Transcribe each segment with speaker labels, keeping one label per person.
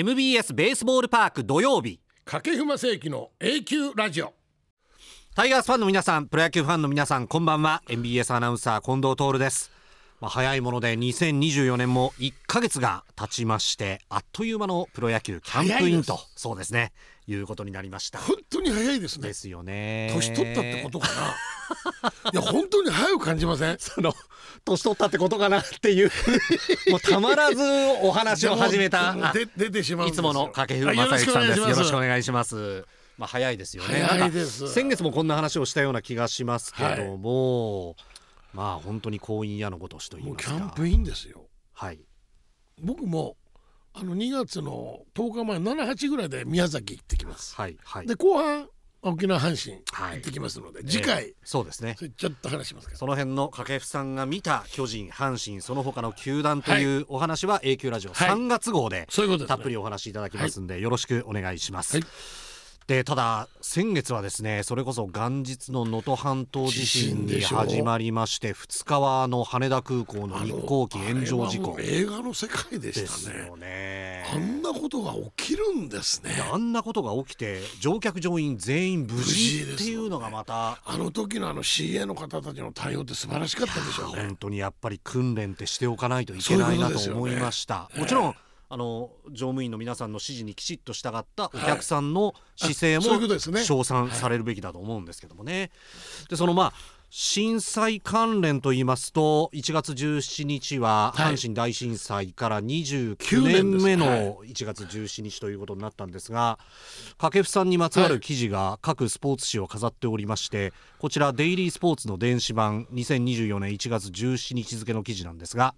Speaker 1: MBS ベースボールパーク土曜日
Speaker 2: 掛布正幸の永久ラジオ
Speaker 1: タイガースファンの皆さんプロ野球ファンの皆さんこんばんは MBS アナウンサー近藤徹です、まあ、早いもので2024年も1ヶ月が経ちましてあっという間のプロ野球キャンプイン
Speaker 2: 早
Speaker 1: とそうですねいうことになりました
Speaker 2: 本当に早いですね
Speaker 1: ですよね
Speaker 2: 年取ったってことかな いや本当に早く感じませ ん
Speaker 1: その年取ったってことかなっていうもうたまらずお話を始めた
Speaker 2: でもで出てしまうん
Speaker 1: い
Speaker 2: です
Speaker 1: つ
Speaker 2: よ
Speaker 1: もの掛布正幸さんです。よ
Speaker 2: あ
Speaker 1: ろ
Speaker 2: よろ
Speaker 1: しく
Speaker 2: しく
Speaker 1: お
Speaker 2: お
Speaker 1: 願いします。まあ早いですよね。
Speaker 2: 早いで
Speaker 1: な
Speaker 2: す
Speaker 1: んか先月もこんな話をしたような気がしますけども、まあ本当に婚姻屋のごとしと言い
Speaker 2: もう
Speaker 1: ま
Speaker 2: キ
Speaker 1: すか。
Speaker 2: ャンプインですよ
Speaker 1: はい。
Speaker 2: 僕もあの2月の10日前78ぐらいで宮崎行ってきます
Speaker 1: はいはい。
Speaker 2: で後半沖縄阪神
Speaker 1: はい
Speaker 2: 行ってきますので、次回、
Speaker 1: えーそうですね
Speaker 2: そ。れちょっと話しますから
Speaker 1: その辺の掛布さんが見た巨人、阪神、その他の球団というお話は A 級ラジオ
Speaker 2: はい
Speaker 1: 3月号で
Speaker 2: そういうことです、ね、
Speaker 1: たっぷりお話しいただきますんで、よろしくお願いします。
Speaker 2: はい
Speaker 1: でただ先月はですねそれこそ元日の能登半島地震
Speaker 2: 地
Speaker 1: に
Speaker 2: 震でしょ
Speaker 1: 始まりまして2日はあの羽田空港の
Speaker 2: あの
Speaker 1: 日航機炎上事故で
Speaker 2: あれはもう映画の世界でし
Speaker 1: す
Speaker 2: たね
Speaker 1: よね
Speaker 2: あんなことが起きるんですね
Speaker 1: あんなことが起きて乗客乗員全員無事っていうのがまた
Speaker 2: あの時のあの CA の方たちの対応って素晴らしかったでしょうね
Speaker 1: 本当にやっぱり訓練ってしておかないといけないなと
Speaker 2: そういうことですよ
Speaker 1: 思
Speaker 2: ね
Speaker 1: いました、もちろんあの乗務員の皆さんの指示にきちっと従ったお客さんの姿勢
Speaker 2: そう
Speaker 1: も
Speaker 2: いうことですね
Speaker 1: 称賛されるべきだと思うんですけどもね。でそのまあ震災関連と言いますと1月17日は
Speaker 2: はい
Speaker 1: 阪神大震災から29
Speaker 2: 9
Speaker 1: 年
Speaker 2: 年です
Speaker 1: 目
Speaker 2: は
Speaker 1: の1月17日ということになったんですが掛布さんにまつわる記事が各スポーツ紙を飾っておりましてこちらデイリースポーツの電子版2024年1月17日付の記事なんですが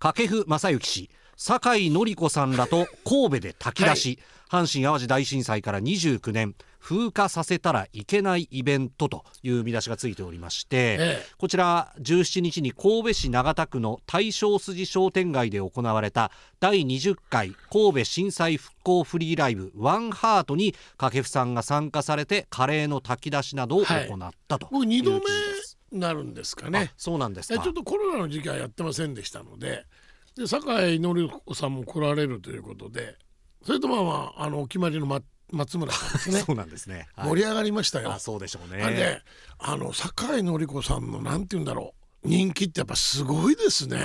Speaker 1: 掛布正幸氏酒井紀子さんらと神戸で炊き出し、阪神・淡路大震災から29年風化させたらいけないイベントという見出しがついておりまして、
Speaker 2: ええ
Speaker 1: こちら17日に神戸市長田区の大正筋商店街で行われた第20回神戸震災復興フリーライブワンハートに掛布さんが参加されてカレーの炊き出しなどを行ったという
Speaker 2: 僕
Speaker 1: 記
Speaker 2: 2
Speaker 1: 事
Speaker 2: 度
Speaker 1: です。
Speaker 2: 目になるんですか
Speaker 1: あ
Speaker 2: ね
Speaker 1: そうなんです
Speaker 2: え
Speaker 1: か。
Speaker 2: ちょっとコロナの時期はやってませんでしたのでで酒井紀子さんも来られるということでそれとまあまああのお決まりの、ま、松村さんですね
Speaker 1: そうなんですね。 はい
Speaker 2: 盛り上がりましたよ
Speaker 1: あ、そうでしょうね。
Speaker 2: あれねあの酒井紀子さんのなんて言うんだろう人気ってやっぱすごいですね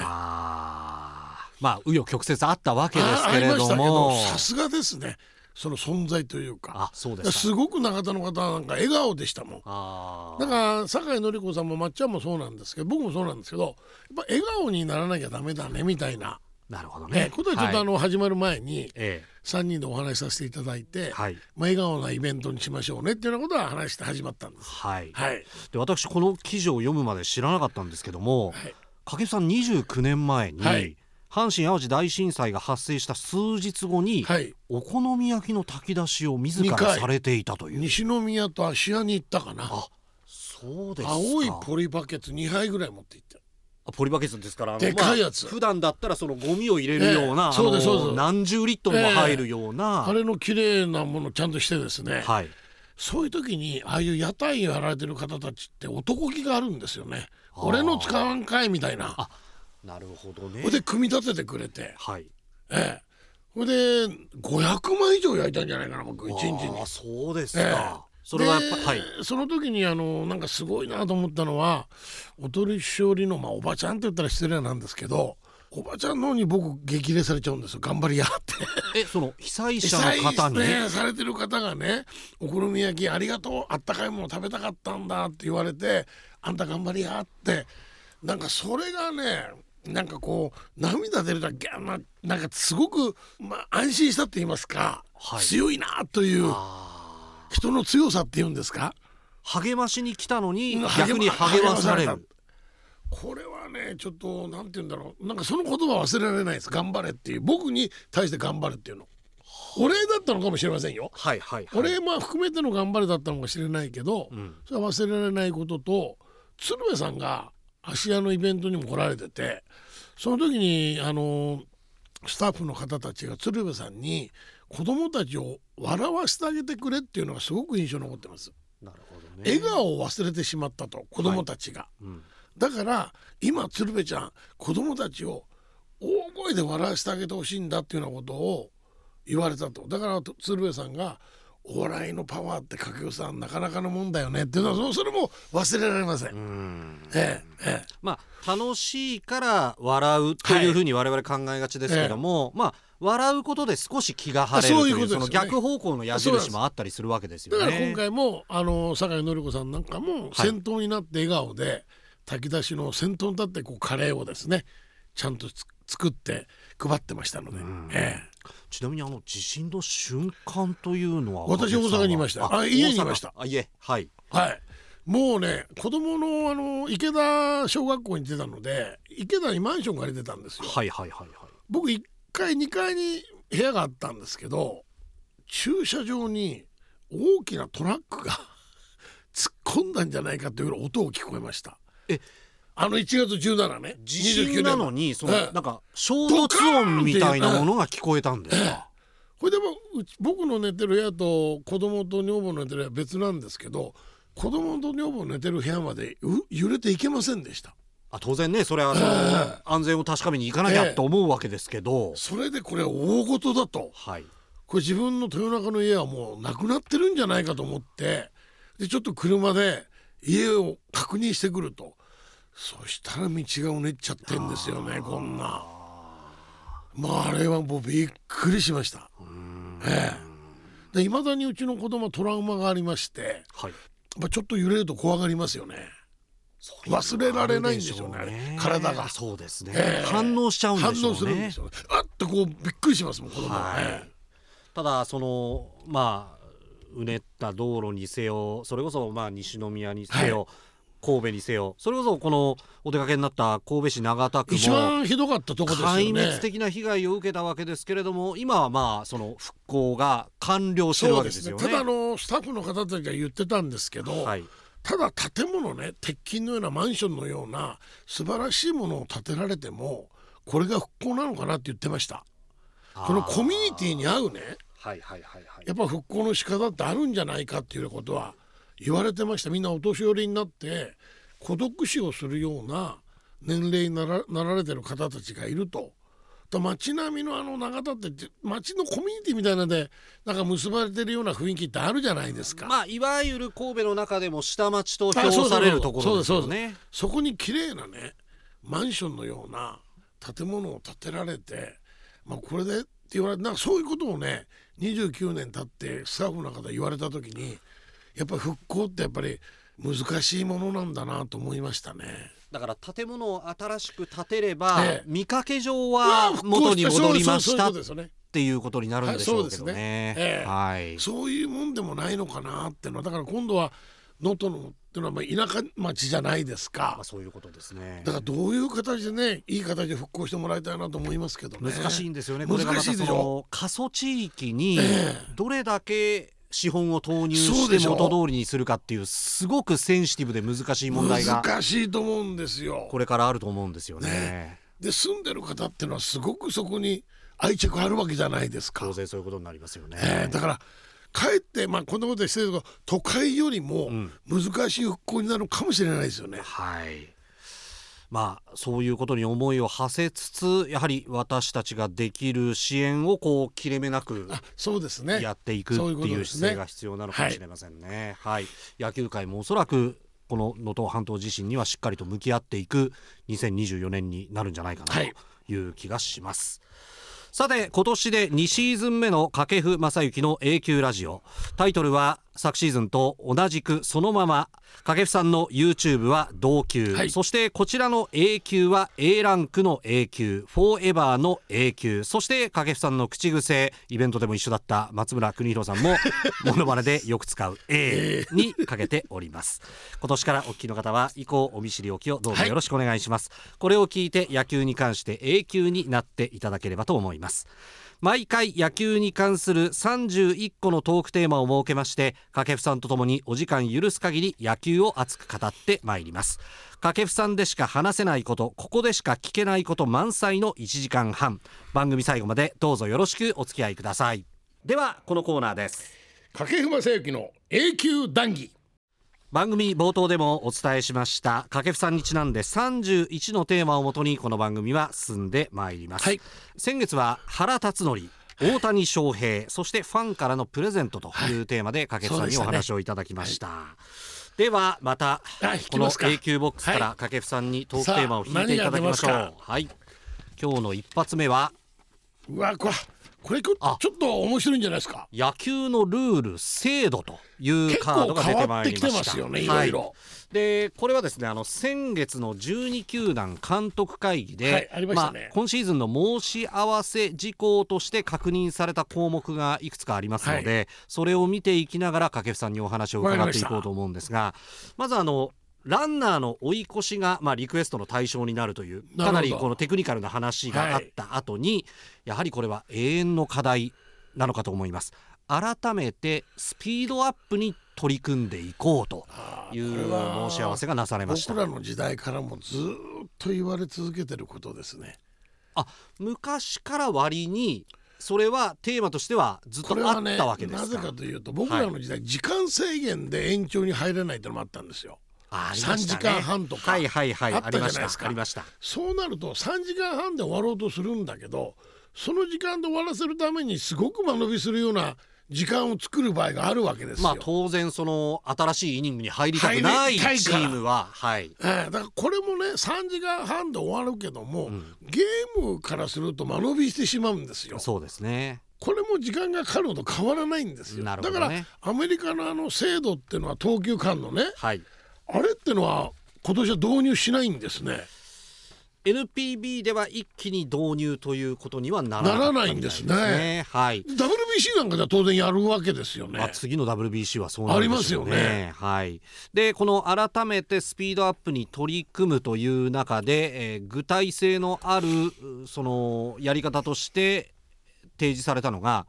Speaker 1: あーまあ紆余曲折あったわけです
Speaker 2: あ
Speaker 1: け
Speaker 2: あり
Speaker 1: れ
Speaker 2: まし
Speaker 1: ど
Speaker 2: たけ
Speaker 1: も
Speaker 2: どさすがですねその存在というか
Speaker 1: あそうですか
Speaker 2: すごく長田の方なんか笑顔でしたもん
Speaker 1: あ
Speaker 2: だ
Speaker 1: ー
Speaker 2: から酒井紀子さんもまっちゃんもそうなんですけど僕もそうなんですけどやっぱ笑顔にならなきゃダメだねみたいな、
Speaker 1: なるほど
Speaker 2: ね
Speaker 1: ね
Speaker 2: ことはちょっとあ
Speaker 1: はい
Speaker 2: の始まる前に
Speaker 1: え
Speaker 2: 3人でお話しさせていただいて、
Speaker 1: えはい
Speaker 2: まあ、笑顔なイベントにしましょうねっていうようなことは話して始まったんです。
Speaker 1: はい、
Speaker 2: はい、
Speaker 1: で私この記事を読むまで知らなかったんですけども、
Speaker 2: はい
Speaker 1: 掛布さん29年前に、
Speaker 2: はい
Speaker 1: 阪神・淡路大震災が発生した数日後に、
Speaker 2: はい、
Speaker 1: お好み焼きの炊き出しを自
Speaker 2: 二
Speaker 1: ら
Speaker 2: 回
Speaker 1: されていたという
Speaker 2: 西宮と芦屋に行ったかな
Speaker 1: あそうですか
Speaker 2: 青いポリバケツ2杯ぐらい持って行って
Speaker 1: あポリバケツですからあの
Speaker 2: でかいやつ
Speaker 1: まあ、普段だったらそのゴミを入れるような、
Speaker 2: ええそうです
Speaker 1: あの
Speaker 2: そうです
Speaker 1: 何十リットルも入るような、
Speaker 2: あれの綺麗なものちゃんとしてですね、
Speaker 1: はい
Speaker 2: そういう時にああいう屋台やられてる方たちって男気があるんですよね
Speaker 1: あー
Speaker 2: 俺の使わんかいみたいな
Speaker 1: あなるほどね
Speaker 2: ほいで組み立ててくれて
Speaker 1: はい
Speaker 2: ええほいで500枚以上焼いたんじゃないかな僕一日
Speaker 1: あ
Speaker 2: に
Speaker 1: ー。そうです
Speaker 2: ええ
Speaker 1: か、それはやっぱ
Speaker 2: で
Speaker 1: はい
Speaker 2: その時にあのなんかすごいなと思ったのはおとりしおりの、まあ、おばちゃんって言ったら失礼なんですけどおばちゃんの方に僕激励されちゃうんですよ頑張りやって。
Speaker 1: えその被災者の方に
Speaker 2: 被災ねされてる方がねお好み焼きありがとうあったかいもの食べたかったんだって言われてあんた頑張りやってなんかそれがねなんかこう涙出るだけななんかすごく、まあ、安心したって言いますか、
Speaker 1: はい
Speaker 2: 強いなという
Speaker 1: あ
Speaker 2: 人の強さっていうんですか
Speaker 1: ー励ましに来たのに
Speaker 2: うん
Speaker 1: 逆に励まされ
Speaker 2: 励まされ
Speaker 1: る
Speaker 2: これはねちょっとなんて言うんだろうなんかその言葉忘れられないです頑張れっていう僕に対して頑張れっていうのお礼だったのかもしれませんよ
Speaker 1: はいはいはい
Speaker 2: これまあ含めての頑張れだったのかもしれないけど、
Speaker 1: うん
Speaker 2: それは忘れられないことと鶴瓶さんが芦屋のイベントにも来られててその時にあのスタッフの方たちが鶴瓶さんに子供たちを笑わせてあげてくれっていうのがすごく印象に残ってます。
Speaker 1: なるほどね
Speaker 2: 笑顔を忘れてしまったと子供たちが、
Speaker 1: うん
Speaker 2: だから今鶴瓶ちゃん子供たちを大声で笑わせてあげてほしいんだっていうようなことを言われたとだからと鶴瓶さんが「お笑いのパワーって掛布さんなかなかのもんだよね」っていうのはそそれも忘れられません。
Speaker 1: うん
Speaker 2: えええ
Speaker 1: まあ、楽しいから笑うというふうに我々考えがちですけども、まあ、笑うことで少し気が晴れるという
Speaker 2: そういうこと
Speaker 1: そ
Speaker 2: ですよね
Speaker 1: の逆方向の矢印もあったりするわけです
Speaker 2: え、だ
Speaker 1: よ
Speaker 2: から
Speaker 1: ね
Speaker 2: 今。回もあの酒井紀子さんなんかも先頭になって笑顔で、炊き出しの先頭に立ってこうカレーをですねちゃんとつ作って配ってましたので、
Speaker 1: ん
Speaker 2: ええ、
Speaker 1: ちなみにあの地震の瞬間というのは
Speaker 2: 私
Speaker 1: 岡部さんは
Speaker 2: 大阪にいましたあ家にいました
Speaker 1: 大阪あ家はい
Speaker 2: はい。もうね子供のあの池田小学校に出たので池田にマンション借りてたんですよ。
Speaker 1: はいはいはいはい
Speaker 2: 僕1階2階に部屋があったんですけど駐車場に大きなトラックが 突っ込んだんじゃないかというぐらい音を聞こえました
Speaker 1: え
Speaker 2: あの1月17ね
Speaker 1: 地震なの
Speaker 2: に
Speaker 1: にその、
Speaker 2: ええ
Speaker 1: なんか衝突音みたいなものが聞こえたんです
Speaker 2: ええ
Speaker 1: か、
Speaker 2: これでもうち僕の寝てる部屋と子供と女房の寝てる部屋は別なんですけど子供と女房の寝てる部屋までう揺れていけませんでした
Speaker 1: あ当然ねそれはあの、
Speaker 2: え
Speaker 1: 安全を確かめに行かなきゃと思うわけですけど、
Speaker 2: それでこれは大事だと
Speaker 1: はい
Speaker 2: これ自分の豊中の家はもうなくなってるんじゃないかと思ってでちょっと車で家を確認してくるとそしたら道がうねっちゃってんですよねこんなまああれはもうびっくりしましたええでいまだにうちの子供はトラウマがありまして
Speaker 1: はい
Speaker 2: やっぱちょっと揺れると怖がりますよね忘れられないんでしょうね
Speaker 1: あるでしょうね
Speaker 2: 体が
Speaker 1: そうですね、
Speaker 2: ええ
Speaker 1: 反応しちゃうん
Speaker 2: 反
Speaker 1: でしょうね
Speaker 2: 応するんですよねあっとこうびっくりしますもん子供は、
Speaker 1: はい
Speaker 2: ええ
Speaker 1: ただそのまあうねった道路にせよそれこそまあ西宮にせよ、神戸にせよそれこそこのお出かけになった神戸市長田区
Speaker 2: 一
Speaker 1: も
Speaker 2: 番ひどかったとこですよね
Speaker 1: 壊滅的な被害を受けたわけですけれども今はまあその復興が完了してる
Speaker 2: そ
Speaker 1: わ
Speaker 2: う
Speaker 1: け
Speaker 2: で
Speaker 1: です
Speaker 2: す
Speaker 1: よ
Speaker 2: ね。
Speaker 1: ね。
Speaker 2: ただあのスタッフの方たちが言ってたんですけど、
Speaker 1: はい、
Speaker 2: ただ建物ね鉄筋のようなマンションのような素晴らしいものを建てられてもこれが復興なのかなって言ってましたこのコミュニティに合うね
Speaker 1: あーはいはいはいはい
Speaker 2: やっぱ復興の仕方ってあるんじゃないかっていうことは言われてましたみんなお年寄りになって孤独死をするような年齢にならなられてる方たちがいると。と街並みのあの長田って街のコミュニティみたいなのでなんか結ばれてるような雰囲気ってあるじゃないですか。
Speaker 1: まあいわゆる神戸の中でも下町と
Speaker 2: あそうそうそ
Speaker 1: 評
Speaker 2: う
Speaker 1: されるところですよ
Speaker 2: そう
Speaker 1: ね。
Speaker 2: そこに綺麗なねマンションのような建物を建てられて、まあ、これでって言われてなんかそういうことをね29年経ってスタッフの方言われた時にやっぱり復興ってやっぱり難しいものなんだなと思いましたね。
Speaker 1: だから建物を新しく建てれば、
Speaker 2: ええ
Speaker 1: 見かけ上
Speaker 2: うわ
Speaker 1: は
Speaker 2: 復興
Speaker 1: 元に戻りま
Speaker 2: そうそうそう
Speaker 1: した
Speaker 2: そういうこ
Speaker 1: っ
Speaker 2: とですよね
Speaker 1: っていうことになるんでしょうけど
Speaker 2: はいそうですね
Speaker 1: ね
Speaker 2: え。え
Speaker 1: はい。
Speaker 2: そういうもんでもないのかなってのはだから今度は能登のっていうのはまあ田舎町じゃないです
Speaker 1: ま
Speaker 2: か
Speaker 1: あそういうことですね
Speaker 2: だ。からどういう形でねいい形で復興してもらいたいなと思いますけどね
Speaker 1: 難しいんですよね。
Speaker 2: 難しい
Speaker 1: これがまた
Speaker 2: でしょ
Speaker 1: その過疎地域に
Speaker 2: え
Speaker 1: どれだけ資本を投入
Speaker 2: そう
Speaker 1: し
Speaker 2: で
Speaker 1: て
Speaker 2: しょ
Speaker 1: 元通りにするかっていうすごくセンシティブで難しい問題が
Speaker 2: 難しいと思うんですよ
Speaker 1: これからあると思うんですよね。
Speaker 2: で住んでる方ってのはすごくそこに愛着あるわけじゃないですか
Speaker 1: 当、然そういうことになりますよ
Speaker 2: え
Speaker 1: ね
Speaker 2: ー。だからかえってまあこんなことしてるけど都会よりも
Speaker 1: ん
Speaker 2: 難しい復興になるかもしれないですよね、
Speaker 1: はい。まあそういうことに思いを馳せつつやはり私たちができる支援をこう切れ目なく
Speaker 2: あそうですね
Speaker 1: やっていくって
Speaker 2: そういうこと
Speaker 1: い
Speaker 2: で
Speaker 1: う
Speaker 2: すね
Speaker 1: 姿勢が必要なのかもしれませんね。はい、野球界もおそらくこの能登半島地震にはしっかりと向き合っていく2024年になるんじゃないかな
Speaker 2: はい
Speaker 1: という気がします。さて今年で2シーズン目の掛布正幸の A 級ラジオタイトルは昨シーズンと同じくそのまま掛布さんの YouTube は同級、
Speaker 2: はい
Speaker 1: そしてこちらの A 級は A ランクの A 級フォーエバーの A 級そして掛布さんの口癖イベントでも一緒だった松村邦弘さ んもモノマネでよく使う A にかけております今年からお聞きの方は以降お見知りおきをどうぞよろしくお願いします、これを聞いて野球に関して A 級になっていただければと思います毎回野球に関する31個のトークテーマを設けまして掛布さんとともにお時間許す限り野球を熱く語ってまいります掛布さんでしか話せないことここでしか聞けないこと満載の1時間半番組最後までどうぞよろしくお付き合いくださいではこのコーナーです
Speaker 2: 掛布正幸の永久談義
Speaker 1: 番組冒頭でもお伝えしました掛布さんにちなんで31のテーマをもとにこの番組は進んでまいります、
Speaker 2: はい
Speaker 1: 先月は原辰徳大谷翔平そしてファンからのプレゼントというテーマで掛布さんにお話をいただきました。ではまた
Speaker 2: はい引き
Speaker 1: この
Speaker 2: ますか
Speaker 1: A 級ボックスから
Speaker 2: は
Speaker 1: 掛布さんにトークテーマを引いていただきましょ
Speaker 2: さあ何が
Speaker 1: う
Speaker 2: 出ま。
Speaker 1: はい。今日の一発目は
Speaker 2: うわこれこれこ
Speaker 1: あ
Speaker 2: ちょっと面白いんじゃないですか
Speaker 1: 野球のルール制度という
Speaker 2: 結
Speaker 1: カード
Speaker 2: 構
Speaker 1: が出て
Speaker 2: 変わ
Speaker 1: ま
Speaker 2: っ
Speaker 1: い
Speaker 2: て
Speaker 1: り
Speaker 2: き
Speaker 1: ま
Speaker 2: て
Speaker 1: した。
Speaker 2: ますよね、、
Speaker 1: はい
Speaker 2: ろ
Speaker 1: でこれはですねあの先月の12球団監督会議で、
Speaker 2: はいありましたね
Speaker 1: 今シーズンの申し合わせ事項として確認された項目がいくつかありますので、それを見ていきながら掛布さんにお話を伺っていこうと思うんですがまずあのランナーの追い越しが、まあ、リクエストの対象になるという
Speaker 2: なるほど
Speaker 1: かなりこのテクニカルな話があった後に、やはりこれは永遠の課題なのかと思います。改めてスピードアップに取り組んでいこうと
Speaker 2: あー
Speaker 1: いう
Speaker 2: これは
Speaker 1: 申し合わせがなされました
Speaker 2: 僕らの時代からもずーっと言われ続けてることですね
Speaker 1: あ昔から割にそれはテーマとしてはずっと
Speaker 2: これ
Speaker 1: あ
Speaker 2: は
Speaker 1: っ
Speaker 2: ね
Speaker 1: たわけで
Speaker 2: な
Speaker 1: す
Speaker 2: ぜ
Speaker 1: か
Speaker 2: かというと僕らの時代、時間制限で延長に入れないってのもあったんですよ
Speaker 1: あありましたね
Speaker 2: 3時間半とか
Speaker 1: はいはいはい
Speaker 2: あった
Speaker 1: ありまし
Speaker 2: じゃないです
Speaker 1: た
Speaker 2: か
Speaker 1: ありました
Speaker 2: そうなると3時間半で終わろうとするんだけどその時間で終わらせるためにすごく間延びするような時間を作る場合があるわけですよ。
Speaker 1: まあ当然その新しいイニングに入りたくな
Speaker 2: 入
Speaker 1: い
Speaker 2: り
Speaker 1: チ
Speaker 2: たいから
Speaker 1: ームははい
Speaker 2: ええだからこれもね3時間半で終わるけども、
Speaker 1: ん
Speaker 2: ゲームからすると間延びしてしまうんですよ。
Speaker 1: そうですね
Speaker 2: これも時間がかかるほど変わらないんですよ。
Speaker 1: なるほ
Speaker 2: だ
Speaker 1: どね
Speaker 2: からアメリカのあの制度っていうのは投球間のね
Speaker 1: はい
Speaker 2: あれってのは今年は導入しないんですね。
Speaker 1: NPB では一気に導入ということにはならかったみた
Speaker 2: ならないんです
Speaker 1: はい、
Speaker 2: WBC なんかじゃ当然やるわけですよね。
Speaker 1: まあ、次の WBC はそうなんですよね。
Speaker 2: ありますよね
Speaker 1: はい、でこの改めてスピードアップに取り組むという中で、えー具体性のあるうそのやり方として提示されたのが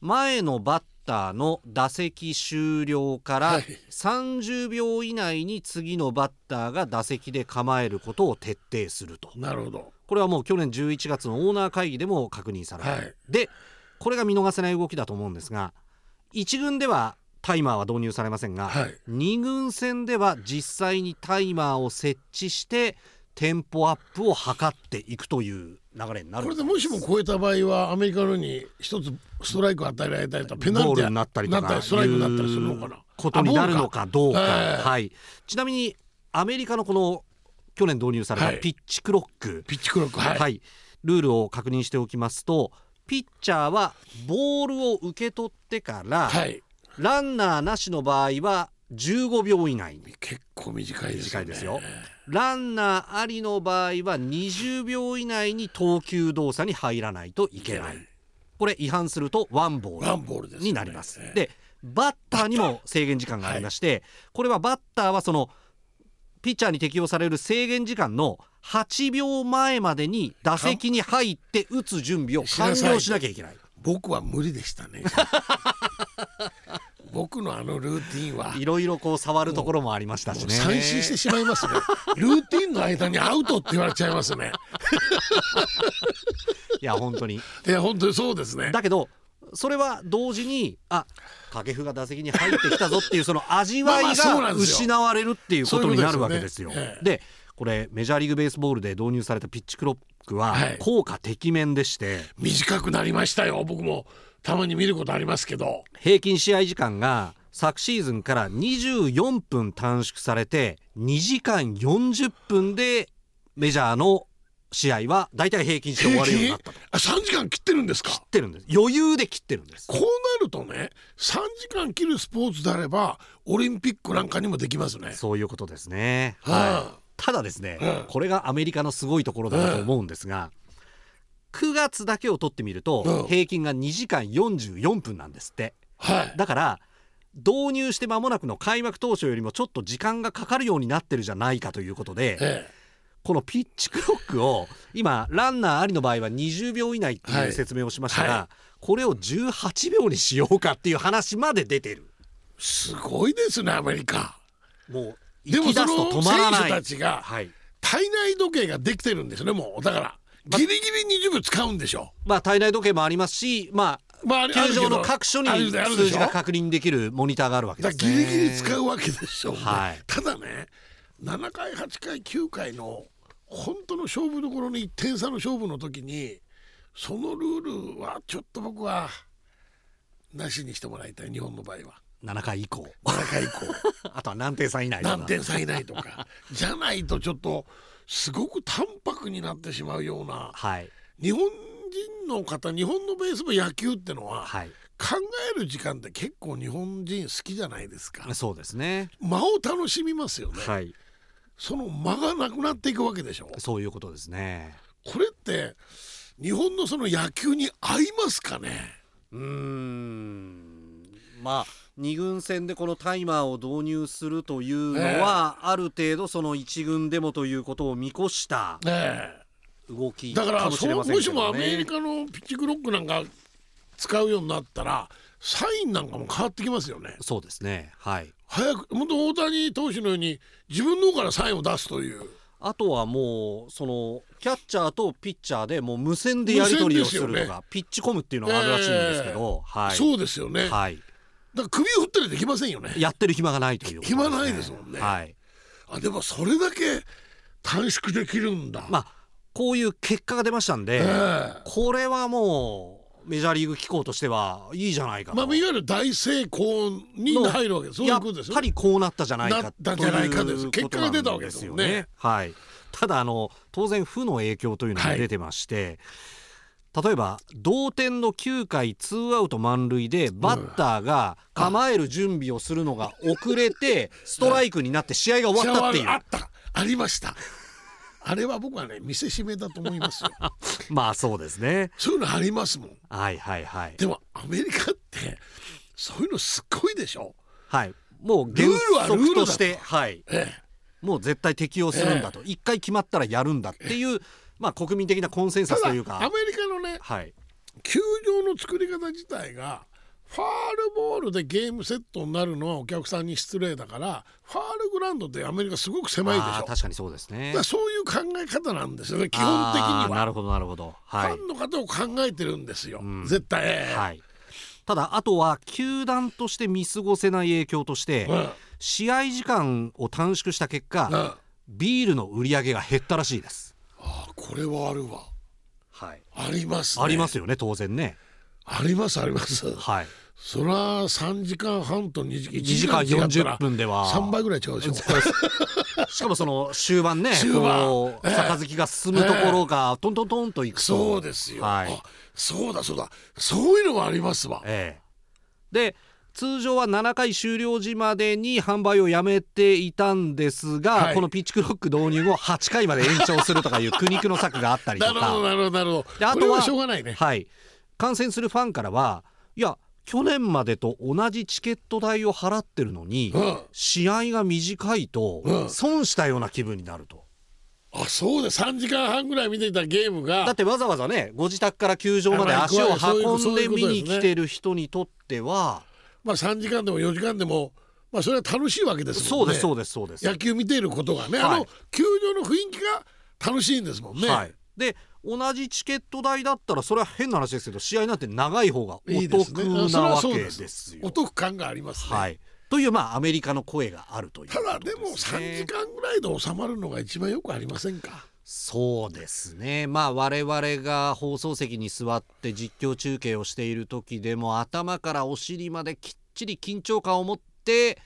Speaker 1: 前のバッターの打席終了から
Speaker 2: はい
Speaker 1: 30秒以内に次のバッターが打席で構えることを徹底すると。
Speaker 2: なるほど。
Speaker 1: これはもう去年11月のオーナー会議でも確認された、
Speaker 2: はい
Speaker 1: でこれが見逃せない動きだと思うんですが1軍ではタイマーは導入されませんが、
Speaker 2: はい
Speaker 1: 2軍戦では実際にタイマーを設置してテンポアップを図っていくという流れになるん
Speaker 2: これ
Speaker 1: す
Speaker 2: でもしも超えた場合はアメリカのように一つストライクを与えられたりとかペナルティ
Speaker 1: ボールになったりと
Speaker 2: なった
Speaker 1: か
Speaker 2: りストライクになったりするのか
Speaker 1: いう
Speaker 2: な
Speaker 1: ことになるの
Speaker 2: あ
Speaker 1: かどうか、
Speaker 2: ボールか
Speaker 1: はい、ちなみにアメリカのこの去年導入された
Speaker 2: はい
Speaker 1: ピッチクロック、
Speaker 2: ピッチクロックは、
Speaker 1: はいい、ルールを確認しておきますとピッチャーはボールを受け取ってから、
Speaker 2: はい
Speaker 1: ランナーなしの場合は15秒以内に
Speaker 2: 結構短いです
Speaker 1: 短
Speaker 2: よ
Speaker 1: い
Speaker 2: ね
Speaker 1: ですよランナーありの場合は20秒以内に投球動作に入らないといけない
Speaker 2: いけない
Speaker 1: これ違反するとワンボール
Speaker 2: ワンボールですよね
Speaker 1: になります。
Speaker 2: ええ
Speaker 1: でバッターにも制限時間がありまして、これはバッターはそのピッチャーに適用される制限時間の8秒前までに打席に入って打つ準備を完了しなきゃいけない。
Speaker 2: 僕は無理でしたね 僕のあのルーティンはも
Speaker 1: いろいろこう触るところもありましたし
Speaker 2: う
Speaker 1: ね。
Speaker 2: 三振してしまいますねルーティンの間にアウトって言われちゃいますね
Speaker 1: いや本当に。
Speaker 2: いや本当にそうですね
Speaker 1: だけどそれは同時にあ掛布が打席に入ってきたぞっていうその味わい
Speaker 2: まあまあそうな
Speaker 1: が
Speaker 2: んですよ
Speaker 1: 失われるっていうことになるわけですよ
Speaker 2: そういうことですよねえ。え
Speaker 1: でこれメジャーリーグベースボールで導入されたピッチクロックは
Speaker 2: はい
Speaker 1: 効果てきめんでして
Speaker 2: 短くなりましたよ僕もたまに見ることありますけど
Speaker 1: 平均試合時間が昨シーズンから24分短縮されて2時間40分でメジャーの試合は大体平均して終わるようになったと。
Speaker 2: あ3時間切ってるんですか
Speaker 1: 切ってるんです余裕で切ってるんです。
Speaker 2: こうなるとね3時間切るスポーツであればオリンピックなんかにもできますね。
Speaker 1: そういうことですね。
Speaker 2: は
Speaker 1: はい。ただですね、
Speaker 2: うん
Speaker 1: これがアメリカのすごいところだなと思うんですが、9月だけを取ってみると
Speaker 2: うん
Speaker 1: 平均が2時間44分なんですって。
Speaker 2: はい、
Speaker 1: だから導入して間もなくの開幕当初よりもちょっと時間がかかるようになってるじゃないかということで、
Speaker 2: え
Speaker 1: このピッチクロックを今ランナーありの場合は20秒以内って
Speaker 2: は
Speaker 1: いう
Speaker 2: い
Speaker 1: 説明をしましたが、
Speaker 2: は
Speaker 1: これを18秒にしようかっていう話まで出てる。
Speaker 2: え、すごいですねアメリカ。
Speaker 1: もう
Speaker 2: で
Speaker 1: 行
Speaker 2: も
Speaker 1: き出
Speaker 2: そ
Speaker 1: すと
Speaker 2: の
Speaker 1: 止まら
Speaker 2: 選
Speaker 1: ない。
Speaker 2: 手たちが
Speaker 1: はい。
Speaker 2: 体内時計ができてるんですねもうだからギリギリ20分使うんでしょ。
Speaker 1: まあ、体内時計もありますし、ま
Speaker 2: まあ、あ
Speaker 1: あ、
Speaker 2: れあ
Speaker 1: 球
Speaker 2: るけど
Speaker 1: 場の各所に
Speaker 2: あるであるで
Speaker 1: 数
Speaker 2: し
Speaker 1: 字
Speaker 2: ょ
Speaker 1: が確認できるモニターがあるわけで
Speaker 2: だ
Speaker 1: す
Speaker 2: か
Speaker 1: ね。
Speaker 2: らギリギリ使うわけでしょ、
Speaker 1: はい
Speaker 2: ただね7回8回9回の本当の勝負どころに1点差の勝負の時にそのルールはちょっと僕はなしにしてもらいたい日本の場合は
Speaker 1: 7回以降
Speaker 2: 7回以降
Speaker 1: あとは何点差以内とか
Speaker 2: 何点差以内とかじゃないとちょっとすごく淡白になってしまうような
Speaker 1: はい
Speaker 2: 日本人の方日本のベースも野球ってのは
Speaker 1: はい
Speaker 2: 考える時間って結構日本人好きじゃないですか
Speaker 1: そうですね
Speaker 2: 間を楽しみますよね、
Speaker 1: はい
Speaker 2: その間がなくなっていくわけでしょ
Speaker 1: そういうことですね
Speaker 2: これって日本のその野球に合いますかね
Speaker 1: うーんまあ2軍戦でこのタイマーを導入するというのは、ある程度その1軍でもということを見越した
Speaker 2: ね
Speaker 1: 動き
Speaker 2: だ
Speaker 1: か
Speaker 2: から
Speaker 1: もし
Speaker 2: そ
Speaker 1: れ
Speaker 2: う
Speaker 1: ま
Speaker 2: も
Speaker 1: せんけ
Speaker 2: しもア
Speaker 1: ど
Speaker 2: メリ
Speaker 1: ね。
Speaker 2: カのピッチクロックなんか使うようになったらサインなんかも変わってきますよね
Speaker 1: そうですねはい
Speaker 2: 早く本当大谷投手のように自分の方からサインを出すという
Speaker 1: あとはもうそのキャッチャーとピッチャーでもう無線でやり取りをすると
Speaker 2: 無線です
Speaker 1: か、
Speaker 2: よ
Speaker 1: ピッチコムっていうのがあるらしいんですけど、はい
Speaker 2: そうですよね、だか
Speaker 1: はい、
Speaker 2: ら首を振ったりできませんよね
Speaker 1: やってる暇がないということ
Speaker 2: 暇ないですもんね
Speaker 1: はい
Speaker 2: あでもそれだけ短縮できるんだ、
Speaker 1: まあ、こういう結果が出ましたんで、
Speaker 2: ええ
Speaker 1: これはもうメジャーリーグ機構としてはいいじゃないかと、
Speaker 2: まあ、いわゆる大成功に入るわけですそういう
Speaker 1: や
Speaker 2: ことで
Speaker 1: っ
Speaker 2: すよ
Speaker 1: ぱりこうなったじゃない
Speaker 2: な
Speaker 1: か
Speaker 2: ったんじゃないかで
Speaker 1: と
Speaker 2: す
Speaker 1: うことなん
Speaker 2: 結果が出たわけですもんね
Speaker 1: ですよはい、ただあの当然負の影響というのが出てまして、例えば同点の9回ツーアウト満塁でバッターが構える準備をするのが遅れてストライクになって試合が終わったってい
Speaker 2: あ
Speaker 1: う
Speaker 2: ったありましたあれは僕はね見せしめだと思いま すよ
Speaker 1: まあそうですね
Speaker 2: そういうのありますもん
Speaker 1: はいはいはい
Speaker 2: でもアメリカってそういうのすっごいでしょ、
Speaker 1: はいもう
Speaker 2: ルー
Speaker 1: 原
Speaker 2: ルはルールだと
Speaker 1: 則としてはい
Speaker 2: ええ、
Speaker 1: もう絶対適用するんだと一、回決まったらやるんだっていう、まあ、国民的なコンセンサ
Speaker 2: た
Speaker 1: スと
Speaker 2: だア
Speaker 1: い
Speaker 2: メリ
Speaker 1: う
Speaker 2: カ
Speaker 1: か、
Speaker 2: のね
Speaker 1: はい、
Speaker 2: 球場の作り方自体がファールボールでゲームセットになるのはお客さんに失礼だからファールグラウンドってアメリカすごく狭いでしょ
Speaker 1: あー確かにそうです
Speaker 2: だ
Speaker 1: ね
Speaker 2: から。そういう考え方なんですよね基本的
Speaker 1: あー
Speaker 2: に
Speaker 1: な
Speaker 2: は、
Speaker 1: るほどなるほど、はい
Speaker 2: ファンの方を考えてるんですよ、
Speaker 1: うん
Speaker 2: 絶対、ええ
Speaker 1: はい、ただあとは球団として見過ごせない影響として、
Speaker 2: うん
Speaker 1: 試合時間を短縮した結果、
Speaker 2: うんあ
Speaker 1: ビールの売り上げが減ったらしいです。
Speaker 2: あこれはあるわ
Speaker 1: はい
Speaker 2: あります、ね、
Speaker 1: ありますよね当然ね。
Speaker 2: ありますあります
Speaker 1: はい、
Speaker 2: そりゃ3時間半と2時
Speaker 1: 2
Speaker 2: ,1
Speaker 1: 時間40分では
Speaker 2: 3倍ぐらい違うでし ょ
Speaker 1: しかもその終盤ね
Speaker 2: 終盤
Speaker 1: こう
Speaker 2: ええ
Speaker 1: 杯が進むところがトントントンといくと
Speaker 2: そうですよ、
Speaker 1: はい
Speaker 2: あそうだそうだそういうのはありますわ
Speaker 1: ええ、で通常は7回終了時までに販売をやめていたんですが、
Speaker 2: はい
Speaker 1: このピッチクロック導入後8回まで延長するとかいう苦肉の策があったりと
Speaker 2: なるほど
Speaker 1: か
Speaker 2: なるほどなるほ
Speaker 1: で
Speaker 2: ど
Speaker 1: あ
Speaker 2: こと
Speaker 1: は
Speaker 2: れはしょうがないね
Speaker 1: はい、観戦するファンからはいや去年までと同じチケット代を払ってるのに、
Speaker 2: うん
Speaker 1: 試合が短いと
Speaker 2: うん
Speaker 1: 損したような気分になると。
Speaker 2: あそうで3時間半ぐらい見ていたゲーム
Speaker 1: だっ
Speaker 2: が
Speaker 1: てわざわざねご自宅から球場まで足を運んで見に来てる人にとっては
Speaker 2: まあ3時間でも4時間でもまあそれは楽しいわけです
Speaker 1: そ
Speaker 2: もん
Speaker 1: うで
Speaker 2: ね
Speaker 1: すそうですそうです。
Speaker 2: 野球見ていることがね、
Speaker 1: はい
Speaker 2: あの球場の雰囲気が楽しいんですもんね、
Speaker 1: はい、で同じチケット代だったらそれは変な話ですけど試合なんて長い方がお
Speaker 2: いいですね
Speaker 1: 得なわけですよ。
Speaker 2: お得感がありますね、
Speaker 1: はい、というまあアメリカの声があるという
Speaker 2: ただで
Speaker 1: こ
Speaker 2: も
Speaker 1: とすね
Speaker 2: 3時間ぐらいで収まるのが一番よくありませんか
Speaker 1: そうですねまあ我々が放送席に座って実況中継をしている時でも頭からお尻まできっちり緊張感を持って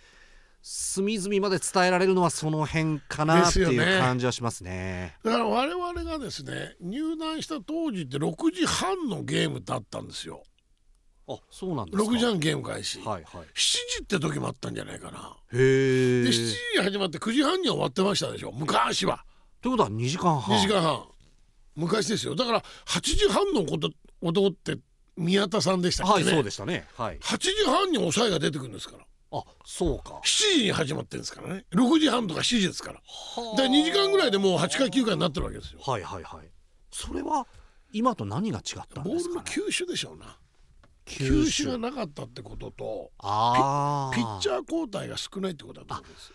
Speaker 1: 隅々まで伝えられるのはその辺かなって
Speaker 2: です
Speaker 1: い
Speaker 2: よね
Speaker 1: う感じはしますね。
Speaker 2: だから我々がですね入団した当時って6時半のゲームだったんですよ
Speaker 1: あそうなんですか
Speaker 2: 6時半ゲーム開始、
Speaker 1: はいはい、
Speaker 2: 7時って時もあったんじゃないかな
Speaker 1: へえ。
Speaker 2: で7時に始まって9時半には終わってましたでしょ昔は
Speaker 1: ということは2時間半。
Speaker 2: 2時間半昔ですよだから8時半のこと男って宮田さんでしたっけね、
Speaker 1: はい、そうでしたね。はい。
Speaker 2: 8時半に抑えが出てくるんですから
Speaker 1: あ、そうか。
Speaker 2: 7時に始まってるんですからね6時半とか7時ですからで2時間ぐらいでもう8回9回になってるわけですよ
Speaker 1: はいはいはい。それは今と何が違ったん
Speaker 2: ボ
Speaker 1: で
Speaker 2: ー
Speaker 1: す
Speaker 2: ル
Speaker 1: か
Speaker 2: の
Speaker 1: ね。
Speaker 2: 球種でしょうな
Speaker 1: 球
Speaker 2: 球種がなかったってことと
Speaker 1: ああ。
Speaker 2: ピッチ
Speaker 1: ャー。
Speaker 2: ャー交代が少ないってことだと思うんですよ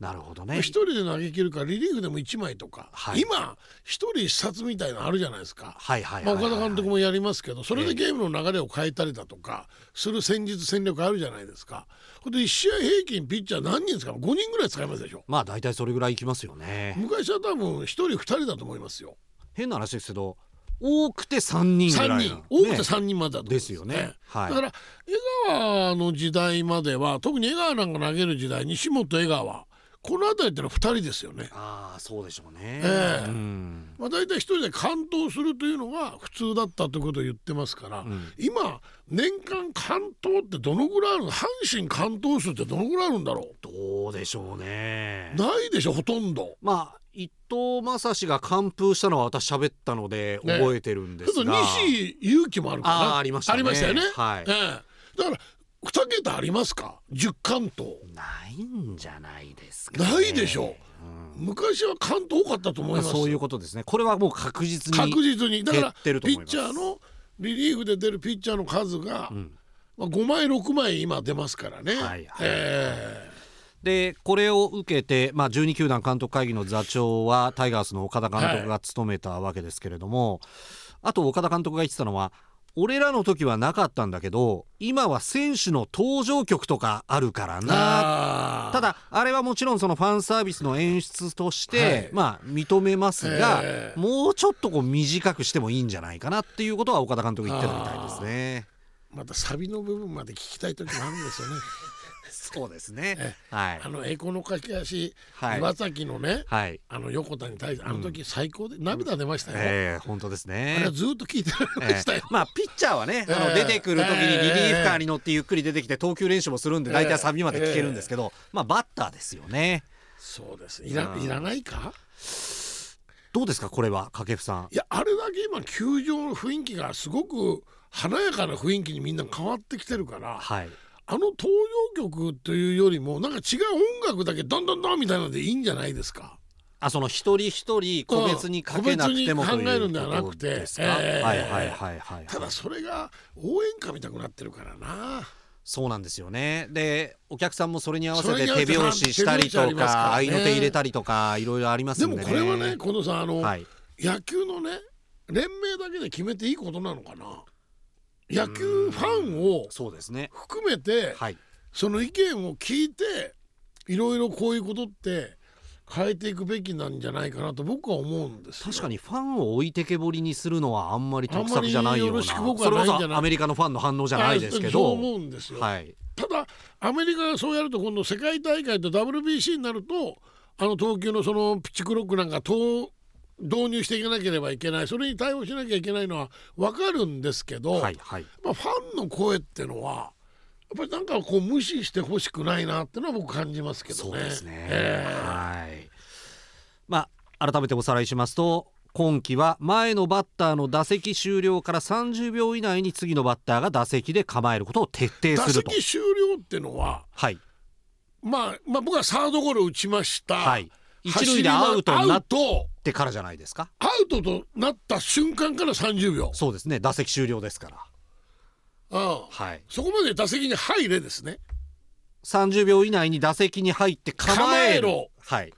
Speaker 1: なるほど
Speaker 2: まあ
Speaker 1: ね。
Speaker 2: 一人で投げ切るかリリーフでも1枚とか、
Speaker 1: はい
Speaker 2: 今一人一冊みたいなのあるじゃないですか
Speaker 1: はいはい
Speaker 2: ま
Speaker 1: は
Speaker 2: あ、
Speaker 1: いはい
Speaker 2: 岡田監督もやりますけどそれ
Speaker 1: ええ
Speaker 2: でゲームの流れを変えたりだとかする戦術戦略あるじゃないですかほんで1試合平均ピッチャー何人使うの5人ぐらい使いますでしょ
Speaker 1: まあ大体それぐらいいきますよね。
Speaker 2: 昔は多分1人2人だと思いますよ
Speaker 1: 変な話ですけど、多くて3人ぐ
Speaker 2: 三
Speaker 1: らい
Speaker 2: 人
Speaker 1: な、
Speaker 2: 多くて
Speaker 1: ね
Speaker 2: 3人までだと思うん
Speaker 1: ですよね。は
Speaker 2: だ
Speaker 1: い
Speaker 2: から江川の時代までは特に江川なんか投げる時代西本江川この辺りってのは2人ですよね。
Speaker 1: ああそうでしょうね。
Speaker 2: ええ
Speaker 1: うん
Speaker 2: まあ、大体一人で完投するというのが普通だったということを言ってますから、
Speaker 1: ん
Speaker 2: 今年間完投ってどのぐらいあるの阪神完投数ってどのぐらいあるんだろ
Speaker 1: どうでしょうね
Speaker 2: う。ないでしょほとんど。
Speaker 1: まあ伊藤正史が完封したのは私喋ったので
Speaker 2: ね
Speaker 1: 覚えてるんで
Speaker 2: ちょ
Speaker 1: す
Speaker 2: っと
Speaker 1: が、
Speaker 2: 西勇気もあるか
Speaker 1: あ
Speaker 2: な
Speaker 1: あありましたね
Speaker 2: ありましたよね。
Speaker 1: はい
Speaker 2: ええだから2桁ありますか10完投。
Speaker 1: ないんじゃないですか、
Speaker 2: ないでしょ
Speaker 1: う。ん
Speaker 2: 昔は関東多かったと思い
Speaker 1: まあ
Speaker 2: ます。
Speaker 1: そういうことですね。これはもう確実に
Speaker 2: 確実にだか
Speaker 1: 減
Speaker 2: ら
Speaker 1: って
Speaker 2: ピ
Speaker 1: ると思い
Speaker 2: ッ
Speaker 1: ます
Speaker 2: チャーのリリーフで出るピッチャーの数が、
Speaker 1: ん
Speaker 2: まあ5枚6枚今出ますからね。
Speaker 1: はいはい
Speaker 2: え
Speaker 1: でこれを受けて、まあ、12球団監督会議の座長はタイガースの岡田監督が務めたわけですけれども、あと岡田監督が言ってたのは俺らの時はなかったんだけど今は選手の登場曲とかあるから
Speaker 2: え
Speaker 1: な
Speaker 2: あー
Speaker 1: ただあれはもちろんそのファンサービスの演出として、
Speaker 2: はい
Speaker 1: まあ認めますが、
Speaker 2: ええ
Speaker 1: もうちょっとこう短くしてもいいんじゃないかなっていうことは岡田監督言ってたみたいですね。
Speaker 2: またサビの部分まで聞きたい時もあるんですよ ね。
Speaker 1: そうですね
Speaker 2: え。
Speaker 1: はい
Speaker 2: あ。の栄光の駆け足、
Speaker 1: はい
Speaker 2: 岩崎のね
Speaker 1: はい。
Speaker 2: あの横田に対してあの時最高で、涙出ましたよ。
Speaker 1: ええ本当ですね。
Speaker 2: あれはずっと聞いてられましたよ。
Speaker 1: まあピッチャーはね、あ
Speaker 2: え
Speaker 1: の
Speaker 2: え
Speaker 1: 出てくる時にリリーフカー
Speaker 2: ええ
Speaker 1: に乗ってゆっくり出てきて投球練習もするんで
Speaker 2: ええ
Speaker 1: 大体サビまで聞けるんですけど、まあバッターですよね
Speaker 2: そうです。いら
Speaker 1: うん
Speaker 2: いらないか？
Speaker 1: どうですかこれは掛布さん
Speaker 2: いやあれだけ今球場の雰囲気がすごく華やかな雰囲気にみんな変わってきてるから
Speaker 1: はい
Speaker 2: あの登場曲というよりもなんか違う音楽だけどんどんどんみたいなのでいいんじゃないですか
Speaker 1: あその一人一人個別にかけなくても
Speaker 2: うん
Speaker 1: と
Speaker 2: 個別に考え
Speaker 1: い
Speaker 2: るん
Speaker 1: う
Speaker 2: では
Speaker 1: こ
Speaker 2: な
Speaker 1: と
Speaker 2: くて
Speaker 1: ですか、
Speaker 2: ええ
Speaker 1: はいはいはいはい
Speaker 2: ただそれが応援歌みたくなってるからな
Speaker 1: そうなんですよねでお客さんもそれに合わせ
Speaker 2: そ
Speaker 1: て
Speaker 2: れに合わ
Speaker 1: 手拍子
Speaker 2: せて
Speaker 1: したり
Speaker 2: 手拍子あ
Speaker 1: と
Speaker 2: りますか
Speaker 1: か
Speaker 2: らね
Speaker 1: 合いの手入れたりとかいろいろあります
Speaker 2: で
Speaker 1: んで
Speaker 2: も
Speaker 1: ね
Speaker 2: これはね近藤さんあの、
Speaker 1: はい
Speaker 2: 野球のね連盟だけで決めていいことなのかな野球ファンを
Speaker 1: そうですね
Speaker 2: 含めて
Speaker 1: はい
Speaker 2: その意見を聞いていろいろこういうことって変えていくべきなんじゃないかなと僕は思うんですよ
Speaker 1: 確かにファンを置いてけぼりにするのはあんまり得策じゃないような
Speaker 2: あんまりよろしく僕
Speaker 1: そ
Speaker 2: は
Speaker 1: れ
Speaker 2: ないんじゃない
Speaker 1: こそアメリカのファンの反応じゃないですけ
Speaker 2: そう
Speaker 1: ど
Speaker 2: 思うんですよ、
Speaker 1: はい
Speaker 2: ただアメリカがそうやると今度世界大会と WBC になるとあの投球のそのピッチクロックなんか投導入していかなければいけないそれに対応しなきゃいけないのは分かるんですけど、
Speaker 1: はいはい
Speaker 2: まあ、ファンの声ってのはやっぱりなんかこう無視してほしくないなってのは僕感じますけどね。
Speaker 1: そうですね、
Speaker 2: ええ
Speaker 1: はいまあ改めておさらいしますと今季は前のバッターの打席終了から30秒以内に次のバッターが打席で構えることを徹底
Speaker 2: 打
Speaker 1: すると
Speaker 2: 席終了ってのは、
Speaker 1: はい
Speaker 2: まあ、まあ僕はサードゴロ打ちました、
Speaker 1: はい一
Speaker 2: 走
Speaker 1: 塁
Speaker 2: り
Speaker 1: で
Speaker 2: は
Speaker 1: アウトにな
Speaker 2: アウ
Speaker 1: っ
Speaker 2: ト
Speaker 1: てからじゃないですか
Speaker 2: アウトとなった瞬間から30秒、
Speaker 1: そうですね打席終了ですから
Speaker 2: うん、
Speaker 1: はい
Speaker 2: そこまで打席に入れですね
Speaker 1: 30秒以内に打席に入って構える
Speaker 2: 構えろ
Speaker 1: はい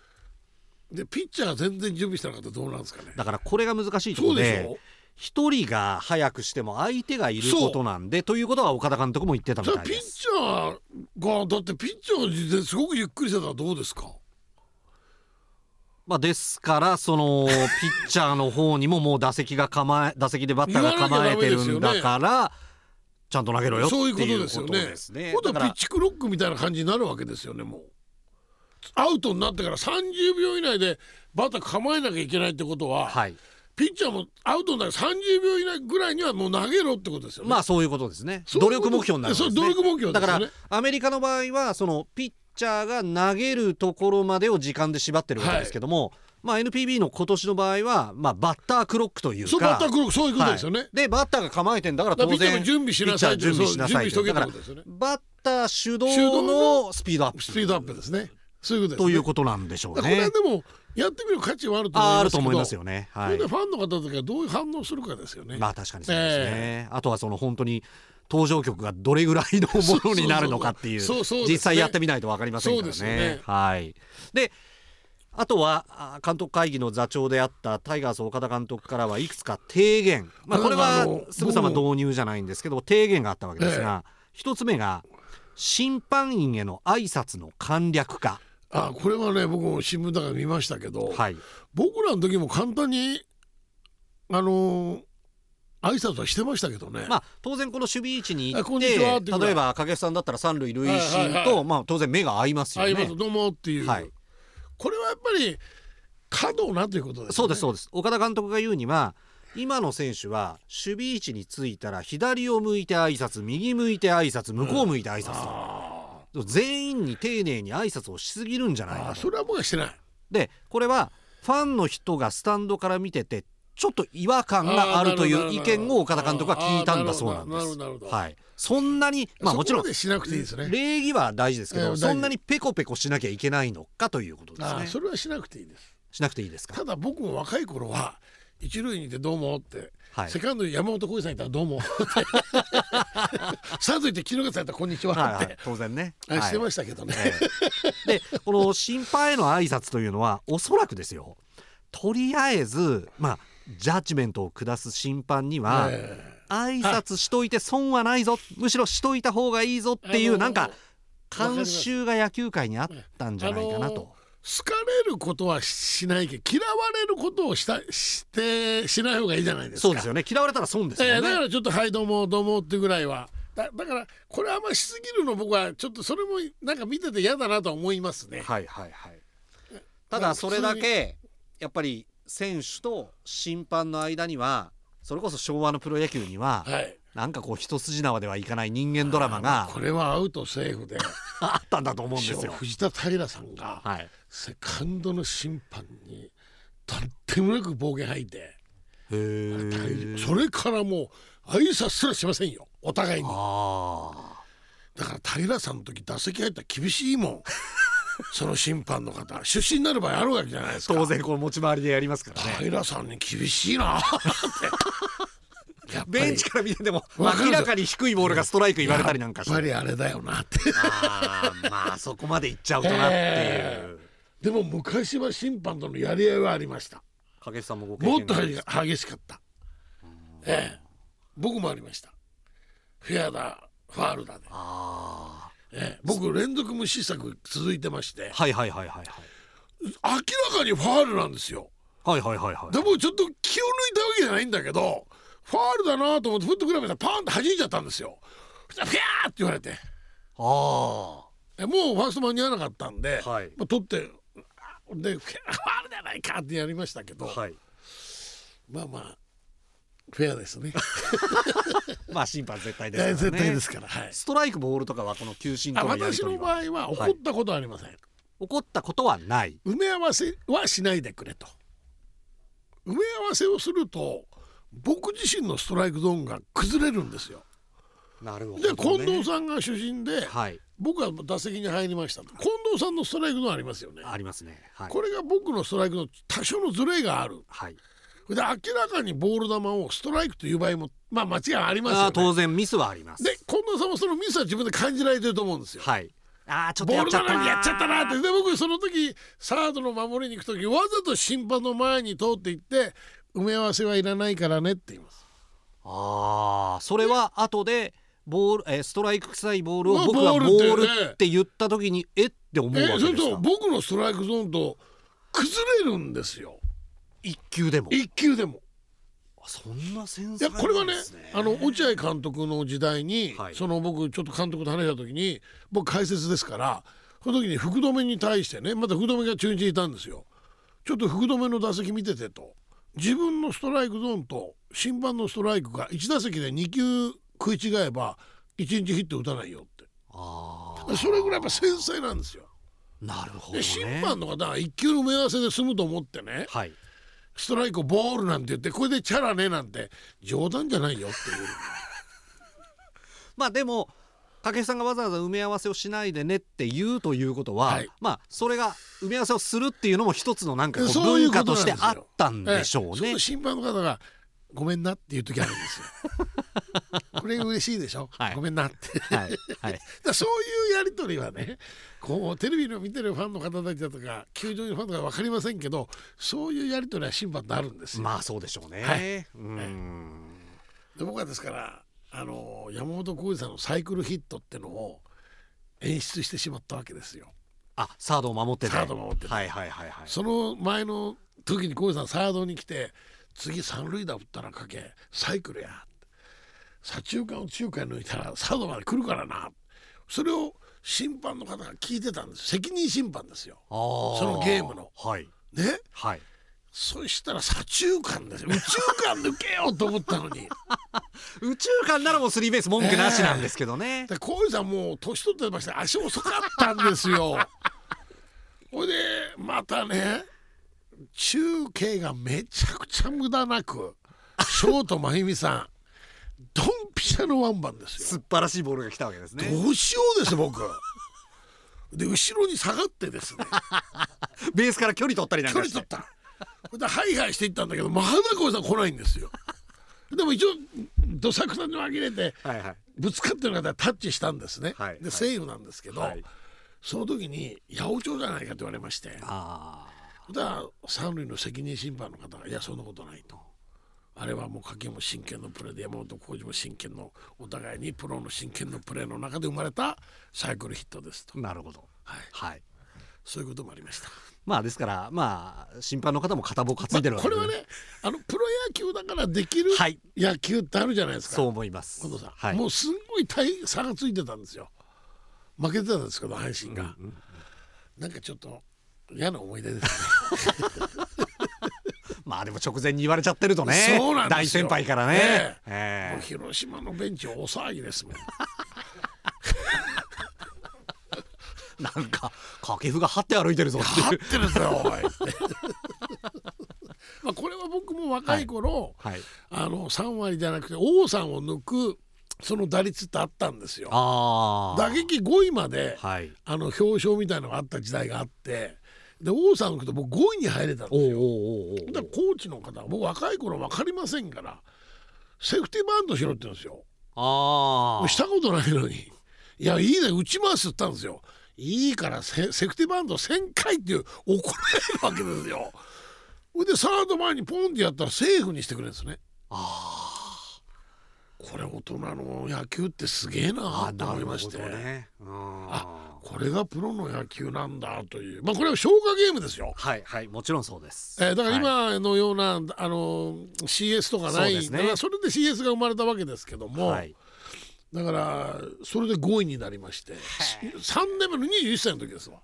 Speaker 2: でピッチャーが全然準備してなかったらどうなんですかね
Speaker 1: だからこれが難しいとこ
Speaker 2: そ
Speaker 1: ろ
Speaker 2: うで
Speaker 1: で
Speaker 2: しょ
Speaker 1: 一人が早くしても相手がいることなんでということは岡田監督も言ってたみ
Speaker 2: それ
Speaker 1: た
Speaker 2: はいピ
Speaker 1: で
Speaker 2: ッ
Speaker 1: す
Speaker 2: チャーがだってピッチャーですごくゆっくりしてたらどうですか
Speaker 1: まあですからそ のピッチャーの方にももう打席が構え打席でバッターが構えてるんだ
Speaker 2: 言
Speaker 1: か
Speaker 2: わ
Speaker 1: らちゃんと投げろよって
Speaker 2: そういうこと
Speaker 1: いう
Speaker 2: で
Speaker 1: こ
Speaker 2: すよ
Speaker 1: と
Speaker 2: ね
Speaker 1: ですね
Speaker 2: 今度
Speaker 1: だか
Speaker 2: はピッ
Speaker 1: ら
Speaker 2: チクロックみたいな感じになるわけですよねもうアウトになってから30秒以内でバッター構えなきゃいけないってことは、
Speaker 1: はい
Speaker 2: ピッチャーもアウトになる30秒以内ぐらいにはもう投げろってことですよね、
Speaker 1: まあそういうことですね
Speaker 2: そう
Speaker 1: 努
Speaker 2: いうこと
Speaker 1: 力目標になるわけですね
Speaker 2: そう努力目標
Speaker 1: だ
Speaker 2: で
Speaker 1: か
Speaker 2: すよね
Speaker 1: らアメリカの場合はそのピッチャーが投げるところまでを時間で縛ってるわけですけども、まあ NPB の今年の場合はまあバッタークロックというか
Speaker 2: そうバッタークロックそういうことですよね、
Speaker 1: はいでバッターが構えてんだから
Speaker 2: だ
Speaker 1: 当
Speaker 2: から
Speaker 1: 然
Speaker 2: ピッチャーも準備しなさいって
Speaker 1: ピッチャー準備しなさい
Speaker 2: そう準備しとけっ
Speaker 1: だ
Speaker 2: て
Speaker 1: か
Speaker 2: こ
Speaker 1: ら
Speaker 2: とですよね
Speaker 1: バッター主
Speaker 2: 主
Speaker 1: 導
Speaker 2: 導
Speaker 1: のスピードアップ
Speaker 2: スピードアップですねそういうことです、ね、
Speaker 1: ということなんでしょう
Speaker 2: これ
Speaker 1: ね
Speaker 2: はでもやってみる価値はあると思います
Speaker 1: あ
Speaker 2: けど
Speaker 1: あると思いますよね
Speaker 2: そ
Speaker 1: は
Speaker 2: れ
Speaker 1: い
Speaker 2: でファンの方たちがどういう反応するかですよね、
Speaker 1: まあ確かにそうですねあとはその本当に登場曲がどれぐらいのものになるのかっていう
Speaker 2: そうそうそうそうそうですね
Speaker 1: 実際やってみないと分かりませんから
Speaker 2: そうですよ
Speaker 1: ね
Speaker 2: ね。
Speaker 1: はいであとはあ監督会議の座長であったタイガース岡田監督からはいくつか提言、まあ、これ
Speaker 2: あ
Speaker 1: は
Speaker 2: の
Speaker 1: すぐさま導入じゃないんですけど提言があったわけですが一つ目が審判員への挨拶の簡略化。
Speaker 2: あこれはね僕も新聞だから見ましたけど、
Speaker 1: はい
Speaker 2: 僕らの時も簡単にあのー挨拶はしてましたけどね、
Speaker 1: まあ、当然この守備位置に行
Speaker 2: あこん
Speaker 1: っ
Speaker 2: にちはっ
Speaker 1: て
Speaker 2: てぐらい
Speaker 1: 例えば掛布さんだったら三塁塁審と、
Speaker 2: はいはいはい
Speaker 1: まあ、当然目が合いますよ
Speaker 2: あ、
Speaker 1: ね。
Speaker 2: 今のどうもっていう、
Speaker 1: はい
Speaker 2: これはやっぱり過度なということですね
Speaker 1: そうですそうです岡田監督が言うには今の選手は守備位置についたら左を向いて挨拶右向いて挨拶向こう向いて挨拶
Speaker 2: あ
Speaker 1: と、全員に丁寧に挨拶をしすぎるんじゃない
Speaker 2: ーあー
Speaker 1: かと
Speaker 2: それは僕はしてない
Speaker 1: でこれはファンの人がスタンドから見ててちょっと違和感があるという意見を岡田監督は聞いたんだそうなんで
Speaker 2: あーなる
Speaker 1: す
Speaker 2: ほどなるほ。ど
Speaker 1: はい、そんなに、まあ、もちろん
Speaker 2: そこまでしなくていいですね
Speaker 1: 礼儀は大事ですけ
Speaker 2: ええ
Speaker 1: ど、
Speaker 2: 大事
Speaker 1: そんなにペコペコしなきゃいけないのかということで
Speaker 2: あー
Speaker 1: す
Speaker 2: そ
Speaker 1: ね。
Speaker 2: れはしなくていいです
Speaker 1: しなくていいですか。
Speaker 2: ただ僕も若い頃は一塁にいてどうもって、
Speaker 1: はい
Speaker 2: セカンドに山本浩二さんいたらどうもって サードにいて木下さんいたらこんにちはって、
Speaker 1: はいはい、当然ね。
Speaker 2: あして
Speaker 1: はい
Speaker 2: ましたけどね、
Speaker 1: ええでこの審判への挨拶というのはおそらくですよとりあえずまあジャッジメントを下す審判には、
Speaker 2: え
Speaker 1: 挨拶しといて損はないぞむしろしといた方がいいぞってい
Speaker 2: あ
Speaker 1: う
Speaker 2: の
Speaker 1: なんか
Speaker 2: かりま
Speaker 1: 慣
Speaker 2: す
Speaker 1: 習が野球界にあったんじゃないかな
Speaker 2: あ
Speaker 1: と
Speaker 2: の。好かれることはしないけど嫌われることをしたしてしない方がいいじゃないですか
Speaker 1: そうですよね嫌われたら損です
Speaker 2: え
Speaker 1: よ
Speaker 2: ーだか
Speaker 1: ね。
Speaker 2: らちょっと「はいどうもどうも」ってぐらいはだだからこれあんましすぎるの僕はちょっとそれもなんか見てて嫌だなとは思いますね。
Speaker 1: はいはいはい。ただそれだけやっぱり選手と審判の間にはそれこそ昭和のプロ野球には
Speaker 2: はい、
Speaker 1: なんかこう一筋縄ではいかない人間ドラマが
Speaker 2: これはアウトセーフで
Speaker 1: あったんだと思うんですよ。
Speaker 2: 藤田平さんが
Speaker 1: はい。
Speaker 2: セカンドの審判にとんでもなく暴言吐いて
Speaker 1: へえ。
Speaker 2: それからもう挨拶すらしませんよお互いに。
Speaker 1: あ
Speaker 2: だから平さんの時打席入ったら厳し いもんその審判の方出身になる場合あるわけじゃないで
Speaker 1: あ
Speaker 2: すか
Speaker 1: 当然こう持ち回りでやりますからね。
Speaker 2: 平さんに厳しいなってやっぱり
Speaker 1: ベンチから見てても
Speaker 2: わかる
Speaker 1: 明らかに低いボールがストライク言われたりなんかし
Speaker 2: やってぱりあれだよなって
Speaker 1: あーまあそこまでいっちゃうとなっていう
Speaker 2: えでも昔は審判とのやり合いはありました
Speaker 1: 影さんもご経
Speaker 2: もっ
Speaker 1: 験
Speaker 2: と
Speaker 1: があるん
Speaker 2: 激
Speaker 1: ですか
Speaker 2: 激しかったええ僕もありましたフェアだファールだで、
Speaker 1: あ
Speaker 2: ええ、僕連続無視策続いてまして
Speaker 1: ーはいはいはいはいはい
Speaker 2: 明らかにファールなんですよ
Speaker 1: はいはいはいはい
Speaker 2: でもちょっと気を抜いたわけじゃないんだけどファールだなと思ってふっと比べたらパーンと弾いちゃったんですよ。そしたらピャーって言われて
Speaker 1: あ
Speaker 2: えもうファースト間に合わなかったんで、
Speaker 1: はい
Speaker 2: まあ、取ってあでフェアファールじゃないかってやりましたけ
Speaker 1: あ
Speaker 2: ど、
Speaker 1: はい
Speaker 2: まあまあフェアですね。
Speaker 1: まあ審判絶対ですから
Speaker 2: え
Speaker 1: ね
Speaker 2: 絶対ですから。はい、
Speaker 1: ストライクボールとかはこの球審
Speaker 2: あ
Speaker 1: とのやり
Speaker 2: 私
Speaker 1: 取り
Speaker 2: の
Speaker 1: は
Speaker 2: 場合は怒ったことはありません。
Speaker 1: 怒ったことはない
Speaker 2: 埋め合わせはしないでくれと。埋め合わせをすると僕自身のストライクゾーンが崩れるんですよ。
Speaker 1: なるほ
Speaker 2: で近藤
Speaker 1: ん
Speaker 2: さんが主審で、
Speaker 1: はい
Speaker 2: 僕は打席に入りましたと近藤さんのストライクゾーンありますよね
Speaker 1: ありますねはい
Speaker 2: これが僕のストライクの多少のズレがある
Speaker 1: はい
Speaker 2: で明らかにボール球をストライクという場合もまあ間違いあります
Speaker 1: あー
Speaker 2: よ
Speaker 1: 当
Speaker 2: ね
Speaker 1: 然ミスはあります
Speaker 2: で近藤さんもそのミスは自分で感じられてると思うんですよ、
Speaker 1: はいああちょっと
Speaker 2: ボ
Speaker 1: や
Speaker 2: ー
Speaker 1: っ
Speaker 2: ル
Speaker 1: ちゃ
Speaker 2: 球
Speaker 1: ったな
Speaker 2: にやっちゃったなってで僕その時サードの守りに行く時わざと審判の前に通って行って埋め合わせはいらないからねって言います
Speaker 1: ああそれは後でボールえーストライク臭いボールを
Speaker 2: まあ
Speaker 1: 僕がボ
Speaker 2: ボー
Speaker 1: ー
Speaker 2: ルってね
Speaker 1: ルって言った時にえって思うわ
Speaker 2: え
Speaker 1: け
Speaker 2: そ
Speaker 1: で
Speaker 2: れ
Speaker 1: す
Speaker 2: と
Speaker 1: か
Speaker 2: 僕のストライクゾーンと崩れるんですよ
Speaker 1: 一球でも
Speaker 2: 一球でも
Speaker 1: あそんな繊
Speaker 2: い
Speaker 1: 細
Speaker 2: やこれはね
Speaker 1: なんです
Speaker 2: あの落合監督の時代に、
Speaker 1: はい
Speaker 2: その僕ちょっと監督と話した時に僕解説ですからその時に福留に対してねまた福留が中日にいたんですよちょっと福留の打席見ててと自分のストライクゾーンと審判のストライクが1打席で2球食い違えば1日ヒット打たないよっ
Speaker 1: あ
Speaker 2: て
Speaker 1: ー
Speaker 2: それぐらいやっぱ繊細なんですよ。
Speaker 1: なるほど
Speaker 2: で
Speaker 1: ね
Speaker 2: 審判の方は1球の目合わせで済むと思ってね
Speaker 1: はい
Speaker 2: ストライクをボールなんて言ってこれでチャラねなんて冗談じゃないよっていう。
Speaker 1: まあでも掛布さんがわざわざ埋め合わせをしないでねって言うということは、
Speaker 2: はい
Speaker 1: まあそれが埋め合わせをするっていうのも一つのなんかこう
Speaker 2: そういう
Speaker 1: 文
Speaker 2: こ
Speaker 1: 化
Speaker 2: と
Speaker 1: と
Speaker 2: な
Speaker 1: し
Speaker 2: んです
Speaker 1: て
Speaker 2: よ
Speaker 1: あったんでしょう
Speaker 2: ええそ
Speaker 1: ね
Speaker 2: の。審判の方が「ごめんな」っていう時あるんですよ。 これが嬉しいでしょ、
Speaker 1: はい
Speaker 2: ごめんなって。
Speaker 1: はい はい
Speaker 2: だそういうやり取りはねこうテレビの見てるファンの方たちだとか球場のファンとか分かりませんけどそういうやり取りは審判とあるんですよ。
Speaker 1: まあそうでしょうね。
Speaker 2: は
Speaker 1: うん
Speaker 2: で僕はですからあの山本浩二さんのサイクルヒットってのを演出してしまったわけですよ。
Speaker 1: あサードを守ってて
Speaker 2: サードを守ってて
Speaker 1: はいはいはいはい。
Speaker 2: その前の時に浩二さんサードに来て次三塁打打ったらかけサイクルや左中間を中間に抜いたらサードまで来るからなそれを審判の方が聞いてたんです責任審判ですよ。
Speaker 1: あー
Speaker 2: そのゲームの
Speaker 1: はい
Speaker 2: ね
Speaker 1: はい
Speaker 2: そしたら左中間ですよ右中間抜けようと思ったのに。
Speaker 1: 宇宙間ならもうスリーベース文句なしなんですけどね、
Speaker 2: で浩二さんもう年取ってまして足遅かったんですよ。ほいでまたね中継がめちゃくちゃ無駄なくショート真由美さんドンピシャのワンバンです
Speaker 1: すっぱらしいボールが来たわけですね
Speaker 2: よ。どうしようです僕。で後ろに下がってですね
Speaker 1: ベースから距離取ったりなんか
Speaker 2: 距離
Speaker 1: し
Speaker 2: 取ってた。ほいでハイハイしていったんだけどまだ浩二さん来ないんですよ。でも一応どさくさに紛れて
Speaker 1: はいはい
Speaker 2: ぶつかってる方はタッチしたんですね、
Speaker 1: はいは
Speaker 2: で
Speaker 1: い
Speaker 2: セーフなんですけど、
Speaker 1: はい
Speaker 2: その時に八百長じゃないかと言われましてだか
Speaker 1: あ
Speaker 2: ら三塁の責任審判の方が「いやそんなことない」と。あれはもう掛けも真剣のプレーで山本浩二も真剣のお互いにプロの真剣のプレーの中で生まれたサイクルヒットですと
Speaker 1: あなるほど
Speaker 2: はい
Speaker 1: はい
Speaker 2: そういうこともありました
Speaker 1: まあですからまあ審判の方も片棒担いでるわ
Speaker 2: こ
Speaker 1: け
Speaker 2: れ
Speaker 1: で、
Speaker 2: はねあのプロ野球だからできる
Speaker 1: はい
Speaker 2: 野球ってあるじゃないですか、
Speaker 1: そう思います
Speaker 2: 近藤さん、
Speaker 1: はい
Speaker 2: もうすんごい大差がついてたんですよ負けてたんですけど阪神が、なんかちょっと嫌な思い出です
Speaker 1: まあでも直前に言われちゃってるとね
Speaker 2: ねそうなんです
Speaker 1: 大
Speaker 2: よ
Speaker 1: 先輩からね、
Speaker 2: ええ
Speaker 1: ええ
Speaker 2: もう広島のベンチ大騒ぎですもん
Speaker 1: なんか掛布が張って歩いてるぞって
Speaker 2: 勝
Speaker 1: いう
Speaker 2: ってるぞおい まあこれは僕も若い頃、
Speaker 1: はい
Speaker 2: あの3割じゃなくて王さんを抜くその打率ってあったんですよ
Speaker 1: ああ
Speaker 2: 打撃5位まで、
Speaker 1: はい
Speaker 2: あの表彰みたいのがあった時代があってで王さんを抜くと僕5位に入れたんで
Speaker 1: おう
Speaker 2: す
Speaker 1: おうおうおう
Speaker 2: だからコーチの方は僕若い頃分かりませんからセーフティーバントしろって言うんですよ
Speaker 1: ああ
Speaker 2: したことないのに「いやいいね打ちます」って言ったんですよいいからセセーフティーバント1000回っていう怒られるわけですよ ほいでサード前にポンってやったらセーフにしてくれるんですねこれ大人の野球ってすげえな
Speaker 1: あ
Speaker 2: と
Speaker 1: な
Speaker 2: 思い
Speaker 1: る
Speaker 2: ま
Speaker 1: ほ
Speaker 2: して、
Speaker 1: どねうん
Speaker 2: あ
Speaker 1: は
Speaker 2: これがプロの野球なんだというまあこれは消化ゲームですよ
Speaker 1: いはいもちろんそうです
Speaker 2: えーだから
Speaker 1: はい
Speaker 2: 今のような、あの CS とかない
Speaker 1: そうですね
Speaker 2: だからそれで CS が生まれたわけですけども、
Speaker 1: はい
Speaker 2: だからそれで5位になりまして3年目の21歳の時ですわ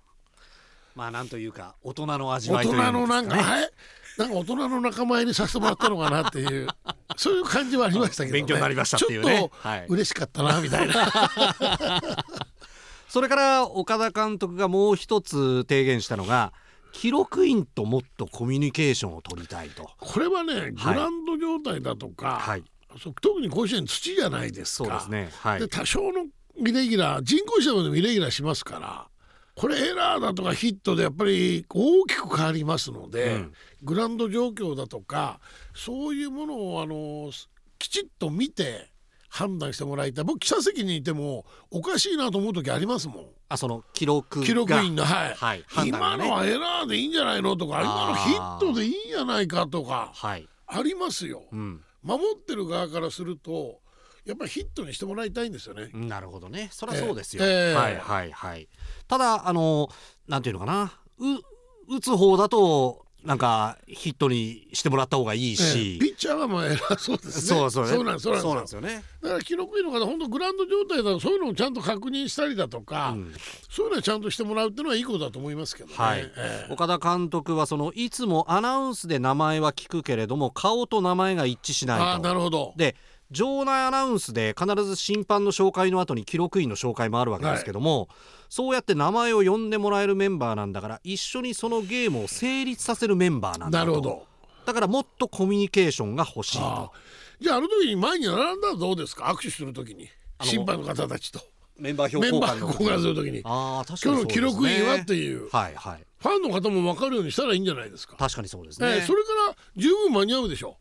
Speaker 1: まあなんというか大人の味わ
Speaker 2: 大
Speaker 1: いという
Speaker 2: 人
Speaker 1: です
Speaker 2: のなんか、
Speaker 1: ね
Speaker 2: はいなんか大人の仲間入りさせてもらったのかなっていう そういう感じはありましたけど、ね、
Speaker 1: 勉強になりましたっていうね
Speaker 2: ちょっと
Speaker 1: はい
Speaker 2: 嬉しかったなみた いな、
Speaker 1: それから岡田監督がもう一つ提言したのが記録員ともっとコミュニケーションを取りたいと
Speaker 2: これはねグラウンド状態だとか、
Speaker 1: はい
Speaker 2: そう特に甲子園土じゃないですか
Speaker 1: そうですねはい
Speaker 2: で多少のイレギュラー人工芝でもイレギュラーしますからこれエラーだとかヒットでやっぱり大きく変わりますので、
Speaker 1: うん
Speaker 2: グラウンド状況だとかそういうものをあのきちっと見て判断してもらいたい僕記者席にいてもおかしいなと思う時ありますもん。
Speaker 1: あその記録が
Speaker 2: 記録員の、はい
Speaker 1: はい判断
Speaker 2: 今
Speaker 1: がね
Speaker 2: のはエラーでいいんじゃないのとか今のヒッ
Speaker 1: あー
Speaker 2: トでいいんじゃないかとか
Speaker 1: はい、
Speaker 2: ありますよ。
Speaker 1: うん、
Speaker 2: 守ってる側からするとやっぱりヒットにしてもらいたいんですよね。
Speaker 1: なるほどねそりゃそうですよ、
Speaker 2: ええええ
Speaker 1: はいはいはいただあのなんていうのかなう打つ方だとなんかヒットにしてもらった方がいい
Speaker 2: ええ
Speaker 1: し、
Speaker 2: ピッチャーはまあ偉そうですね。
Speaker 1: そうそう
Speaker 2: そうなんですそうなんです
Speaker 1: そうなんですよね、
Speaker 2: だから記録員の方本当グラウンド状態だとそういうのをちゃんと確認したりだとか、
Speaker 1: うん
Speaker 2: そういうのはちゃんとしてもらうっていうのはいいことだと思いますけどね。
Speaker 1: はい
Speaker 2: ええ
Speaker 1: 岡田監督はそのいつもアナウンスで名前は聞くけれども顔と名前が一致しないと
Speaker 2: ああなるほど。
Speaker 1: で場内アナウンスで必ず審判の紹介の後に記録員の紹介もあるわけですけども、そうやって名前を呼んでもらえるメンバーなんだから一緒にそのゲームを成立させるメンバーなんだ
Speaker 2: な
Speaker 1: と
Speaker 2: るほど。
Speaker 1: だからもっとコミュニケーションが欲しい
Speaker 2: あ
Speaker 1: と
Speaker 2: あじゃああの時に前に並んだらどうですか握手する時に
Speaker 1: あの
Speaker 2: 審判の方たちと
Speaker 1: メンバー
Speaker 2: メ
Speaker 1: 表
Speaker 2: ン
Speaker 1: 交
Speaker 2: バ
Speaker 1: 換
Speaker 2: ー
Speaker 1: の
Speaker 2: 交換する時にフ
Speaker 1: ああ確かにそうです、ね、
Speaker 2: 今日の記録員はっていう
Speaker 1: はいはい
Speaker 2: ァンの方も分かるようにしたらいいんじゃないですか。
Speaker 1: 確かにそうです
Speaker 2: え
Speaker 1: ね、
Speaker 2: えそれから十分間に合うでしょ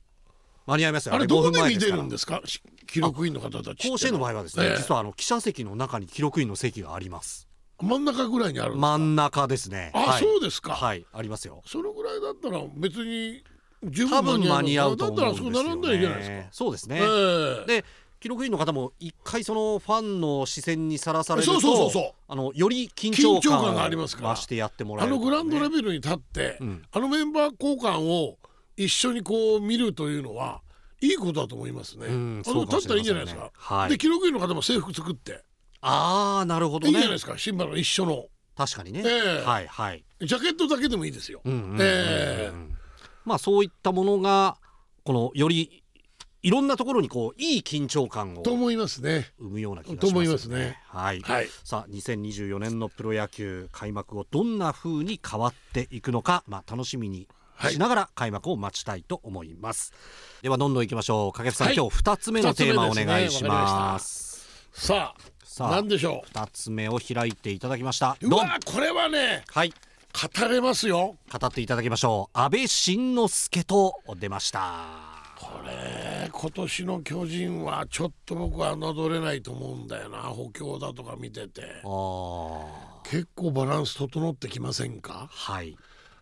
Speaker 1: 間に合いますよ
Speaker 2: あれど
Speaker 1: 5
Speaker 2: こ
Speaker 1: 分
Speaker 2: で
Speaker 1: 前す
Speaker 2: 見て
Speaker 1: から
Speaker 2: るんですかし記録員の方たち
Speaker 1: 甲子園の場合はですね、
Speaker 2: ええ
Speaker 1: 実はあの記者席の中に記録員の席があります
Speaker 2: 真ん中ぐらいにあるんですか
Speaker 1: 真ん中ですね
Speaker 2: あ
Speaker 1: はい
Speaker 2: そうですか
Speaker 1: はいありますよ
Speaker 2: そのぐらいだったら別に十
Speaker 1: 多分間に合うと思うんですよ、ね、
Speaker 2: だったらそこ並んだらいいじゃないですか。
Speaker 1: そうですね、
Speaker 2: ええ
Speaker 1: で記録員の方も一回そのファンの視線にさらされると
Speaker 2: そうそうそうそう
Speaker 1: あのより緊張
Speaker 2: 緊張
Speaker 1: 感
Speaker 2: 感
Speaker 1: を
Speaker 2: がありますから
Speaker 1: 増してやってもら
Speaker 2: あ
Speaker 1: える
Speaker 2: の
Speaker 1: と
Speaker 2: グ
Speaker 1: かね、
Speaker 2: ラウンドレベルに立って、
Speaker 1: うん
Speaker 2: あのメンバー交換を一緒にこう見るというのはいいことだと思いますね。
Speaker 1: うん
Speaker 2: あ
Speaker 1: そ
Speaker 2: の
Speaker 1: うかも
Speaker 2: 立っ
Speaker 1: したれ
Speaker 2: らいい
Speaker 1: ま
Speaker 2: ん
Speaker 1: せ
Speaker 2: じ
Speaker 1: ん
Speaker 2: ゃ
Speaker 1: ね
Speaker 2: ないですか。
Speaker 1: はい
Speaker 2: で記録員の方も制服作って、
Speaker 1: ああなるほ
Speaker 2: い
Speaker 1: ど
Speaker 2: いじ
Speaker 1: ね
Speaker 2: ゃないですかシンバルの一緒の
Speaker 1: 確かにね、
Speaker 2: ええ
Speaker 1: はいはい、
Speaker 2: ジャケットだけでもいいですよ。
Speaker 1: うんうんうんうん
Speaker 2: ええ
Speaker 1: まあそういったものがこのよりいろんなところにこういい緊張感を
Speaker 2: と
Speaker 1: 生
Speaker 2: 思いますね。
Speaker 1: むような気がします
Speaker 2: と思いますね
Speaker 1: はい、
Speaker 2: はい。
Speaker 1: さあ2024年のプロ野球開幕後どんな風に変わっていくのか、まあ、楽しみにしながら開幕を待ちたいと思います、ではどんどんいきましょう掛布さん、
Speaker 2: はい
Speaker 1: 今日2つ目のテーマお
Speaker 2: 二つ目ですね
Speaker 1: 願いします
Speaker 2: さあ
Speaker 1: さあ
Speaker 2: 何でしょ
Speaker 1: 2つ目を開いていただきました
Speaker 2: う。う
Speaker 1: ドン
Speaker 2: わこれはね
Speaker 1: はい
Speaker 2: 語れますよ。
Speaker 1: 語っていただきましょう安倍晋之助と出ました
Speaker 2: これ今年の巨人はちょっと僕は侮れないと思うんだよな補強だとか見てて
Speaker 1: あー
Speaker 2: 結構バランス整ってきませんか
Speaker 1: はい、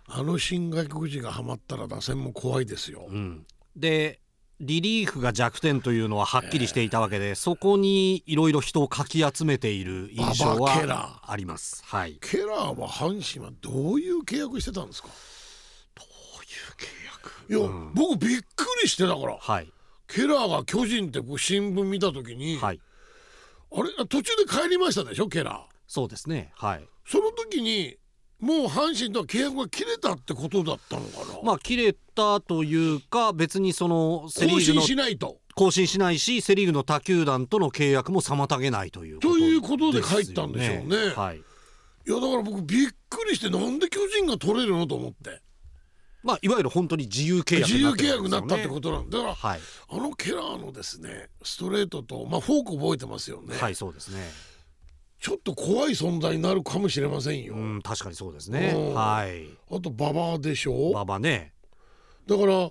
Speaker 2: あの新外国人がハマったら打線も怖いですよ、
Speaker 1: うん、でリリーフが弱点というのははっきりしていたわけで、そこにいろいろ人をかき集めている印象
Speaker 2: ババケラ
Speaker 1: はあります。はい、
Speaker 2: ケラーは阪神はどういう契約してたんですかどういう契約いや、
Speaker 1: うん
Speaker 2: 僕びっくりしてだから
Speaker 1: はい、
Speaker 2: ケラーが巨人って僕新聞見た時に、
Speaker 1: はい、
Speaker 2: あれ途中で帰りましたでしょケラー
Speaker 1: そうですね。はい、
Speaker 2: その時にもう阪神とは契約が切れたってことだったのかな、
Speaker 1: まあ切れたというか別にそのセリ
Speaker 2: 更
Speaker 1: ーグ
Speaker 2: 新
Speaker 1: の
Speaker 2: しないと
Speaker 1: 更新しないし、セリーグの他球団との契約も妨げないということ
Speaker 2: と
Speaker 1: ですよね、
Speaker 2: いうことで帰ったんでしょうね
Speaker 1: はい。
Speaker 2: いやだから僕びっくりしてなんで巨人が取れるのと思って
Speaker 1: まあいわゆる本当に自由契約
Speaker 2: 自
Speaker 1: に
Speaker 2: 由
Speaker 1: なってるわけですよ
Speaker 2: 契約
Speaker 1: ね
Speaker 2: になったってことなんだだから
Speaker 1: はい、
Speaker 2: あのケラーのですねストレートと、まあ、フォーク覚えてますよね、
Speaker 1: はい、そうですね。
Speaker 2: ちょっと怖い存在になるかもしれませんよ、
Speaker 1: うん、確かにそうですね
Speaker 2: うん。
Speaker 1: はい、
Speaker 2: あと馬場でしょ
Speaker 1: 馬場ね。
Speaker 2: だから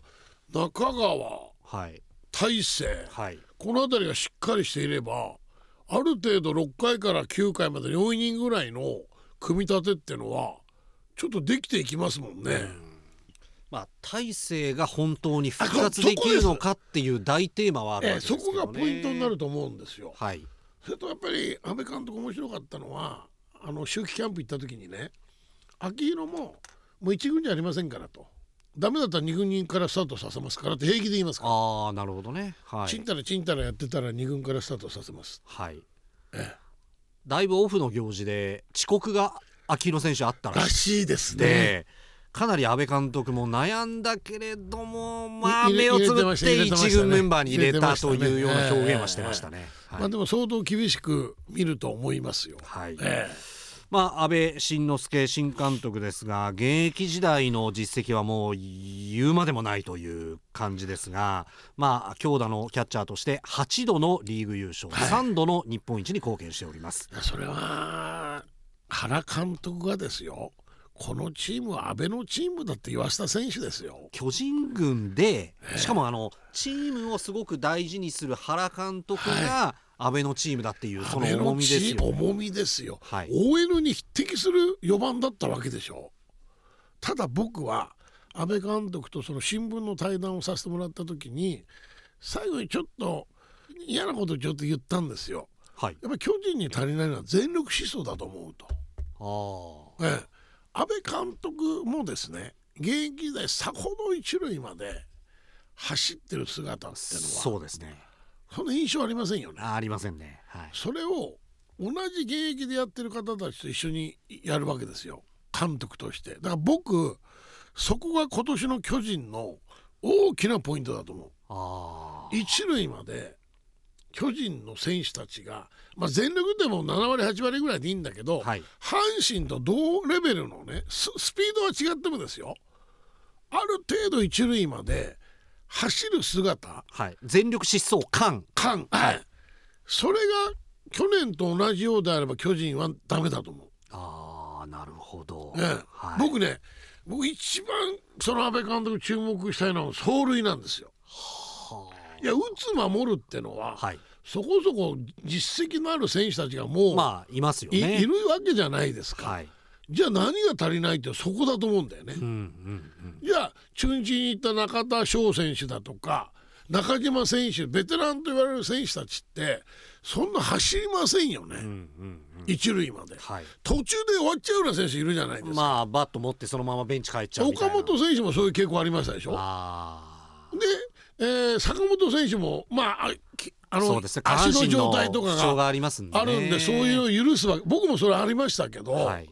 Speaker 2: 中川
Speaker 1: はい、
Speaker 2: 大勢
Speaker 1: はい。
Speaker 2: この辺りがしっかりしていればある程度6回から9回まで4イニングぐらいの組み立てってのはちょっとできていきますもんね。
Speaker 1: まあ、大勢が本当に復活できるのかっていう大テーマはあるわ
Speaker 2: え
Speaker 1: けで
Speaker 2: え
Speaker 1: すけ
Speaker 2: そ
Speaker 1: ど、ね
Speaker 2: こがポイントになると思うんですよ。
Speaker 1: はい
Speaker 2: それとやっぱり安倍監督面白かったのはあの秋季キャンプ行った時にね秋広ももう一軍じゃありませんからとダメだったら二軍人からスタートさせますからって平気で言いますから、
Speaker 1: ああなるほどねは
Speaker 2: ちん
Speaker 1: い、
Speaker 2: たらちんたらやってたら二軍からスタートさせます
Speaker 1: はい
Speaker 2: ええ、
Speaker 1: だいぶオフの行事で遅刻が秋広選手あったら
Speaker 2: ら
Speaker 1: し
Speaker 2: しいです
Speaker 1: く
Speaker 2: ね。
Speaker 1: てかなり安倍監督も悩んだけれどもまあ
Speaker 2: 入れ
Speaker 1: 目をつぶっ
Speaker 2: 入
Speaker 1: て
Speaker 2: れてました
Speaker 1: 一
Speaker 2: 入れてましたね
Speaker 1: 軍メンバーに入れたと
Speaker 2: 入れてました
Speaker 1: い
Speaker 2: ね
Speaker 1: うような表現はしてましたね。
Speaker 2: ま
Speaker 1: は
Speaker 2: あ
Speaker 1: い
Speaker 2: でも相当厳しく見ると思いますよ。
Speaker 1: はい
Speaker 2: ええ
Speaker 1: まあ、安倍晋之助新監督ですが現役時代の実績はもう言うまでもないという感じですが、まあ、強打のキャッチャーとして8度のリーグ優勝、
Speaker 2: はい
Speaker 1: 3度の日本一に貢献しております。
Speaker 2: それは原監督がですよこのチームは安倍のチームだって言わせた選手ですよ。
Speaker 1: 巨人軍でしかもあのチームをすごく大事にする原監督が安倍のチームだっていうその
Speaker 2: 安倍
Speaker 1: 重みですよ、
Speaker 2: チ
Speaker 1: ね、
Speaker 2: 重みですよ、
Speaker 1: はい
Speaker 2: OL に匹敵する4番だったわけでしょただ僕は安倍監督とその新聞の対談をさせてもらった時に最後にちょっと嫌なことをちょっと言ったんですよ
Speaker 1: はい
Speaker 2: やっぱり巨人に足りないのは全力疾走だと思うと、
Speaker 1: あー
Speaker 2: ええ、安倍監督もですね現役時代さほど一塁まで走ってる姿っていうのは
Speaker 1: そうですね
Speaker 2: その印象ありませんよね
Speaker 1: あーありませんねはい
Speaker 2: それを同じ現役でやってる方たちと一緒にやるわけですよ監督としてだから僕そこが今年の巨人の大きなポイントだと思う
Speaker 1: あー
Speaker 2: 一塁まで巨人の選手たちが、まあ、全力でも7割8割ぐらいでいいんだけど、
Speaker 1: はい
Speaker 2: 阪神と同レベルのねススピードは違ってもですよある程度一塁まで走る姿
Speaker 1: はい全力疾走感
Speaker 2: 感、
Speaker 1: はい
Speaker 2: それが去年と同じようであれば巨人はダメだと思う、
Speaker 1: ああなるほど、
Speaker 2: ええ
Speaker 1: はい、
Speaker 2: 僕ね僕一番その安倍監督注目したいのは走塁なんですよ
Speaker 1: はい
Speaker 2: や打つ守るってのは、
Speaker 1: はい
Speaker 2: そこそこ実績のある選手たちがもう、
Speaker 1: まあいますよ
Speaker 2: い
Speaker 1: ね
Speaker 2: いるわけじゃないですか、
Speaker 1: はい
Speaker 2: じゃあ何が足りないってそこだと思うんだよね、
Speaker 1: うんうん
Speaker 2: じゃあ中日に行った中田翔選手だとか中島選手ベテランと言われる選手たちってそんな走りませんよね、
Speaker 1: うんうんうんうん
Speaker 2: 一塁まで
Speaker 1: はい、
Speaker 2: 途中で終わっちゃうような選手いるじゃないですか、
Speaker 1: まあバット持ってそのままベンチ帰っちゃうみたい
Speaker 2: 岡
Speaker 1: な
Speaker 2: 本選手もそういう傾向ありましたでしょ
Speaker 1: あ
Speaker 2: で、えー坂本選手もまああきあ
Speaker 1: あ
Speaker 2: の
Speaker 1: そうですね下半
Speaker 2: 足の
Speaker 1: 身
Speaker 2: 状
Speaker 1: の
Speaker 2: 態とか
Speaker 1: 不調
Speaker 2: が
Speaker 1: がありますんで、ね、
Speaker 2: あるんでそういうの許すわけ僕もそれありましたけど、
Speaker 1: はい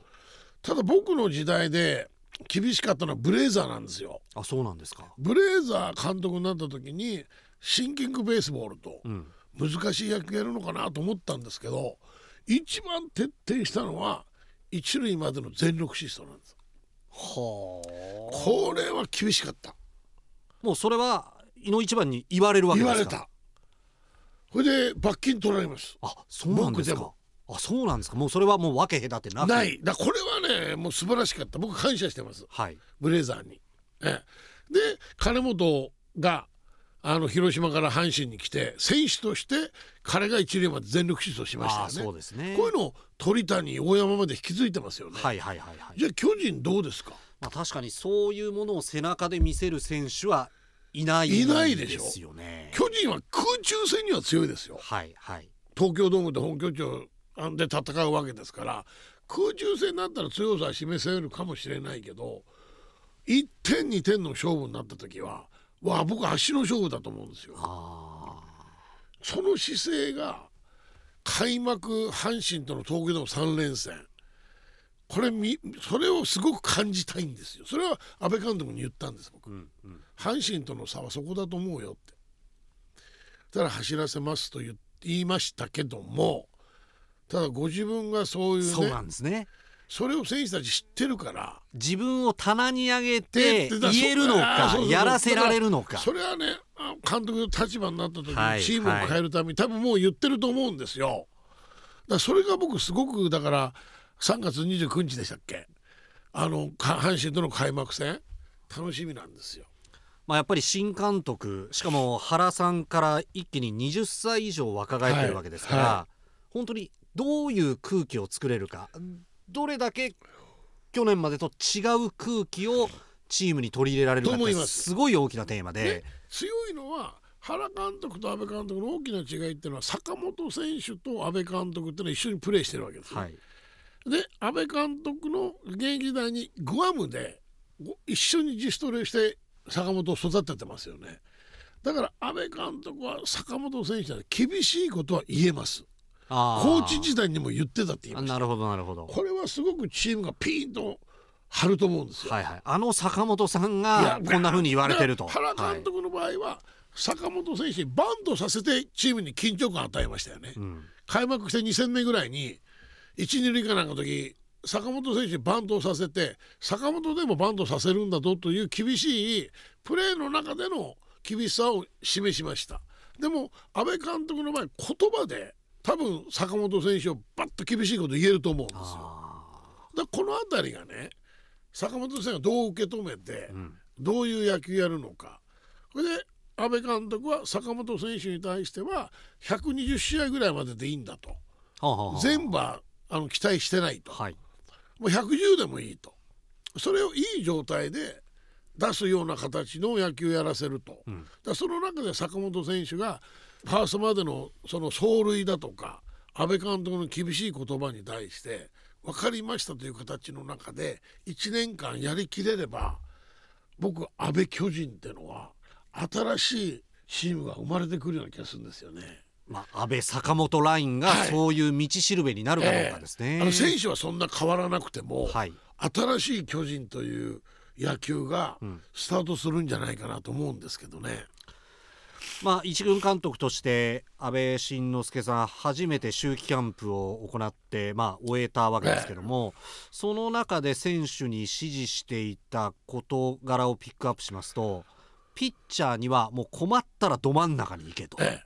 Speaker 2: ただ僕の時代で厳しかったのはブレーザーなんですよ。
Speaker 1: あそうなんですか
Speaker 2: ブレーザー監督になった時にシンキングベースボールと
Speaker 1: うん
Speaker 2: 難しい野球やるのかなと思ったんですけど一番徹底したのは一塁までの全力疾走なんです。
Speaker 1: はあ
Speaker 2: これは厳しかった
Speaker 1: もうそれは井の一番に言われるわけ
Speaker 2: 言
Speaker 1: です
Speaker 2: わ
Speaker 1: か
Speaker 2: れた。それで罰金取られます。
Speaker 1: あそうなんです
Speaker 2: 僕で
Speaker 1: かあそうなんですかもうそれはもう分け隔てなく
Speaker 2: ないだこれはねもう素晴らしかった僕感謝してます
Speaker 1: はい
Speaker 2: ブレザーに。ええで金本があの広島から阪神に来て選手として彼が一塁まで全力疾走しま
Speaker 1: ああ
Speaker 2: した
Speaker 1: そ
Speaker 2: よ
Speaker 1: う
Speaker 2: ね
Speaker 1: ですね
Speaker 2: こういうのを鳥谷大山まで引き継いでますよね、
Speaker 1: はいはいはいはい
Speaker 2: じゃあ巨人どうですか
Speaker 1: まあ、確かにそういうものを背中で見せる選手はいない
Speaker 2: いないでしょ
Speaker 1: すよね。
Speaker 2: 巨人は空中戦には強いですよ
Speaker 1: はいはい
Speaker 2: 東京ドームで本拠地をあんで戦うわけですから空中戦になったら強さは示せるかもしれないけど1点2点の勝負になった時はわあ僕足の勝負だと思うんですよ。
Speaker 1: あ
Speaker 2: その姿勢が開幕阪神との東京ドーム3連戦これみそれをすごく感じたいんですよ。それは安倍監督に言ったんです僕
Speaker 1: ー、うんうん、
Speaker 2: 阪神との差はそこだと思うよってただ走らせますと言って言いましたけどもただご自分がそういう
Speaker 1: そう
Speaker 2: ね
Speaker 1: なんですね
Speaker 2: それを選手たち知ってるから
Speaker 1: 自分を棚に上げ
Speaker 2: で
Speaker 1: て
Speaker 2: でだ
Speaker 1: 言えるの
Speaker 2: そうあー
Speaker 1: か
Speaker 2: そうそう
Speaker 1: やらせられるのか
Speaker 2: それはねあ監督の立場になった時
Speaker 1: は
Speaker 2: に
Speaker 1: い
Speaker 2: チームを変えるために、多分もう言ってると思うんですよだからそれが僕すごくだから3月29日でしたっけあのか阪神との開幕戦楽しみなんですよ
Speaker 1: まあ、やっぱり新監督しかも原さんから一気に20歳以上若返ってるわけですから、
Speaker 2: はいは
Speaker 1: 本当にどういう空気を作れるかどれだけ去年までと違う空気をチームに取り入れられるかっ
Speaker 2: と思
Speaker 1: て
Speaker 2: います
Speaker 1: すごい大きなテーマで
Speaker 2: ね。強いのは原監督と阿部監督の大きな違いっていうのは坂本選手と阿部監督っていうのは一緒にプレーしてるわけです、ね
Speaker 1: はい
Speaker 2: で阿部監督の現役時代にグアムでご一緒に自主トレして坂本を育ててますよねだから阿部監督は坂本選手には厳しいことは言えます
Speaker 1: あー
Speaker 2: コーチ時代にも言ってたって言い
Speaker 1: あ
Speaker 2: ました
Speaker 1: なるほどなるほど
Speaker 2: これはすごくチームがピーンと張ると思うんですよ、
Speaker 1: はいはいあの坂本さん
Speaker 2: い
Speaker 1: が
Speaker 2: や
Speaker 1: こんな風に言われてると
Speaker 2: だから原
Speaker 1: はい
Speaker 2: 監督の場合は坂本選手にバントさせてチームに緊張感を与えましたよね、
Speaker 1: うん
Speaker 2: 開幕して2戦目ぐらいに一二塁かなんかの時坂本選手にバントをさせて坂本でもバントさせるんだぞという厳しいプレーの中での厳しさを示しましたでも阿部監督の場合言葉で多分坂本選手をバッと厳しいこと言えると思うんですよだか
Speaker 1: あ
Speaker 2: らこの辺りがね坂本選手がどう受け止めて、
Speaker 1: ーうん
Speaker 2: どういう野球やるのかこれで阿部監督は坂本選手に対しては120試合ぐらいまででいいんだと
Speaker 1: はあはあはあ
Speaker 2: 全部はあの期待してないと
Speaker 1: はい
Speaker 2: もう110でもいいとそれをいい状態で出すような形の野球をやらせると、
Speaker 1: うん
Speaker 2: だからその中で坂本選手がファーストまでのその走塁だとか阿部監督の厳しい言葉に対して分かりましたという形の中で1年間やりきれれば僕阿部巨人ってのは新しいチームが生まれてくるような気がするんですよね。
Speaker 1: まあ、安倍坂本ラインが
Speaker 2: はい
Speaker 1: そういう道しるべになるかどうかですね。
Speaker 2: ええあの選手はそんな変わらなくても、
Speaker 1: はい
Speaker 2: 新しい巨人という野球が
Speaker 1: ん
Speaker 2: スタートするんじゃないかなと思うんですけどね。
Speaker 1: まあ、一軍監督として安倍晋之助さん初めて秋季キャンプを行って、まあ、終えたわけですけども、その中で選手に指示していた事柄をピックアップしますとピッチャーにはもう困ったらど真ん中に行けと
Speaker 2: え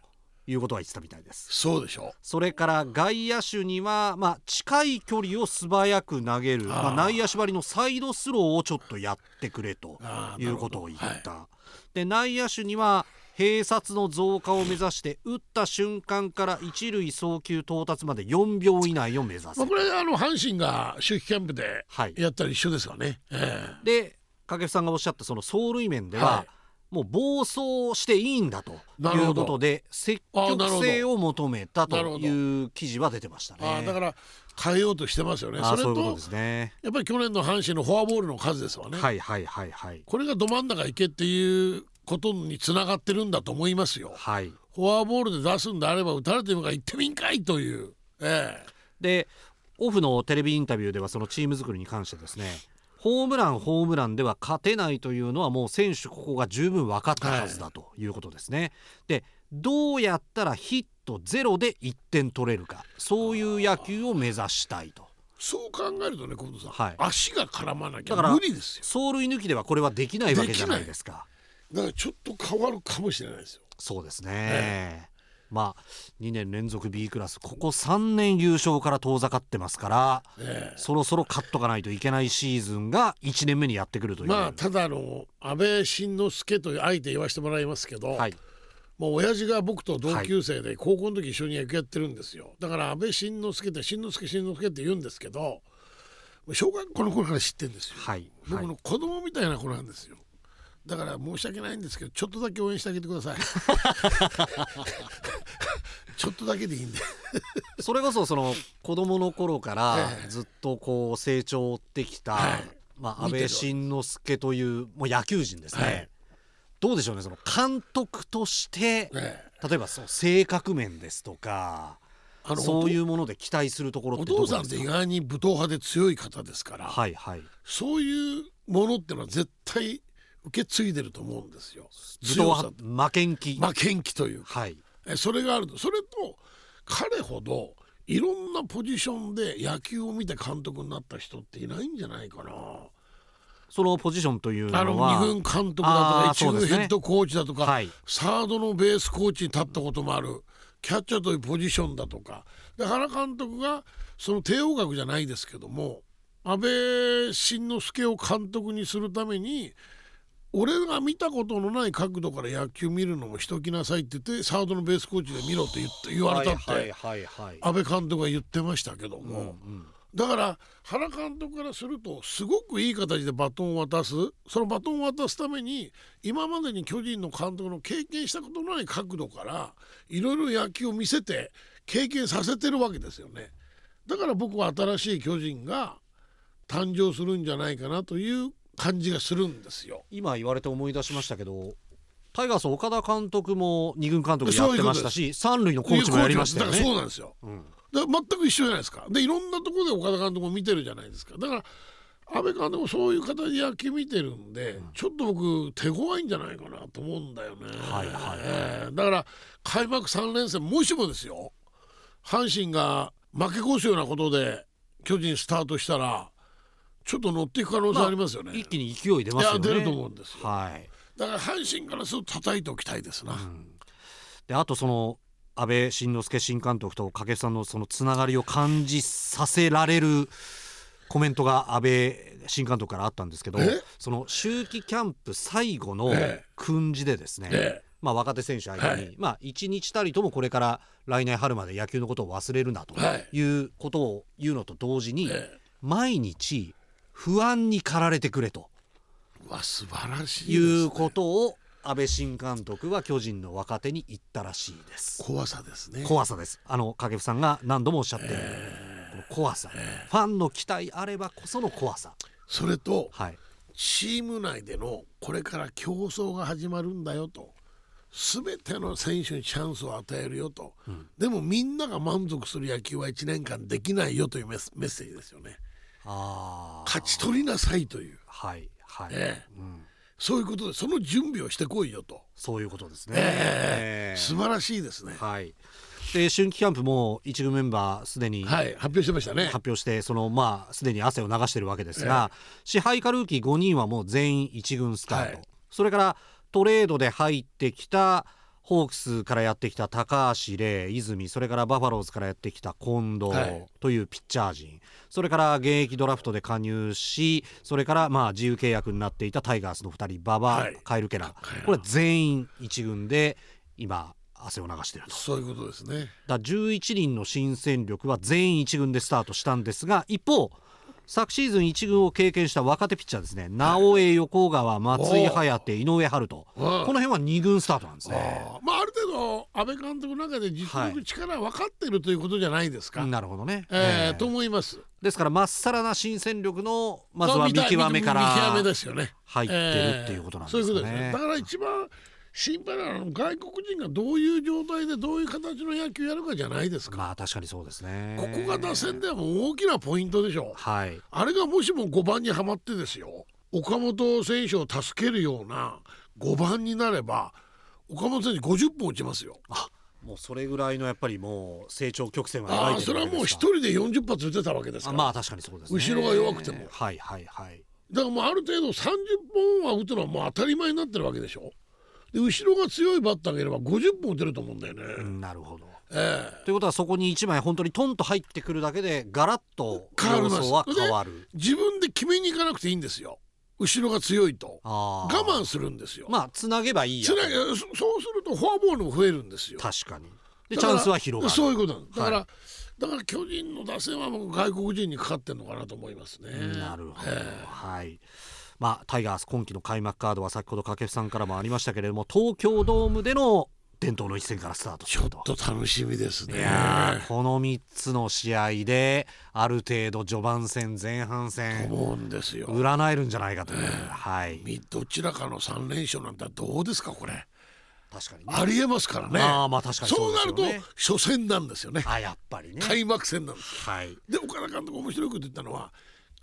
Speaker 2: え、
Speaker 1: いうことは言ってたみたいです。
Speaker 2: そうでしょ
Speaker 1: それから外野手には、まあ、近い距離を素早く投げるまあ
Speaker 2: あー
Speaker 1: 内野手張りのサイドスローをちょっとやってくれと
Speaker 2: あー
Speaker 1: いうことを言っ
Speaker 2: なるほ
Speaker 1: た、で内野手には併殺の増加を目指して打った瞬間から一塁送球到達まで4秒以内を目指す、
Speaker 2: まあ、これあの阪神が秋季キャンプで
Speaker 1: はい、
Speaker 2: やったら一緒ですよね。ええ
Speaker 1: で掛布さんがおっしゃったその走塁面では、
Speaker 2: はい
Speaker 1: もう暴走していいんだとい
Speaker 2: なるほ
Speaker 1: う
Speaker 2: ど
Speaker 1: ことで積
Speaker 2: あなる
Speaker 1: 極
Speaker 2: ほ
Speaker 1: 性
Speaker 2: ど
Speaker 1: を求めたと
Speaker 2: なるほ
Speaker 1: いう記事は出てましたね。
Speaker 2: ああだから変えようとしてますよね
Speaker 1: あ
Speaker 2: そ
Speaker 1: あ
Speaker 2: れ
Speaker 1: そういうこと
Speaker 2: と
Speaker 1: ですね。
Speaker 2: やっぱり去年の阪神のフォアボールの数ですわね、
Speaker 1: はいはいはいはい
Speaker 2: これがど真ん中行けっていうことにつながってるんだと思いますよ
Speaker 1: はい。
Speaker 2: フォアボールで出すんであれば打たれてるから行ってみんかいという、ええ
Speaker 1: でオフのテレビインタビューではそのチーム作りに関してですねホームランホームランでは勝てないというのはもう選手ここが十分分かったはずだということですね。でどうやったらヒットゼロで1点取れるかそういう野球を目指したいと
Speaker 2: そう考えるとね近藤さん、
Speaker 1: はい
Speaker 2: 足が絡まなきゃ
Speaker 1: だから
Speaker 2: 無理ですよ
Speaker 1: 走塁抜きではこれはできないわけじゃないですか。
Speaker 2: だからちょっと変わるかもしれないですよ
Speaker 1: そうですね、
Speaker 2: え
Speaker 1: まあ2年連続 B クラスここ3年優勝から遠ざかってますから、
Speaker 2: ええ
Speaker 1: そろそろ勝っとかないといけないシーズンが1年目にやってくるという。
Speaker 2: まあただあの安倍晋之助というあえて言わせてもらいますけど、
Speaker 1: はい
Speaker 2: もう親父が僕と同級生で高校の時一緒に野球やってるんですよ、だから安倍晋之助って晋之助晋之助って言うんですけど小学校の頃から知ってるんですよ、
Speaker 1: はい、は
Speaker 2: 僕
Speaker 1: い、
Speaker 2: の子供みたいな子なんですよだから申し訳ないんですけどちょっとだけ応援してあげてく ださいちょっとだけでいいんで
Speaker 1: それこそその子供の頃から
Speaker 2: ええ
Speaker 1: ずっとこう成長ってきた、
Speaker 2: はい
Speaker 1: まあ、安
Speaker 2: 見てる
Speaker 1: 倍晋之助というもう野球人ですね、
Speaker 2: はい
Speaker 1: どうでしょうねその監督として、
Speaker 2: ええ
Speaker 1: 例えばそう性格面ですとか
Speaker 2: あの
Speaker 1: そういうもので期待するところっ
Speaker 2: お
Speaker 1: てどこ
Speaker 2: 父
Speaker 1: ですか
Speaker 2: さんって意外に武闘派で強い方ですから、
Speaker 1: はいはい
Speaker 2: そういうものってのは絶対受け継いでると思うんですよ
Speaker 1: 武闘
Speaker 2: 強さ
Speaker 1: 派負けん気、
Speaker 2: まあ元気というか
Speaker 1: はい
Speaker 2: えそれがあるとそれと彼ほどいろんなポジションで野球を見て監督になった人っていないんじゃないかな。
Speaker 1: そのポジションという
Speaker 2: あの
Speaker 1: のは
Speaker 2: 二軍監督だと
Speaker 1: あー
Speaker 2: か一
Speaker 1: そうで
Speaker 2: 軍
Speaker 1: すね
Speaker 2: ヘッドコーチだとか、
Speaker 1: はい
Speaker 2: サードのベースコーチに立ったこともあるキャッチャーというポジションだとかで原監督がその帝王学じゃないですけども安倍晋之助を監督にするために俺が見たことのない角度から野球見るのもしときなさいって言ってサードのベースコーチで見ろって言って言われたって、
Speaker 1: はいはいはいはい
Speaker 2: 安倍監督が言ってましたけども、
Speaker 1: うん
Speaker 2: だから原監督からするとすごくいい形でバトンを渡すそのバトンを渡すために今までに巨人の監督の経験したことのない角度からいろいろ野球を見せて経験させてるわけですよねだから僕は新しい巨人が誕生するんじゃないかなという感じがするんですよ。
Speaker 1: 今言われて思い出しましたけどタイガース岡田監督も二軍監督やってましたし三塁のコーチもやりましたよ
Speaker 2: だからそ
Speaker 1: ね
Speaker 2: うなんですよ。
Speaker 1: うん
Speaker 2: だから全く一緒じゃないですかでいろんなところで岡田監督も見てるじゃないですかだから安倍監督もそういう形で野球見てるんで、ちょっと僕手強いんじゃないかなと思うんだよね、
Speaker 1: はいはい
Speaker 2: えーだから開幕3連戦もしもですよ阪神が負け越すようなことで巨人スタートしたらちょっと乗っていく可能性ありますよね、
Speaker 1: 一気に勢い出ますよね
Speaker 2: いや出ると思うんですよ
Speaker 1: はい
Speaker 2: だから阪神からすると叩いておきたいですな、
Speaker 1: であとその安倍晋之助新監督と掛布さんのそのつながりを感じさせられるコメントが安倍新監督からあったんですけど
Speaker 2: え
Speaker 1: その秋季キャンプ最後の
Speaker 2: ええ
Speaker 1: 訓示でですね、
Speaker 2: ええ
Speaker 1: まあ、若手選手相手に、
Speaker 2: は
Speaker 1: まあ、1日たりともこれから来年春まで野球のことを忘れるなと
Speaker 2: はい
Speaker 1: いうことを言うのと同時に、
Speaker 2: え
Speaker 1: 毎日不安に駆られてくれと
Speaker 2: えうわ素晴らしい
Speaker 1: い
Speaker 2: です、ね、
Speaker 1: うことを安倍新監督は巨人の若手に言ったらしいです。
Speaker 2: 怖さですね
Speaker 1: 怖さですあの掛布さんが何度もおっしゃっている、この怖さ、ファンの期待あればこその怖さ
Speaker 2: それと、
Speaker 1: はい
Speaker 2: チーム内でのこれから競争が始まるんだよと全ての選手にチャンスを与えるよと、でもみんなが満足する野球は1年間できないよというメスメッセージですよね
Speaker 1: あー
Speaker 2: 勝ち取りなさいという、
Speaker 1: はいはい、
Speaker 2: ええそういうことでその準備をしてこいよと、
Speaker 1: そういうことですね、
Speaker 2: え
Speaker 1: え
Speaker 2: え
Speaker 1: え
Speaker 2: 素晴らしいですねは
Speaker 1: はいで春季キャンプも一軍メンバーすでに
Speaker 2: い、
Speaker 1: 発
Speaker 2: 発表してましたね
Speaker 1: 表してそのまあすでに汗を流してるわけですが、支配下ルーキー5人はもう全員一軍スタート、
Speaker 2: はい
Speaker 1: それからトレードで入ってきたホークスからやってきた高橋礼泉それからバファローズからやってきた近藤
Speaker 2: はい
Speaker 1: というピッチャー陣、それから現役ドラフトで加入しそれからまあ自由契約になっていたタイガースの2人馬場、
Speaker 2: はい
Speaker 1: カエル・ケラ
Speaker 2: カ
Speaker 1: ー
Speaker 2: エル
Speaker 1: これは全員一軍で今汗を流していると。
Speaker 2: そういうことですね
Speaker 1: だから11人の新戦力は全員一軍でスタートしたんですが一方昨シーズン1軍を経験した若手ピッチャーですね直江横川松井颯井上春人、
Speaker 2: うん
Speaker 1: この辺は2軍スタートなんですね。
Speaker 2: あーまあある程度安倍監督の中で実力力分かってるということじゃないですか。
Speaker 1: なるほどね、
Speaker 2: え
Speaker 1: え
Speaker 2: ー
Speaker 1: え
Speaker 2: と思います。
Speaker 1: ですからまっさらな新戦力のまず
Speaker 2: まあ
Speaker 1: は見
Speaker 2: 見た
Speaker 1: 極めから
Speaker 2: 見見極めですよね。
Speaker 1: 入ってるっていうことなんですかね
Speaker 2: えーそういうことですね。だから一番心配なのは外国人がどういう状態でどういう形の野球やるかじゃないですか。
Speaker 1: まあ確かにそうですね
Speaker 2: ここが打線ではもう大きなポイントでしょう。
Speaker 1: はい
Speaker 2: あれがもしも5番にはまってですよ岡本選手を助けるような5番になれば岡本選手50本打ちますよ。
Speaker 1: もうそれぐらいのやっぱりもう成長曲線は描
Speaker 2: あ
Speaker 1: い
Speaker 2: あ
Speaker 1: て
Speaker 2: そ
Speaker 1: る
Speaker 2: れは
Speaker 1: わけですか
Speaker 2: もう一人で40発打てたわけで
Speaker 1: あ
Speaker 2: すから、
Speaker 1: まあ確かにそうですね
Speaker 2: 後ろが弱くても
Speaker 1: はいはいはい
Speaker 2: だからもうある程度30本は打つのはもう当たり前になってるわけでしょ。で後ろが強いバッターがいれば50本打てると思うんだよね。
Speaker 1: うんなるほど
Speaker 2: ええ
Speaker 1: ということはそこに1枚本当にトンと入ってくるだけでガラッと
Speaker 2: 変わり
Speaker 1: 様
Speaker 2: ます
Speaker 1: 相は変わる
Speaker 2: 自分で決めに行かなくていいんですよ後ろが強いと
Speaker 1: あ
Speaker 2: 我
Speaker 1: ー
Speaker 2: 慢するんですよ。
Speaker 1: まあつなげばいいや
Speaker 2: つなぎそそうするとフォアボールも増えるんですよ。
Speaker 1: 確かにでチ
Speaker 2: だか
Speaker 1: ャ
Speaker 2: ら
Speaker 1: ンスは広がる
Speaker 2: そういうことなんですだから、
Speaker 1: は
Speaker 2: だから巨人の打線は僕外国人にかかってるのかなと思いますね。
Speaker 1: なるほど、
Speaker 2: え
Speaker 1: はいまあ、タイガース今季の開幕カードは先ほど掛布さんからもありましたけれども東京ドームでの伝統の一戦からスタート
Speaker 2: えちょっと楽しみですね。
Speaker 1: いやーこの3つの試合である程度序盤戦前半戦
Speaker 2: 思うんですよ。
Speaker 1: 占えるんじゃないかという、はい
Speaker 2: みどちらかの三連勝なんてどうですかこれ。
Speaker 1: 確かにね
Speaker 2: ありえますからね。
Speaker 1: あーまあ確かにそ
Speaker 2: そうう
Speaker 1: です
Speaker 2: な
Speaker 1: よ
Speaker 2: る
Speaker 1: ね
Speaker 2: と初戦なんですよね。
Speaker 1: あやっぱりね
Speaker 2: 開幕戦なんです。
Speaker 1: はい
Speaker 2: で岡田監督面白いこと言ったのは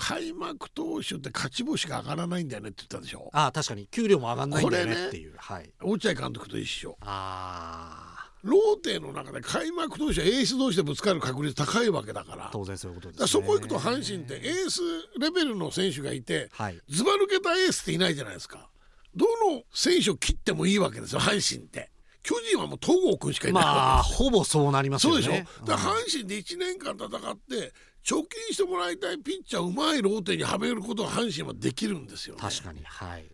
Speaker 2: 開幕投手って勝ち星が上がらないんだよねって言ったでしょ。
Speaker 1: あー確かに給料も上がんないんだよね
Speaker 2: これね
Speaker 1: っていう、はい
Speaker 2: 落合監督と一緒。
Speaker 1: あ
Speaker 2: ローテの中で開幕投手はエース同士でぶつかる確率高いわけだから
Speaker 1: ー当然そういうことです、
Speaker 2: だから
Speaker 1: ね、
Speaker 2: そこ行くと阪神ってエースレベルの選手がいて
Speaker 1: はい
Speaker 2: ずば抜けたエースっていないじゃないですかどの選手を切ってもいいわけですよ阪神って巨人はもう東郷君しかいないわけ
Speaker 1: まあほぼそうなります
Speaker 2: そう
Speaker 1: よね
Speaker 2: でしょ、だから
Speaker 1: うん
Speaker 2: 阪神で1年間戦って貯金してもらいたいピッチャーうまいローテにはめることが阪神はできるんですよ、ね
Speaker 1: 確かにはい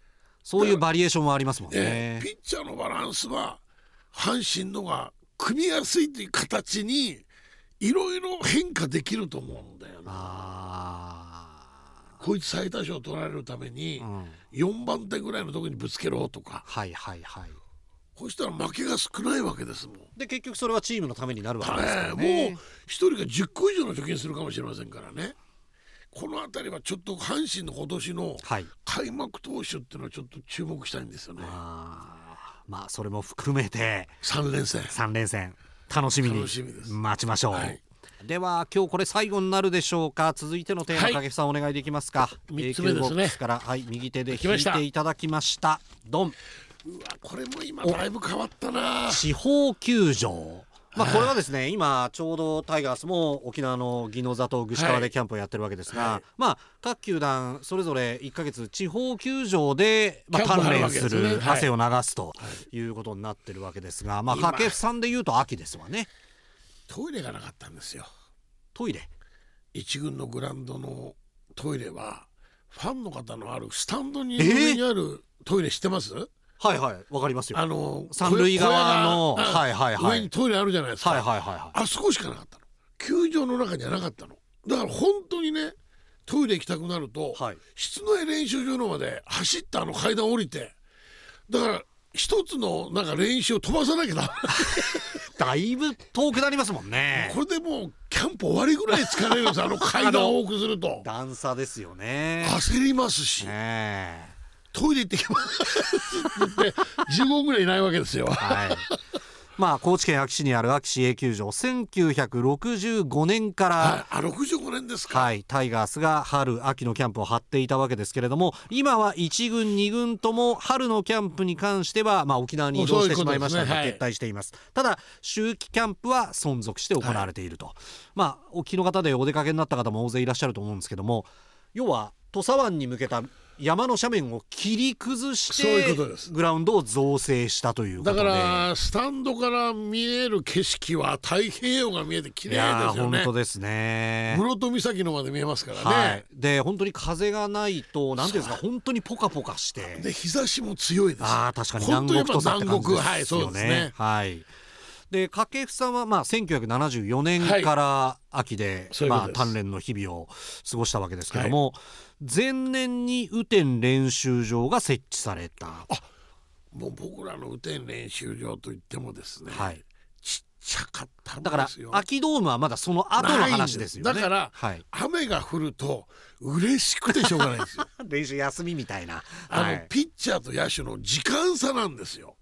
Speaker 1: そういうバリエーションもありますもん
Speaker 2: え
Speaker 1: ね
Speaker 2: えピッチャーのバランスは阪神のが組みやすいという形にいろいろ変化できると思うんだよな。
Speaker 1: あ
Speaker 2: こいつ最多勝取られるために
Speaker 1: ーうん
Speaker 2: 4番手ぐらいのとこにぶつけろとか
Speaker 1: はいはいはい
Speaker 2: こうしたら負けが少ないわけですもん。
Speaker 1: で結局それはチームのためになるわけですか
Speaker 2: え
Speaker 1: ら
Speaker 2: え
Speaker 1: ね
Speaker 2: もう一人が10個以上の貯金するかもしれませんからね。この辺りはちょっと阪神の今年の
Speaker 1: はい
Speaker 2: 開幕投手っていうのはちょっと注目したいんですよね。
Speaker 1: あーまあそれも含めて
Speaker 2: 3連戦。
Speaker 1: 3連戦楽しみに
Speaker 2: 楽しみです
Speaker 1: 待ちましょう、
Speaker 2: はい
Speaker 1: では今日これ最後になるでしょうか続いてのテーマ、
Speaker 2: はい
Speaker 1: 掛布さんお願いできますか
Speaker 2: 三つ目です
Speaker 1: A 級ボッ
Speaker 2: ね
Speaker 1: クスから、はい、右手で
Speaker 2: き
Speaker 1: 引
Speaker 2: ま
Speaker 1: い
Speaker 2: した
Speaker 1: ていただきましたドン
Speaker 2: うわこれも今だいぶ変わったな。
Speaker 1: 地方球場まあこれはですね今ちょうどタイガースも沖縄の宜野座と具志川
Speaker 2: は
Speaker 1: で
Speaker 2: い
Speaker 1: キャンプをやってるわけですが、
Speaker 2: はい
Speaker 1: まあ各球団それぞれ1ヶ月地方球場で、まあ、
Speaker 2: キャンプ
Speaker 1: 鍛
Speaker 2: ある
Speaker 1: 錬
Speaker 2: わけ
Speaker 1: す
Speaker 2: ですね
Speaker 1: る
Speaker 2: はい
Speaker 1: 汗を流すということになってるわけですが、まあ
Speaker 2: 今
Speaker 1: 掛布さんで言うと秋ですわね
Speaker 2: トイレがなかったんですよ。
Speaker 1: トイレ
Speaker 2: 一軍のグラウンドのトイレはファンの方のあるスタンドに
Speaker 1: えー
Speaker 2: 上にあるトイレ知ってます？
Speaker 1: はいはいわかりますよ
Speaker 2: あの
Speaker 1: 三塁側の
Speaker 2: 小屋が
Speaker 1: はいはいはい
Speaker 2: 上にトイレあるじゃないですか。
Speaker 1: はいはいはいはい
Speaker 2: あそこしかなかったの。球場の中にはなかったの。だから本当にねトイレ行きたくなると、
Speaker 1: はい
Speaker 2: 室内練習場のまで走ったあの階段降りてだから一つのなんか練習を飛ばさなきゃダメ
Speaker 1: だいぶ遠くなりますもんね
Speaker 2: これでもうキャンプ終わりぐらい疲れるんですあの階段を多くすると
Speaker 1: 段差ですよね
Speaker 2: 焦りますし。
Speaker 1: ねえ
Speaker 2: トイレ行ってきますって言って15ぐらいいないわけですよ。
Speaker 1: はい。まあ高知県安芸市にある安芸市営球場1965年から、はい
Speaker 2: あ、65年ですか。
Speaker 1: タイガースが春秋のキャンプを張っていたわけですけれども今は1軍2軍とも春のキャンプに関しては、まあ、沖縄に移動してしまいました
Speaker 2: そう
Speaker 1: が、
Speaker 2: いうこと
Speaker 1: 撤
Speaker 2: ですね
Speaker 1: 退していますただ秋季キャンプは存続して行われていると、まあ沖の方でお出かけになった方も大勢いらっしゃると思うんですけども要は土佐湾に向けた山の斜面を切り崩し
Speaker 2: そうい
Speaker 1: て
Speaker 2: うことです
Speaker 1: グラウンドを造成したということ
Speaker 2: だ
Speaker 1: で
Speaker 2: からスタンドから見える景色は太平洋が見えて綺
Speaker 1: いや
Speaker 2: 麗
Speaker 1: ー
Speaker 2: ですよね
Speaker 1: 本当。ですね。
Speaker 2: 室戸岬のまで見えますからね。
Speaker 1: はい。で本当に風がないとなんていうんですか本当にポカポカして。
Speaker 2: で日差しも強いです。
Speaker 1: ああ確かに
Speaker 2: 本
Speaker 1: 南
Speaker 2: 当
Speaker 1: 国
Speaker 2: にやっぱ
Speaker 1: とさって感
Speaker 2: 南
Speaker 1: じで
Speaker 2: 国はい
Speaker 1: す
Speaker 2: そう
Speaker 1: よ
Speaker 2: ですね
Speaker 1: ね。。はい。で掛布さんはまあ1974年から秋で、
Speaker 2: そういうこ
Speaker 1: ま
Speaker 2: と
Speaker 1: あ、
Speaker 2: です
Speaker 1: 鍛錬の日々を過ごしたわけですけども、前年に雨天練習場が設置された、
Speaker 2: もう僕らの雨天練習場といってもですね、
Speaker 1: はい、
Speaker 2: ちっちゃかったん
Speaker 1: だから
Speaker 2: ですよ
Speaker 1: 秋ドームはまだその後の話ですよね
Speaker 2: ないんですだから
Speaker 1: はい、
Speaker 2: 雨が降ると嬉しくてしょうがないんですよ
Speaker 1: 練習休みみたいな
Speaker 2: あ の、
Speaker 1: はい、
Speaker 2: ピッチャーと野手の時間差なんですよ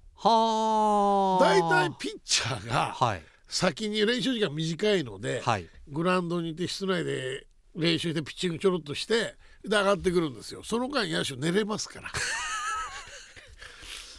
Speaker 1: は
Speaker 2: 大体ピッチャーが
Speaker 1: はい
Speaker 2: 先に練習時間短いので、
Speaker 1: はい
Speaker 2: グラウンドにいて室内で練習してピッチングちょろっとしてで上がってくるんですよその間野手寝れますから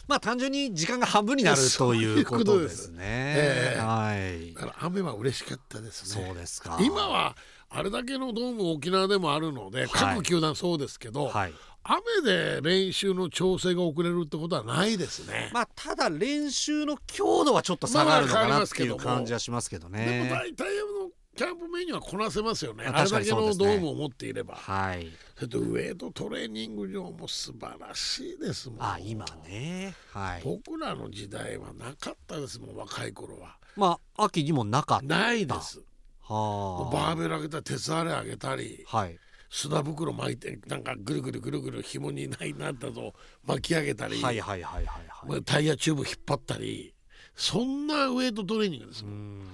Speaker 1: まあ単純に時間が半分になるということですね。
Speaker 2: ええ
Speaker 1: はい
Speaker 2: だ。から雨は嬉しかったです
Speaker 1: そう
Speaker 2: ね
Speaker 1: ですか。
Speaker 2: 今はあれだけのドーム沖縄でもあるの
Speaker 1: は
Speaker 2: で
Speaker 1: い
Speaker 2: 各球団そうですけど、
Speaker 1: はい。
Speaker 2: 雨で練習の調整が遅れるってことはないですね、
Speaker 1: まあただ練習の強度はちょっと下がるのかなっていう感じはしますけど
Speaker 2: でも
Speaker 1: ね。
Speaker 2: 大体あのキャンプメニューはこなせますよね
Speaker 1: まあ
Speaker 2: あ
Speaker 1: 確
Speaker 2: れ
Speaker 1: か
Speaker 2: だ
Speaker 1: に
Speaker 2: け
Speaker 1: そうで
Speaker 2: の
Speaker 1: す
Speaker 2: ド
Speaker 1: ね
Speaker 2: ームを持っていれば
Speaker 1: はい。
Speaker 2: それとウェイトトレーニング場も素晴らしいですもん
Speaker 1: あ今ね。はい。
Speaker 2: 僕らの時代はなかったですもん若い頃は
Speaker 1: まあ秋にもなかった。
Speaker 2: ないです
Speaker 1: はあ。
Speaker 2: バーベル上げたり鉄あれ上げたり
Speaker 1: はい。
Speaker 2: 砂袋巻いてなんかぐるぐるぐるぐる紐にないなったと巻き上げたり、
Speaker 1: はいはいはいはいはい。
Speaker 2: タイヤチューブ引っ張ったりそんなウェイトトレーニングです
Speaker 1: うー
Speaker 2: もん
Speaker 1: ん。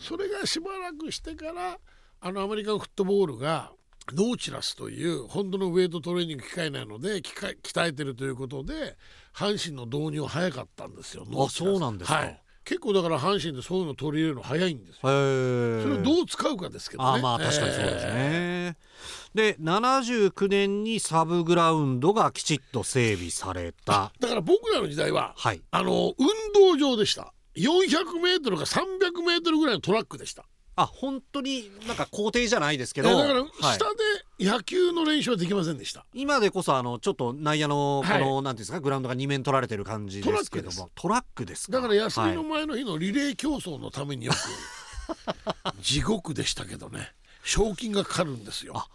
Speaker 2: それがしばらくしてからあのアメリカンフットボールがノーチラスという本当のウェイトトレーニング機械なので機械鍛えてるということで阪神の導入は早かったんですよノーチラス
Speaker 1: そうなんですか
Speaker 2: はい、結構だから阪神でそういうの取り入れるの早いんですよ
Speaker 1: へえ。
Speaker 2: それをどう使うかですけどね
Speaker 1: ああまあ確かにそうですね。
Speaker 2: え
Speaker 1: で79年にサブグラウンドがきちっと整備された。
Speaker 2: ーだから僕らの時代は
Speaker 1: はい。
Speaker 2: あの運動場でした400メートルか300メートルぐらいのトラックでした
Speaker 1: あ本当になんか校庭じゃないですけ
Speaker 2: だ
Speaker 1: ど、
Speaker 2: から
Speaker 1: はい
Speaker 2: 下で野球の練習はできませんでした
Speaker 1: 今でこそあのちょっと内野のこ
Speaker 2: はい
Speaker 1: の、なんていうんですかグラウンドが2面取られてる感じですけどもトラックです
Speaker 2: だから休みの
Speaker 1: はい
Speaker 2: 前の日のリレー競争のためによく、 地獄でしたけどね賞金がかかるんですよ
Speaker 1: あ。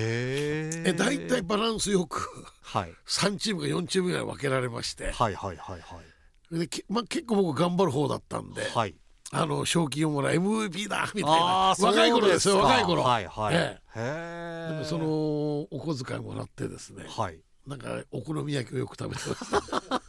Speaker 1: へえ
Speaker 2: え大体バランスよく
Speaker 1: はい
Speaker 2: 3チームか4チームぐらい分けられまして
Speaker 1: はいはいはいは
Speaker 2: で、きまあ、結構僕頑張る方だったんで、
Speaker 1: いはい
Speaker 2: あの賞金をもらう MVP だみたい
Speaker 1: あ
Speaker 2: な
Speaker 1: ー
Speaker 2: 若い頃ですよ
Speaker 1: そうか
Speaker 2: 若い頃、
Speaker 1: はいはい、
Speaker 2: え
Speaker 1: へ
Speaker 2: えで
Speaker 1: え
Speaker 2: もそのお小遣いもらってですね
Speaker 1: はい
Speaker 2: なんかお好み焼きをよく食べてま した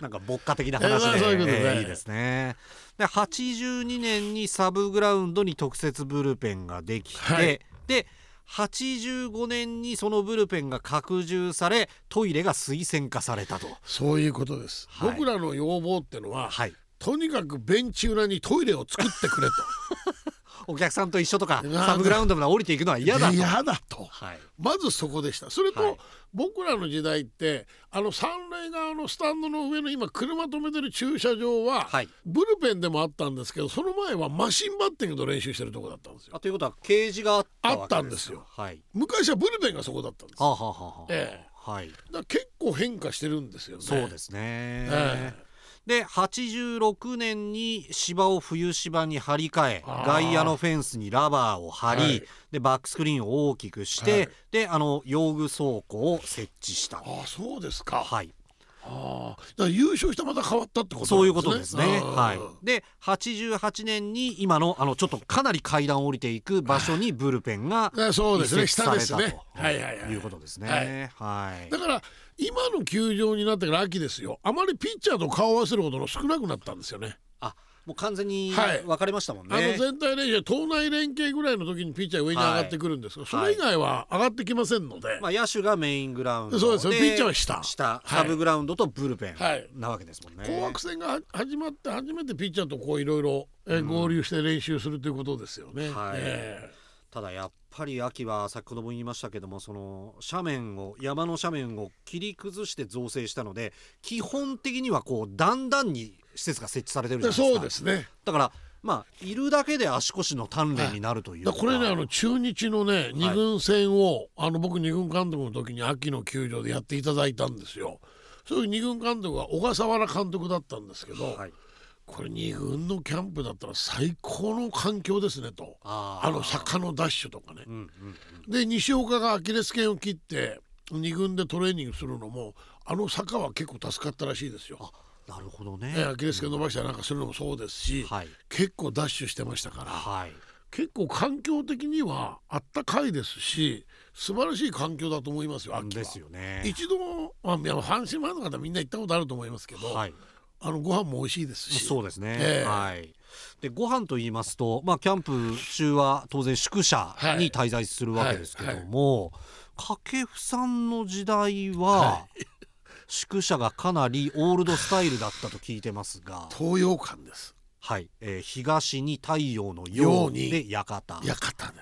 Speaker 1: なんか牧歌的な話
Speaker 2: え
Speaker 1: で
Speaker 2: ーそういうことね
Speaker 1: えーいいですね。で82年にサブグラウンドに特設ブルペンができて、
Speaker 2: はい
Speaker 1: で85年にそのブルペンが拡充されトイレが水洗化されたと。
Speaker 2: そういうことです、
Speaker 1: はい
Speaker 2: 僕らの要望ってのは、
Speaker 1: はい、
Speaker 2: とにかくベンチ裏にトイレを作ってく れと
Speaker 1: お客さんと一緒とか
Speaker 2: うわー
Speaker 1: サブグラウンドまで降りていくのは嫌だと。
Speaker 2: 嫌だと
Speaker 1: はい、
Speaker 2: まずそこでしたそれと、
Speaker 1: はい
Speaker 2: 僕らの時代ってあの三塁側のスタンドの上の今車止めてる駐車場は、
Speaker 1: はい
Speaker 2: ブルペンでもあったんですけどその前はマシンバッティングの練習してるとこだったんですよ
Speaker 1: あということはケージがあったわけ
Speaker 2: あったんですよ
Speaker 1: はい、
Speaker 2: 昔はブルペンがそこだったんです
Speaker 1: は
Speaker 2: だか
Speaker 1: あ、はあはあはあ
Speaker 2: え
Speaker 1: はい、
Speaker 2: ら結構変化してるんですよね
Speaker 1: そうですね。
Speaker 2: ええ
Speaker 1: で86年に芝を冬芝に張り替え
Speaker 2: あー
Speaker 1: 外野のフェンスにラバーを張り、
Speaker 2: はい
Speaker 1: でバックスクリーンを大きくして、
Speaker 2: はい
Speaker 1: であの用具倉庫を設置した。
Speaker 2: ああそうですか、
Speaker 1: はい、
Speaker 2: ああだから優勝したらまた変わったってことなんですね
Speaker 1: そういうことですね。
Speaker 2: うん
Speaker 1: はい、で88年に今のあのちょっとかなり階段を降りていく場所にブルペンが
Speaker 2: あそうですね
Speaker 1: 設置された
Speaker 2: 下ですねはいはいはい
Speaker 1: ということですね。はい
Speaker 2: だから今の球場になってから秋ですよあまりピッチャーと顔を合わせることの少なくなったんですよね
Speaker 1: あもう完全に
Speaker 2: はい
Speaker 1: 分かれましたもんね。
Speaker 2: あの全体練習党内連携ぐらいの時にピッチャー上に上がってくるんですが、それ以外は上がってきませんので、
Speaker 1: まあ、野手がメイングラウンド
Speaker 2: そうですよピッチャーは下
Speaker 1: 下
Speaker 2: はい
Speaker 1: サブグラウンドとブルペン
Speaker 2: はい
Speaker 1: なわけですもんね。
Speaker 2: 紅白戦が始まって初めてピッチャーとこういろいろえー合流して練習するということですよね。
Speaker 1: はい
Speaker 2: え
Speaker 1: ただやっぱり秋は先ほども言いましたけどもその斜面を山の斜面を切り崩して造成したので基本的にはこう段々に施設が設置されてる
Speaker 2: え
Speaker 1: じゃ
Speaker 2: で
Speaker 1: ないです
Speaker 2: そ
Speaker 1: か
Speaker 2: うですね。
Speaker 1: だからまあいるだけで足腰の鍛錬になるというか、
Speaker 2: だからこれねあの中日のね二軍戦を、あの僕二軍監督の時に秋の球場でやっていただいたんですよ。そういう二軍監督は小笠原監督だったんですけど、
Speaker 1: はい、
Speaker 2: これ二軍のキャンプだったら最高の環境ですねと。
Speaker 1: あー
Speaker 2: あの坂のダッシュとかね
Speaker 1: う。んうんうん
Speaker 2: で西岡がアキレス腱を切って二軍でトレーニングするのもあの坂は結構助かったらしいですよ。
Speaker 1: なるほどね
Speaker 2: えーアキレス腱伸ばしたりなんかするのもそうですし、
Speaker 1: はい
Speaker 2: 結構ダッシュしてましたから
Speaker 1: はい
Speaker 2: 結構環境的にはあったかいですし素晴らしい環境だと思いますよ秋
Speaker 1: で
Speaker 2: は
Speaker 1: すよね
Speaker 2: 一度、まあ、いや阪神ファンの方みんな行ったことあると思いますけど、
Speaker 1: はい
Speaker 2: あのご飯も美味しいですし
Speaker 1: そうですね、
Speaker 2: ええ
Speaker 1: はいでご飯と言いますと、まあ、キャンプ中は当然宿舎に滞在するわけですけども掛布さんの時代は
Speaker 2: は
Speaker 1: 宿舎がかなりオールドスタイルだったと聞いてますが、
Speaker 2: 東洋館です
Speaker 1: はいえー東に太陽のように
Speaker 2: ように
Speaker 1: で館
Speaker 2: 館で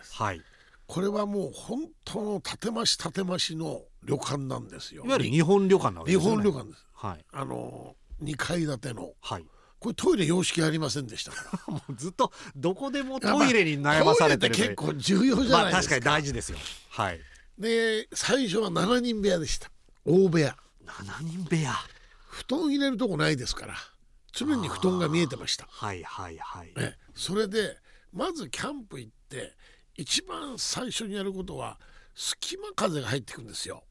Speaker 2: す
Speaker 1: はい、
Speaker 2: これはもう本当の建て増し建て増しの旅館なんですよ
Speaker 1: いわゆる日本旅館なわけ
Speaker 2: 日
Speaker 1: ですよね
Speaker 2: 本旅館です
Speaker 1: はい、
Speaker 2: あの2階建ての
Speaker 1: はい、
Speaker 2: これトイレ様式ありませんでしたから
Speaker 1: もうずっとどこでも トイレに悩まされてる
Speaker 2: トイレって結構重要じゃ
Speaker 1: ま
Speaker 2: な
Speaker 1: あ
Speaker 2: いで
Speaker 1: 確
Speaker 2: すか,、
Speaker 1: かに大事ですよはい
Speaker 2: で最初は7人部屋でした大部屋
Speaker 1: 7人部屋
Speaker 2: 布団入れるとこないですから常に布団が見えてました
Speaker 1: はいはいはい、
Speaker 2: ね、それでまずキャンプ行って一番最初にやることは隙間風が入ってくるんですよ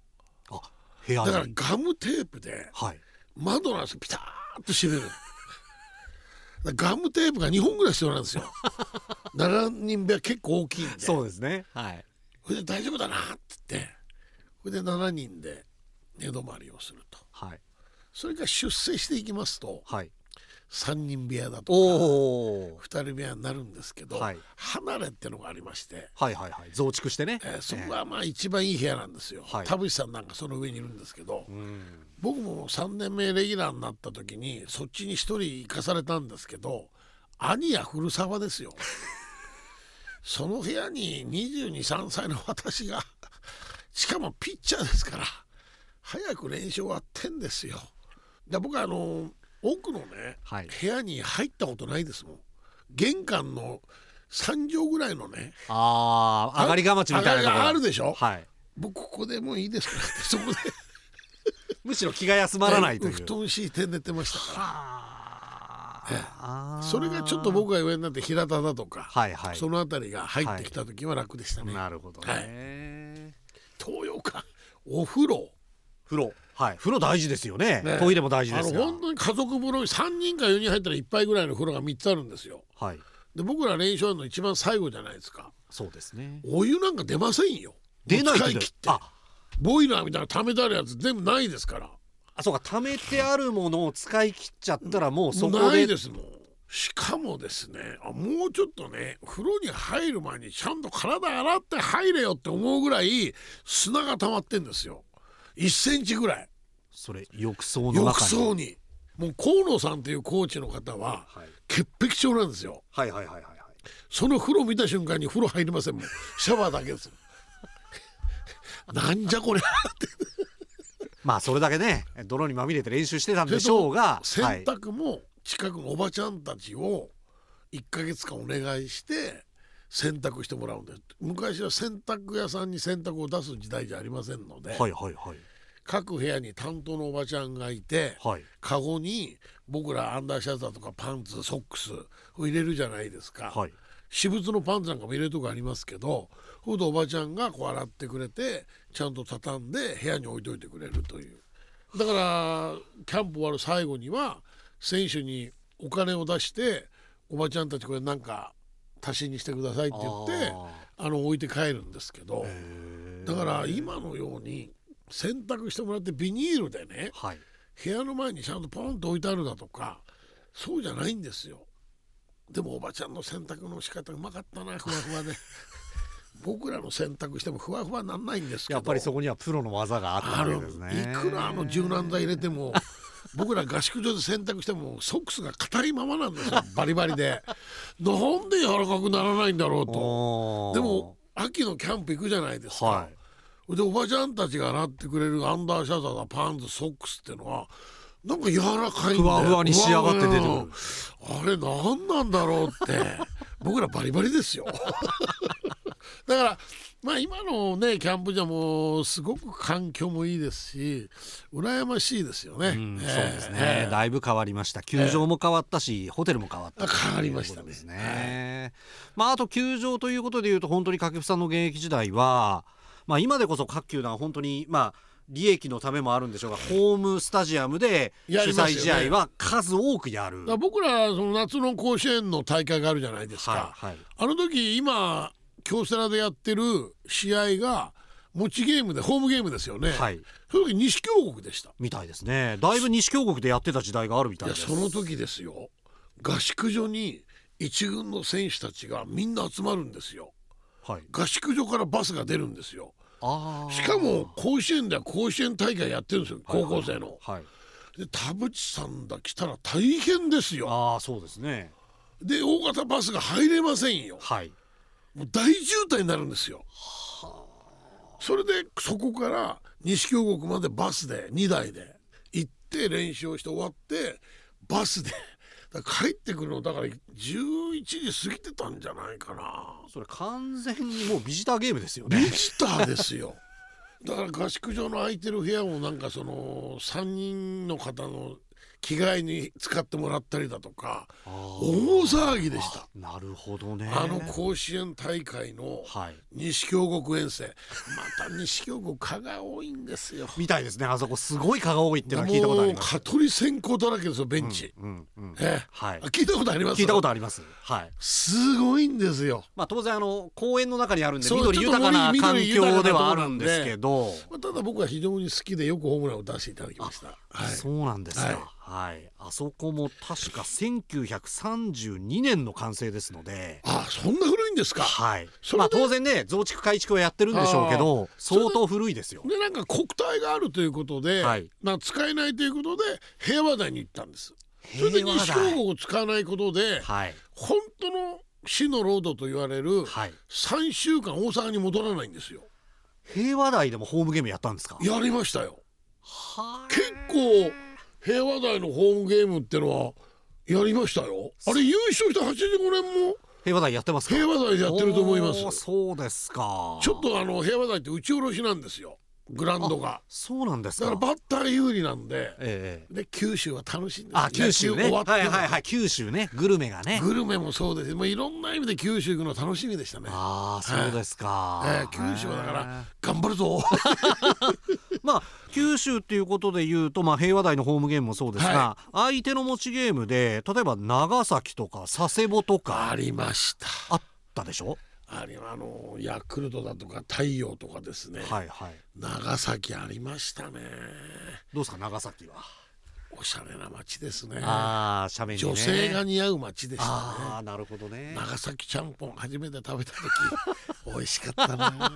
Speaker 1: あ部屋
Speaker 2: だから
Speaker 1: に
Speaker 2: ガムテープで
Speaker 1: はい
Speaker 2: 窓なんですよピターッと閉めるだからガムテープが2本ぐらい必要なんです よ7人部屋結構大きいんで
Speaker 1: そうですねはい
Speaker 2: それで大丈夫だなって言ってそれで7人で寝泊まりをすると
Speaker 1: はい
Speaker 2: それから出世していきますと
Speaker 1: はい
Speaker 2: 3人部屋だと
Speaker 1: おお
Speaker 2: 2人部屋になるんですけど、
Speaker 1: はい
Speaker 2: 離れってのがありまして
Speaker 1: はいはいはい増築してね、
Speaker 2: えーそこ
Speaker 1: え
Speaker 2: がまあ一番いい部屋なんですよ、
Speaker 1: はい
Speaker 2: 田淵さんなんかその上にいるんですけど
Speaker 1: えうん
Speaker 2: 僕も3年目レギュラーになった時にそっちに一人行かされたんですけど兄や古沢で すよその部屋に2 2 3歳の私がしかもピッチャーですから早く練習終わってんですよで僕はあの奥のね
Speaker 1: はい
Speaker 2: 部屋に入ったことないですもん玄関の3畳ぐらいのね
Speaker 1: ああ上がりがまちみたいなとこ
Speaker 2: 上がり
Speaker 1: ろ
Speaker 2: があるでしょ
Speaker 1: はい
Speaker 2: 僕ここでもうい いですからってそこで
Speaker 1: むしろ気が休まらないという
Speaker 2: 布団敷いて寝てましたか
Speaker 1: は
Speaker 2: ええ
Speaker 1: あ
Speaker 2: らそれがちょっと僕が上になって平田だとか、
Speaker 1: はいはい
Speaker 2: その辺りが入ってきた時は楽でしたね、
Speaker 1: なるほどね、
Speaker 2: 東洋館お風呂
Speaker 1: 風呂はい風呂大事ですよね
Speaker 2: ね
Speaker 1: トイレも大事
Speaker 2: あ
Speaker 1: で
Speaker 2: の
Speaker 1: すが
Speaker 2: 本当に家族風呂に3人か4人入ったら1杯ぐらいの風呂が3つあるんですよ
Speaker 1: はい
Speaker 2: で僕ら練習あるの一番最後じゃないですか
Speaker 1: そうですね
Speaker 2: お湯なんか出ませんよ
Speaker 1: 出ない
Speaker 2: 使
Speaker 1: け
Speaker 2: い
Speaker 1: ど
Speaker 2: 切って
Speaker 1: あ
Speaker 2: ボイラーみたいな溜めてあるやつ全部ないですから
Speaker 1: あそうか貯めてあるものを使い切っちゃったらもうそこ
Speaker 2: な
Speaker 1: で
Speaker 2: いですもんしかもですねあもうちょっとね風呂に入る前にちゃんと体洗って入れよって思うぐらい砂が溜まってんですよ1センチぐらい
Speaker 1: それ浴槽の中に
Speaker 2: 浴槽にもう河野さんというコーチの方は
Speaker 1: はい、
Speaker 2: 潔癖症なんですよ
Speaker 1: はいはいはいはいはい
Speaker 2: その風呂見た瞬間に風呂入りませんもんシャワーだけ ですなんじゃこれ
Speaker 1: まあそれだけね泥にまみれて練習してたんでしょうが
Speaker 2: 洗濯も近くのおばちゃんたちを1ヶ月間お願いして洗濯してもらうんです昔は洗濯屋さんに洗濯を出す時代じゃありませんので、
Speaker 1: はい、はいはいはい
Speaker 2: 各部屋に担当のおばちゃんがいて
Speaker 1: はい
Speaker 2: カゴに僕らアンダーシャツだとかパンツソックスを入れるじゃないですか、
Speaker 1: はい
Speaker 2: 私物のパンツなんかも入れるとこありますけどほどおばちゃんがこう洗ってくれてちゃんと畳んで部屋に置いといてくれるというだからキャンプ終わる最後には選手にお金を出しておばちゃんたちこれなんか足しにしてくださいって言って
Speaker 1: あ
Speaker 2: あの置いて帰るんですけ
Speaker 1: ー
Speaker 2: ど
Speaker 1: へー
Speaker 2: だから今のように洗濯してもらってビニールでね
Speaker 1: はい
Speaker 2: 部屋の前にちゃんとポンと置いてあるだとかそうじゃないんですよでもおばちゃんの洗濯の仕方うまかったなふわふわで 僕らの洗濯してもふわふわなんないんですけど
Speaker 1: やっぱりそこにはプロの技があった
Speaker 2: あ
Speaker 1: わけ
Speaker 2: る
Speaker 1: ですね
Speaker 2: いくらあの柔軟剤入れて も僕ら合宿所で洗濯してもソックスが硬いままなんですよバリバリでなんで柔らかくならないんだろうと
Speaker 1: おー
Speaker 2: でも秋のキャンプ行くじゃないですか、
Speaker 1: はい
Speaker 2: でおばちゃんたちが洗ってくれるアンダーシャツだパンツソックスってのはなんか柔らかいんだよ
Speaker 1: ふわふわに仕上がって出てくる
Speaker 2: ふわふわなのあれ何なんだろうって 僕らバリバリですよ だからまあ今のねキャンプ場もすごく環境もいいですし羨ましいですよね、
Speaker 1: うんそ
Speaker 2: え
Speaker 1: う
Speaker 2: え
Speaker 1: ですね、
Speaker 2: ええ
Speaker 1: だいぶ変わりました球場も変わったし、ホテルも変わったという
Speaker 2: 変わりましたね
Speaker 1: ことですね、まああと球場ということでいうと本当に掛布さんの現役時代はまあ今でこそ各球団本当にまあ利益のためもあるんでしょうがホームスタジアムで主
Speaker 2: やりま
Speaker 1: 催
Speaker 2: すよね
Speaker 1: 試合は数多くやる。
Speaker 2: だから僕らその夏の甲子園の大会があるじゃないですか、
Speaker 1: はいはい、
Speaker 2: あの時今京セラでやってる試合が持ちゲームでホームゲームですよね、
Speaker 1: はい、
Speaker 2: その時西京国でした
Speaker 1: みたいですねだいぶ西京国でやってた時代があるみた
Speaker 2: い
Speaker 1: い
Speaker 2: や
Speaker 1: です
Speaker 2: その時ですよ合宿所に一軍の選手たちがみんな集まるんですよ
Speaker 1: はい、
Speaker 2: 合宿所からバスが出るんですよ
Speaker 1: あー
Speaker 2: しかも甲子園では甲子園大会やってるんですよ高校生の、
Speaker 1: はい、
Speaker 2: で田淵さんだ来たら大変ですよ
Speaker 1: ああそうですね
Speaker 2: で大型バスが入れませんよ
Speaker 1: はい
Speaker 2: もう大渋滞になるんですよそれでそこから西京極までバスで2台で行って練習をして終わってバスでだから帰ってくるのだから11時過ぎてたんじゃないかな
Speaker 1: それ完全にもうビジターゲームですよ
Speaker 2: ビ
Speaker 1: ね
Speaker 2: ジターですよだから合宿所の空いてる部屋をなんかその3人の方の着替えに使ってもらったりだとか
Speaker 1: 大
Speaker 2: 大騒ぎでした
Speaker 1: なるほどね
Speaker 2: あの甲子園大会の
Speaker 1: はい
Speaker 2: 西京極遠征また西京極蚊が多いんです よ
Speaker 1: みたいですねあそこすごい蚊が多いっていうのは聞いたことあ
Speaker 2: も
Speaker 1: り
Speaker 2: う
Speaker 1: ます
Speaker 2: 蚊取り線香だらけですよベンチ、
Speaker 1: うんうん
Speaker 2: ええ
Speaker 1: はい
Speaker 2: あ聞いたことあります
Speaker 1: 聞いたことありますはい
Speaker 2: すごいんですよ
Speaker 1: まあ当然あの公園の中にあるんで
Speaker 2: そう
Speaker 1: 緑
Speaker 2: ちょっ
Speaker 1: 豊
Speaker 2: と
Speaker 1: かな環
Speaker 2: 緑豊かな
Speaker 1: 境ではあるんですけど
Speaker 2: まあただ僕は非常に好きでよくホームランを出していただきましたはい
Speaker 1: そうなんです
Speaker 2: はい
Speaker 1: かはいあそこも確か1932年の完成ですので
Speaker 2: あそんな古いんですか
Speaker 1: はい
Speaker 2: それで
Speaker 1: まあ当然ね増築改築はやってるんでしょうけど相当古いですよ
Speaker 2: でなんか国体があるということで、
Speaker 1: はい
Speaker 2: まあ使えないということで平和台に行ったんですそれで
Speaker 1: 平和
Speaker 2: 西
Speaker 1: だ
Speaker 2: 京極を使わないことで
Speaker 1: はい
Speaker 2: 本当の市のロードと言われる
Speaker 1: はい
Speaker 2: 3週間大阪に戻らないんですよ
Speaker 1: 平和台でもホームゲームやったんですか
Speaker 2: やりましたよ
Speaker 1: は
Speaker 2: 結構平和台のホームゲームってのはやりましたよあれ優勝した85年も
Speaker 1: い平和台やってますか
Speaker 2: 平和台でやってると思いま
Speaker 1: おー
Speaker 2: す
Speaker 1: そうですか
Speaker 2: ちょっとあの平和台って打ち下ろしなんですよグラウンドが
Speaker 1: そうなんです
Speaker 2: だ
Speaker 1: か
Speaker 2: からバッター有利なんで
Speaker 1: ええ
Speaker 2: で九州は楽しいんです
Speaker 1: あ九州ね
Speaker 2: 野球終わ
Speaker 1: は
Speaker 2: ってから
Speaker 1: いはいはい九州ねグルメがね
Speaker 2: グルメもそうですもういろんな意味で九州行くの楽しみでしたね
Speaker 1: ああそうですか、
Speaker 2: えー九州はだから頑張る
Speaker 1: え
Speaker 2: ぞ
Speaker 1: ーまあ九州っていうことで言うと、まあ、平和台のホームゲームもそうですが、相手の持ちゲームで例えば長崎とか佐世保と
Speaker 2: あ
Speaker 1: か
Speaker 2: りました
Speaker 1: あったでしょ
Speaker 2: あれはあのヤクルトだとか太陽とかですね、
Speaker 1: はいはい
Speaker 2: 長崎ありましたね
Speaker 1: どうですか長崎は、
Speaker 2: おしゃれな街ですね
Speaker 1: ああ斜面に、ね、
Speaker 2: 女性が似合う街でしたね
Speaker 1: ああなるほどね
Speaker 2: 長崎ちゃんぽん初めて食べた時 美味しかった な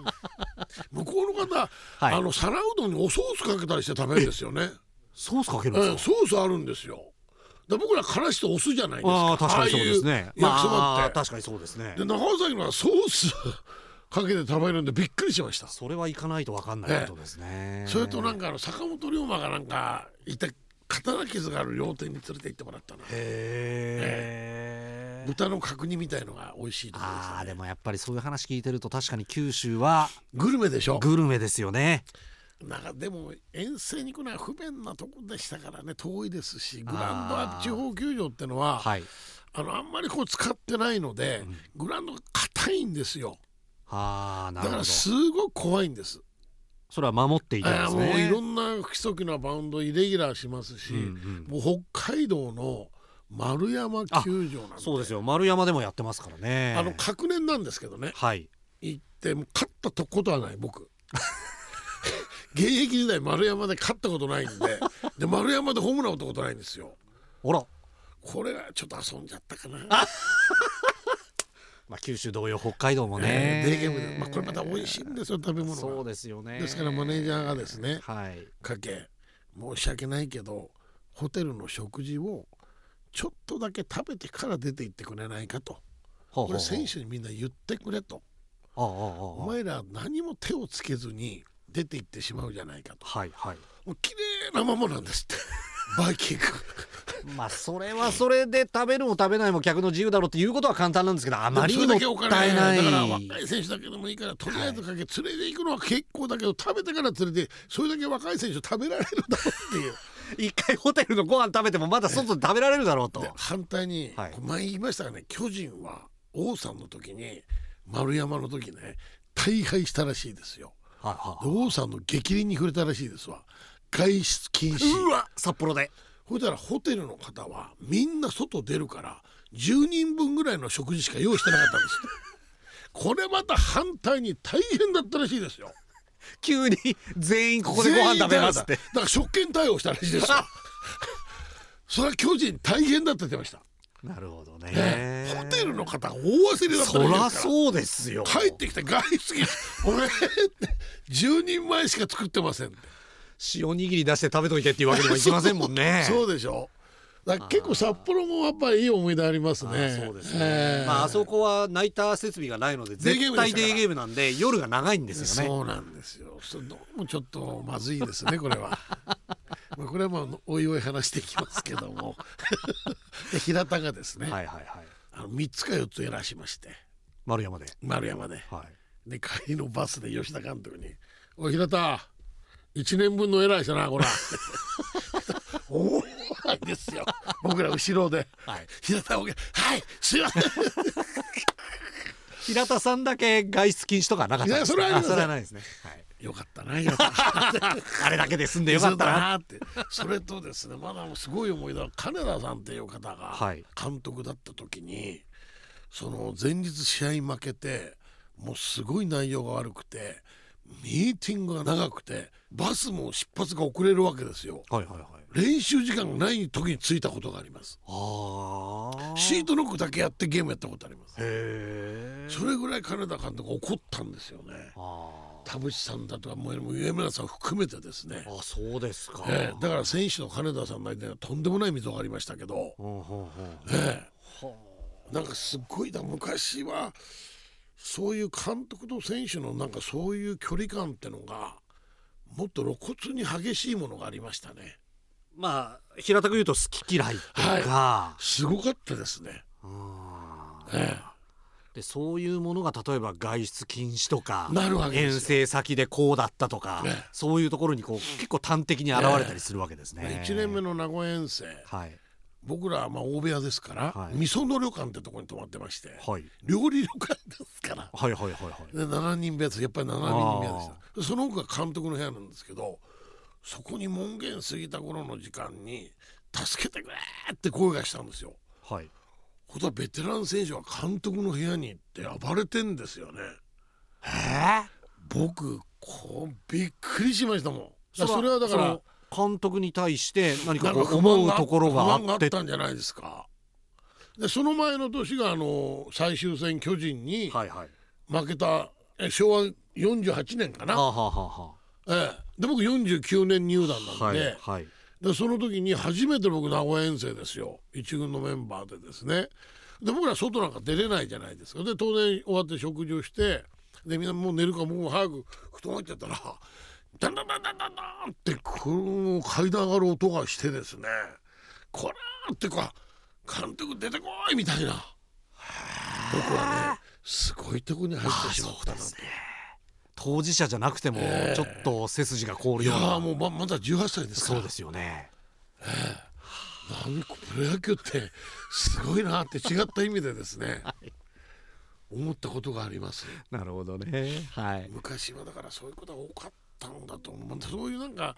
Speaker 2: 向こうの方、
Speaker 1: はい
Speaker 2: あの皿うどんにおソースかけたりして食べるんですよね、
Speaker 1: ソースかけるん
Speaker 2: う
Speaker 1: です
Speaker 2: ん、
Speaker 1: か
Speaker 2: ソースあるんですよだから僕らからしとお酢じゃないですか
Speaker 1: ああ確かにそうですね
Speaker 2: ああいう焼きそば
Speaker 1: まあ
Speaker 2: って、
Speaker 1: 確かにそうですね
Speaker 2: で長崎のはソースかけて食べるんでびっくりしました
Speaker 1: それは行かないと分かんないことですね。
Speaker 2: それとなんかあの坂本龍馬がなんかいて刀傷がある料亭に連れて行ってもらったな
Speaker 1: へえ。
Speaker 2: 豚の角煮みたいのが美味しいところです
Speaker 1: ああでもやっぱりそういう話聞いてると確かに九州は
Speaker 2: グルメでしょ
Speaker 1: グルメですよね。
Speaker 2: なんかでも遠征に行くのは不便なとこでしたからね遠いですしグラウンドは
Speaker 1: あー
Speaker 2: 地方球場ってのはあ
Speaker 1: はい。
Speaker 2: のあんまりこう使ってないので、グラウンドが硬いんですよ
Speaker 1: ああな
Speaker 2: だ
Speaker 1: るほ
Speaker 2: か
Speaker 1: ど。
Speaker 2: ら
Speaker 1: そ
Speaker 2: すごく怖いんです
Speaker 1: れは守っていたん
Speaker 2: あ
Speaker 1: で
Speaker 2: ー
Speaker 1: す
Speaker 2: もういろ
Speaker 1: ね。
Speaker 2: んな不規則なバウンドイレギュラーしますし、
Speaker 1: うんうん
Speaker 2: もう北海道の丸山球場なんで
Speaker 1: そうですよ丸山でもやってますからね。
Speaker 2: あの確年なんですけどね
Speaker 1: はい。
Speaker 2: 行ってもう勝ったとことはない僕 現役時代丸山で勝ったことないんでで丸山でホームラン打ったことないんですよ
Speaker 1: あら。
Speaker 2: これはちょっと遊んじゃったかな、
Speaker 1: まあ九州同様北海道もね
Speaker 2: え。ーデーゲームで、まあ、これまた美味しいんですよ食べ物が
Speaker 1: そうですよね。
Speaker 2: ですからマネージャーがですね
Speaker 1: はい。
Speaker 2: かけ申し訳ないけどホテルの食事をちょっとだけ食べてから出て行ってくれないかと
Speaker 1: ほうほうほう
Speaker 2: これ選手にみんな言ってくれと
Speaker 1: あああ
Speaker 2: お
Speaker 1: あああ
Speaker 2: 前ら何も手をつけずに出て行ってしまうじゃないかと
Speaker 1: はいはい。
Speaker 2: もう綺麗なままなんですって バイキング
Speaker 1: まあそれはそれで食べるも食べないも客の自由だろうっていうことは簡単なんですけどあまりにも
Speaker 2: で
Speaker 1: っ
Speaker 2: もそれだ
Speaker 1: た
Speaker 2: けお金
Speaker 1: いない
Speaker 2: だから若い選手だけでもいいからとりあえずかけ連れて行くのは結構だけど食べてから連れてそれだけ若い選手食べられるだろう っていう
Speaker 1: 一回ホテルのご飯食べてもまだ外で食べられるだろうと
Speaker 2: で反対に、
Speaker 1: はい
Speaker 2: これ前言いましたがね巨人は王さんの時に丸山の時ね大敗したらしいですよ。
Speaker 1: はいは
Speaker 2: で王さんの逆鱗に触れたらしいですわ外出禁止
Speaker 1: い、うわ札幌で
Speaker 2: ほいたらホテルの方はみんな外出るから10人分ぐらいの食事しか用意してなかったんですって これまた反対に大変だったらしいですよ
Speaker 1: 急に全員ここでご飯食べますって
Speaker 2: 全員だからだから食券対応したらし いですよそれは巨人大変だって言ってました、
Speaker 1: なるほどね、
Speaker 2: ねホテルの方が大忘れだ
Speaker 1: そ
Speaker 2: ったらしいですか
Speaker 1: ら
Speaker 2: ら
Speaker 1: そうですよ
Speaker 2: 帰ってきて外出禁止俺って10人前しか作ってませんって
Speaker 1: 塩握り出して食べといてっていうわけにもいきませんもんね
Speaker 2: そうでしょだから結構札幌もやっぱりいい思い出あります
Speaker 1: あ
Speaker 2: ね
Speaker 1: ーそうですね、
Speaker 2: ええ
Speaker 1: まああそこはナイター設備がないので
Speaker 2: デーゲー
Speaker 1: 絶
Speaker 2: ムで
Speaker 1: 対
Speaker 2: すから
Speaker 1: デーゲームなんで夜が長いんですよね
Speaker 2: そうなんですよ。それどうもちょっとまずいですね、こ れは。まあこれはまあおいおい話していきますけ ども。で平田がですね、
Speaker 1: はいはいはい
Speaker 2: あの三つか四つ減らしまして、
Speaker 1: 丸山で
Speaker 2: 丸山で、
Speaker 1: はい
Speaker 2: で帰りのバスで吉田監督に。おい平田、一年分のエラーしたな、こら。 おお、ないですよ。僕ら後ろで、
Speaker 1: はい
Speaker 2: 平田おげ、はい、すいません。
Speaker 1: 平田さんだけ外出禁止とかはなかったんです
Speaker 2: いやそれはありませ
Speaker 1: あ
Speaker 2: ん
Speaker 1: それはないですね、はい、
Speaker 2: よかったな、平田。
Speaker 1: あれだけで済んでよかったな
Speaker 2: そうだなってそれとですねまだすごい思い出は金田さんっていう方が
Speaker 1: はい
Speaker 2: 監督だった時にその前日試合負けてもうすごい内容が悪くてミーティングが長くてバスも出発が遅れるわけですよ
Speaker 1: はいはいはい
Speaker 2: 練習時間がない時に着いたことがあります
Speaker 1: ああ
Speaker 2: シートノックだけやってゲームやったことあります
Speaker 1: へえ
Speaker 2: それぐらい金田監督が怒ったんですよね
Speaker 1: あ
Speaker 2: 田淵さんだとかもう上村さん含めてですね
Speaker 1: ーあそうですか、
Speaker 2: ええ、だから選手の金田さんの間にはとんでもない溝がありましたけど、
Speaker 1: ほうほうほう
Speaker 2: ええ、なんかすっごいだ昔はそういう監督と選手のなんかそういう距離感ってのがもっと露骨に激しいものがありましたね
Speaker 1: まあ平たく言うと好き嫌いとか、
Speaker 2: すごかったですね、
Speaker 1: うん
Speaker 2: え
Speaker 1: でそういうものが例えば外出禁止とか
Speaker 2: なるわけですよ
Speaker 1: 遠征先でこうだったとか、
Speaker 2: ね
Speaker 1: そういうところにこう結構端的に現れたりするわけです
Speaker 2: え
Speaker 1: ね。
Speaker 2: 1年目の名古屋遠征
Speaker 1: はい
Speaker 2: 僕らはまあ大部屋ですから、
Speaker 1: はい
Speaker 2: 味噌の旅館ってとこに泊まってまして、
Speaker 1: はい
Speaker 2: 料理旅館ですから
Speaker 1: はいはいはいはい
Speaker 2: で7人部屋ですやっぱり7人部屋でしたその奥が監督の部屋なんですけどそこに門限過ぎた頃の時間に「助けてくれ!」って声がしたんですよ。
Speaker 1: はい
Speaker 2: ほとはベテラン選手が監督の部屋に行って暴れてんですよね。
Speaker 1: えー
Speaker 2: 僕こうびっくりしましたもん。だからそ
Speaker 1: そ
Speaker 2: れ
Speaker 1: れ
Speaker 2: は
Speaker 1: は
Speaker 2: だ
Speaker 1: だ
Speaker 2: か
Speaker 1: からら監督に対して何
Speaker 2: な
Speaker 1: か
Speaker 2: ん
Speaker 1: こ
Speaker 2: か
Speaker 1: う
Speaker 2: 不満
Speaker 1: 思う
Speaker 2: が
Speaker 1: ところがあ
Speaker 2: 不満があ
Speaker 1: っ
Speaker 2: ってたんじゃないですか。でその前の年があの最終戦巨人に
Speaker 1: はいはい
Speaker 2: 負けた、え昭和48年かな
Speaker 1: は。あはあはあは
Speaker 2: ええ、で僕49年入団
Speaker 1: あ
Speaker 2: なん
Speaker 1: はい
Speaker 2: で,、
Speaker 1: はい
Speaker 2: でその時に初めて僕名古屋遠征ですよ一軍のメンバーでですねで僕ら外なんか出れないじゃないですかで当然終わって食事をしてでみんなもう寝るから僕も早く布団入っちゃったらダンダンダンダンダンダンってこの階段上がる音がしてですねこらーってか監督出てこいみたいな僕はねすごいとこに入ってしまったなと。
Speaker 1: 当事者じゃなくてもちょっと背筋が凍る
Speaker 2: い
Speaker 1: よ
Speaker 2: や
Speaker 1: う
Speaker 2: ー
Speaker 1: な
Speaker 2: もうままだ18歳ですか
Speaker 1: そ
Speaker 2: ら
Speaker 1: うですよね
Speaker 2: 何これプロ野球ってすごいなって違った意味でで すね、思ったことがあります
Speaker 1: なるほどねはい
Speaker 2: 昔はだからそういうことが多かったんだと思うそういうなんか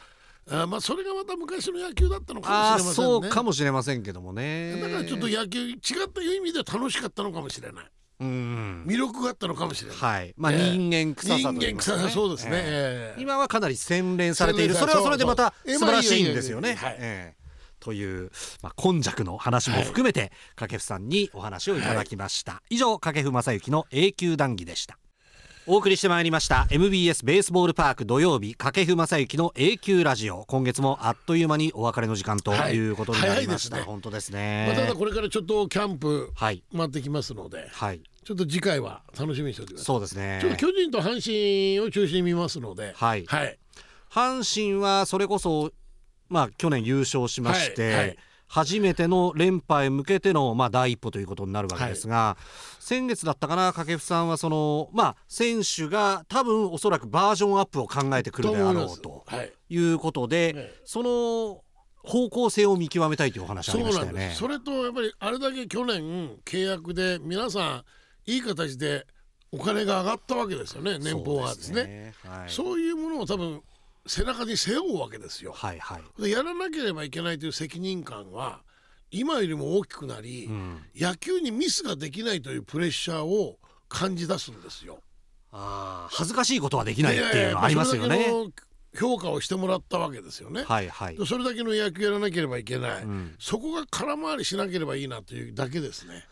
Speaker 2: あーまあそれがまた昔の野球だったの
Speaker 1: あ
Speaker 2: か
Speaker 1: あ
Speaker 2: もしれませんね
Speaker 1: そうかもしれませんけどもね
Speaker 2: だからちょっと野球違った意味で楽しかったのかもしれない
Speaker 1: うん
Speaker 2: 魅力があったのかもしれない、
Speaker 1: はいまあ
Speaker 2: ええ
Speaker 1: 人間臭さと
Speaker 2: 人
Speaker 1: 言い
Speaker 2: 間
Speaker 1: ますか
Speaker 2: 臭さそうですね、
Speaker 1: ええ
Speaker 2: ええ
Speaker 1: 今はかなり洗練されているそれはそれでまた
Speaker 2: そうそう
Speaker 1: 素晴らしいんですよね
Speaker 2: はい
Speaker 1: ええというまあ今昔の話も含めて掛布さんにお話をいただきました以上掛布正幸の永久談義でしたお送りしてまいりました MBS ベースボールパーク土曜日掛布正幸の永久ラジオ今月もあっという間にお別れの時間ということになりました、
Speaker 2: はい早いですね
Speaker 1: 本当です
Speaker 2: まあ、ただ
Speaker 1: ね
Speaker 2: これからちょっとキャンプ
Speaker 1: はい
Speaker 2: 回ってきますので、
Speaker 1: はい
Speaker 2: ちょっと次回は楽しみにしておいてください
Speaker 1: そうですね
Speaker 2: ちょっと巨人と阪神を中心に見ますので、
Speaker 1: はい阪神はそれこそ、まあ、去年優勝しまして、
Speaker 2: はいはい
Speaker 1: 初めての連覇へ向けての、まあ、第一歩ということになるわけですが、先月だったかな掛布さんはその、まあ、選手が多分おそらくバージョンアップを考えてくるであろうと
Speaker 2: はい、
Speaker 1: いうことで、
Speaker 2: ええ
Speaker 1: その方向性を見極めたいというお話あ
Speaker 2: そう
Speaker 1: りまし
Speaker 2: な
Speaker 1: た
Speaker 2: ん
Speaker 1: よ
Speaker 2: で
Speaker 1: ね
Speaker 2: す。。それとやっぱりあれだけ去年契約で皆さんいい形でお金が上がったわけですよね年俸がですねそう
Speaker 1: はい、
Speaker 2: いうものを多分背中に背負うわけですよ。
Speaker 1: はいはい、
Speaker 2: でやらなければいけないという責任感は今よりも大きくなり、
Speaker 1: うん、
Speaker 2: 野球にミスができないというプレッシャーを感じ出すんですよ。
Speaker 1: あー恥ずかしいことはできないっていうのはありますよ
Speaker 2: いやいや
Speaker 1: ね
Speaker 2: それだけの評価をしてもらったわけですよね。
Speaker 1: はいはい
Speaker 2: でそれだけの野球やらなければいけない、
Speaker 1: うん
Speaker 2: そこが空回りしなければいいなというだけですね。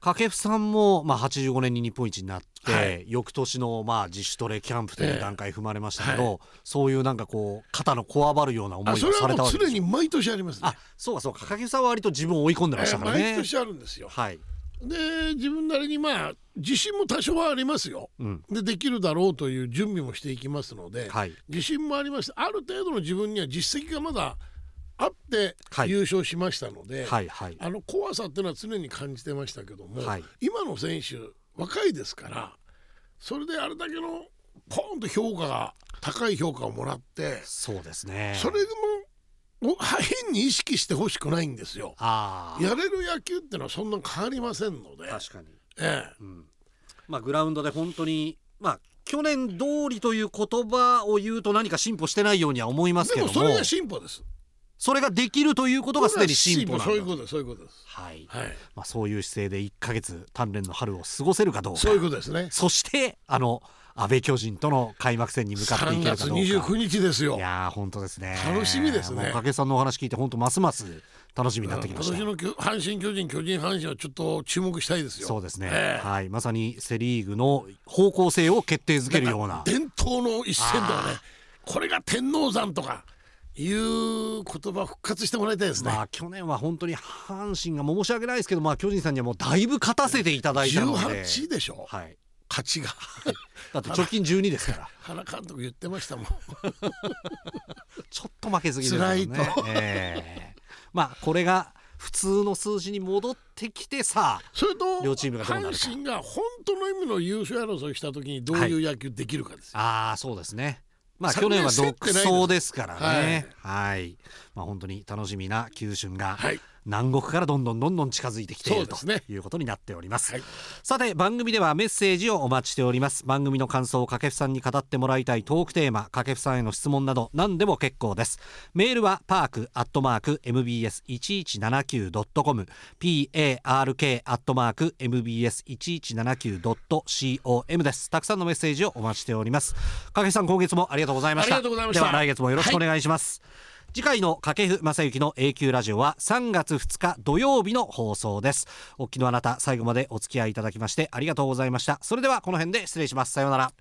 Speaker 1: 掛布さんも、まあ、85年に日本一になって、
Speaker 2: はい
Speaker 1: 翌年の、まあ、自主トレキャンプという段階踏まれましたけど、
Speaker 2: ええ
Speaker 1: そういうなんかこう肩のこわばるような思い
Speaker 2: あ
Speaker 1: を
Speaker 2: それ
Speaker 1: さ
Speaker 2: は
Speaker 1: れた
Speaker 2: も
Speaker 1: わ
Speaker 2: う
Speaker 1: けで
Speaker 2: 常
Speaker 1: し
Speaker 2: に
Speaker 1: ょ
Speaker 2: 毎年ありますね
Speaker 1: あ。そうかそうか掛布さんは割と自分を追い込んでましたから
Speaker 2: えー
Speaker 1: ね、
Speaker 2: 毎年あるんですよ。
Speaker 1: はい、
Speaker 2: で自分なりにまあ自信も多少はありますよ。
Speaker 1: うん、
Speaker 2: でできるだろうという準備もしていきますので、
Speaker 1: はい
Speaker 2: 自信もありましてある程度の自分には実績がまだあって
Speaker 1: はい
Speaker 2: 優勝しましたので、
Speaker 1: はいはい
Speaker 2: あの怖さっていうのは常に感じてましたけども、
Speaker 1: はい
Speaker 2: 今の選手若いですからそれであれだけのポーンと評価が高い評価をもらって
Speaker 1: そうですね
Speaker 2: それでもお変に意識してほしくないんですよ。
Speaker 1: ああ
Speaker 2: やれる野球ってのはそんな変わりませんので、
Speaker 1: 確かに、
Speaker 2: ええ
Speaker 1: うんまあ、グラウンドで本当にまあ去年通りという言葉を言うと何か進歩してないようには思いますけ
Speaker 2: で
Speaker 1: ど
Speaker 2: も
Speaker 1: も
Speaker 2: それが進歩です。
Speaker 1: それができるということがすでに進歩なんだ
Speaker 2: そういうことですそういうことです。
Speaker 1: はい
Speaker 2: はい。
Speaker 1: まあ、そういう姿勢で1ヶ月鍛錬の春を過ごせるかどうか
Speaker 2: そういうことですね。
Speaker 1: そしてあの安倍巨人との開幕戦に向かってい
Speaker 2: 3
Speaker 1: けるか
Speaker 2: 月
Speaker 1: どうか
Speaker 2: 29日ですよ。
Speaker 1: いやー本当ですね
Speaker 2: 楽しみですね
Speaker 1: もう掛布さんのお話聞いて本当ますます楽しみになってき
Speaker 2: 今
Speaker 1: ました、
Speaker 2: 年の巨阪神巨人巨人阪神はちょっと注目したいですよ。
Speaker 1: そうですね、
Speaker 2: ええ
Speaker 1: はいまさにセ・リーグの方向性を決定づけるような
Speaker 2: 伝統の一戦だね。これが天王山とかいう言葉復活してもらいたいですね。
Speaker 1: まあ去年は本当に阪神が申し訳ないですけど、まあ、巨人さんにはもうだいぶ勝たせていただいたので、
Speaker 2: 18でしょ。
Speaker 1: はい、
Speaker 2: 勝ちが
Speaker 1: だって直近12ですから
Speaker 2: 原監督言ってましたもん。
Speaker 1: ちょっと負けずぎですよね。
Speaker 2: 辛いと
Speaker 1: ええまあこれが普通の数字に戻ってきてさあ
Speaker 2: それと
Speaker 1: 両チームがどうなるか
Speaker 2: 阪神が本当の意味の優勝争いした時にどういう野球できるかですよ。
Speaker 1: ああそうですね。まあ去
Speaker 2: 昨
Speaker 1: 年
Speaker 2: 年
Speaker 1: は
Speaker 2: 競って
Speaker 1: 独
Speaker 2: ないです
Speaker 1: 走ですからね。はい、まあ本当に楽しみな九春が
Speaker 2: はい
Speaker 1: 南国からどんどんどんどん近づいてきている
Speaker 2: そうで
Speaker 1: と
Speaker 2: すね
Speaker 1: いうことになっております。
Speaker 2: はい
Speaker 1: さて番組ではメッセージをお待ちしております。番組の感想を掛布さんに語ってもらいたいトークテーマ、掛布さんへの質問など何でも結構です。メールはパークアットマーク mbs 一一七九ドットコム、p a r k アットマーク mbs 一一七九ドット c o m です。たくさんのメッセージをお待ちしております。掛布さん今月もありがとうございました。
Speaker 2: ありがとうございました
Speaker 1: では来月もよろしくお願いします。次回の掛布正幸の A 級ラジオは3月2日土曜日の放送ですお聞きのあなた最後までお付き合いいただきましてありがとうございましたそれではこの辺で失礼しますさようなら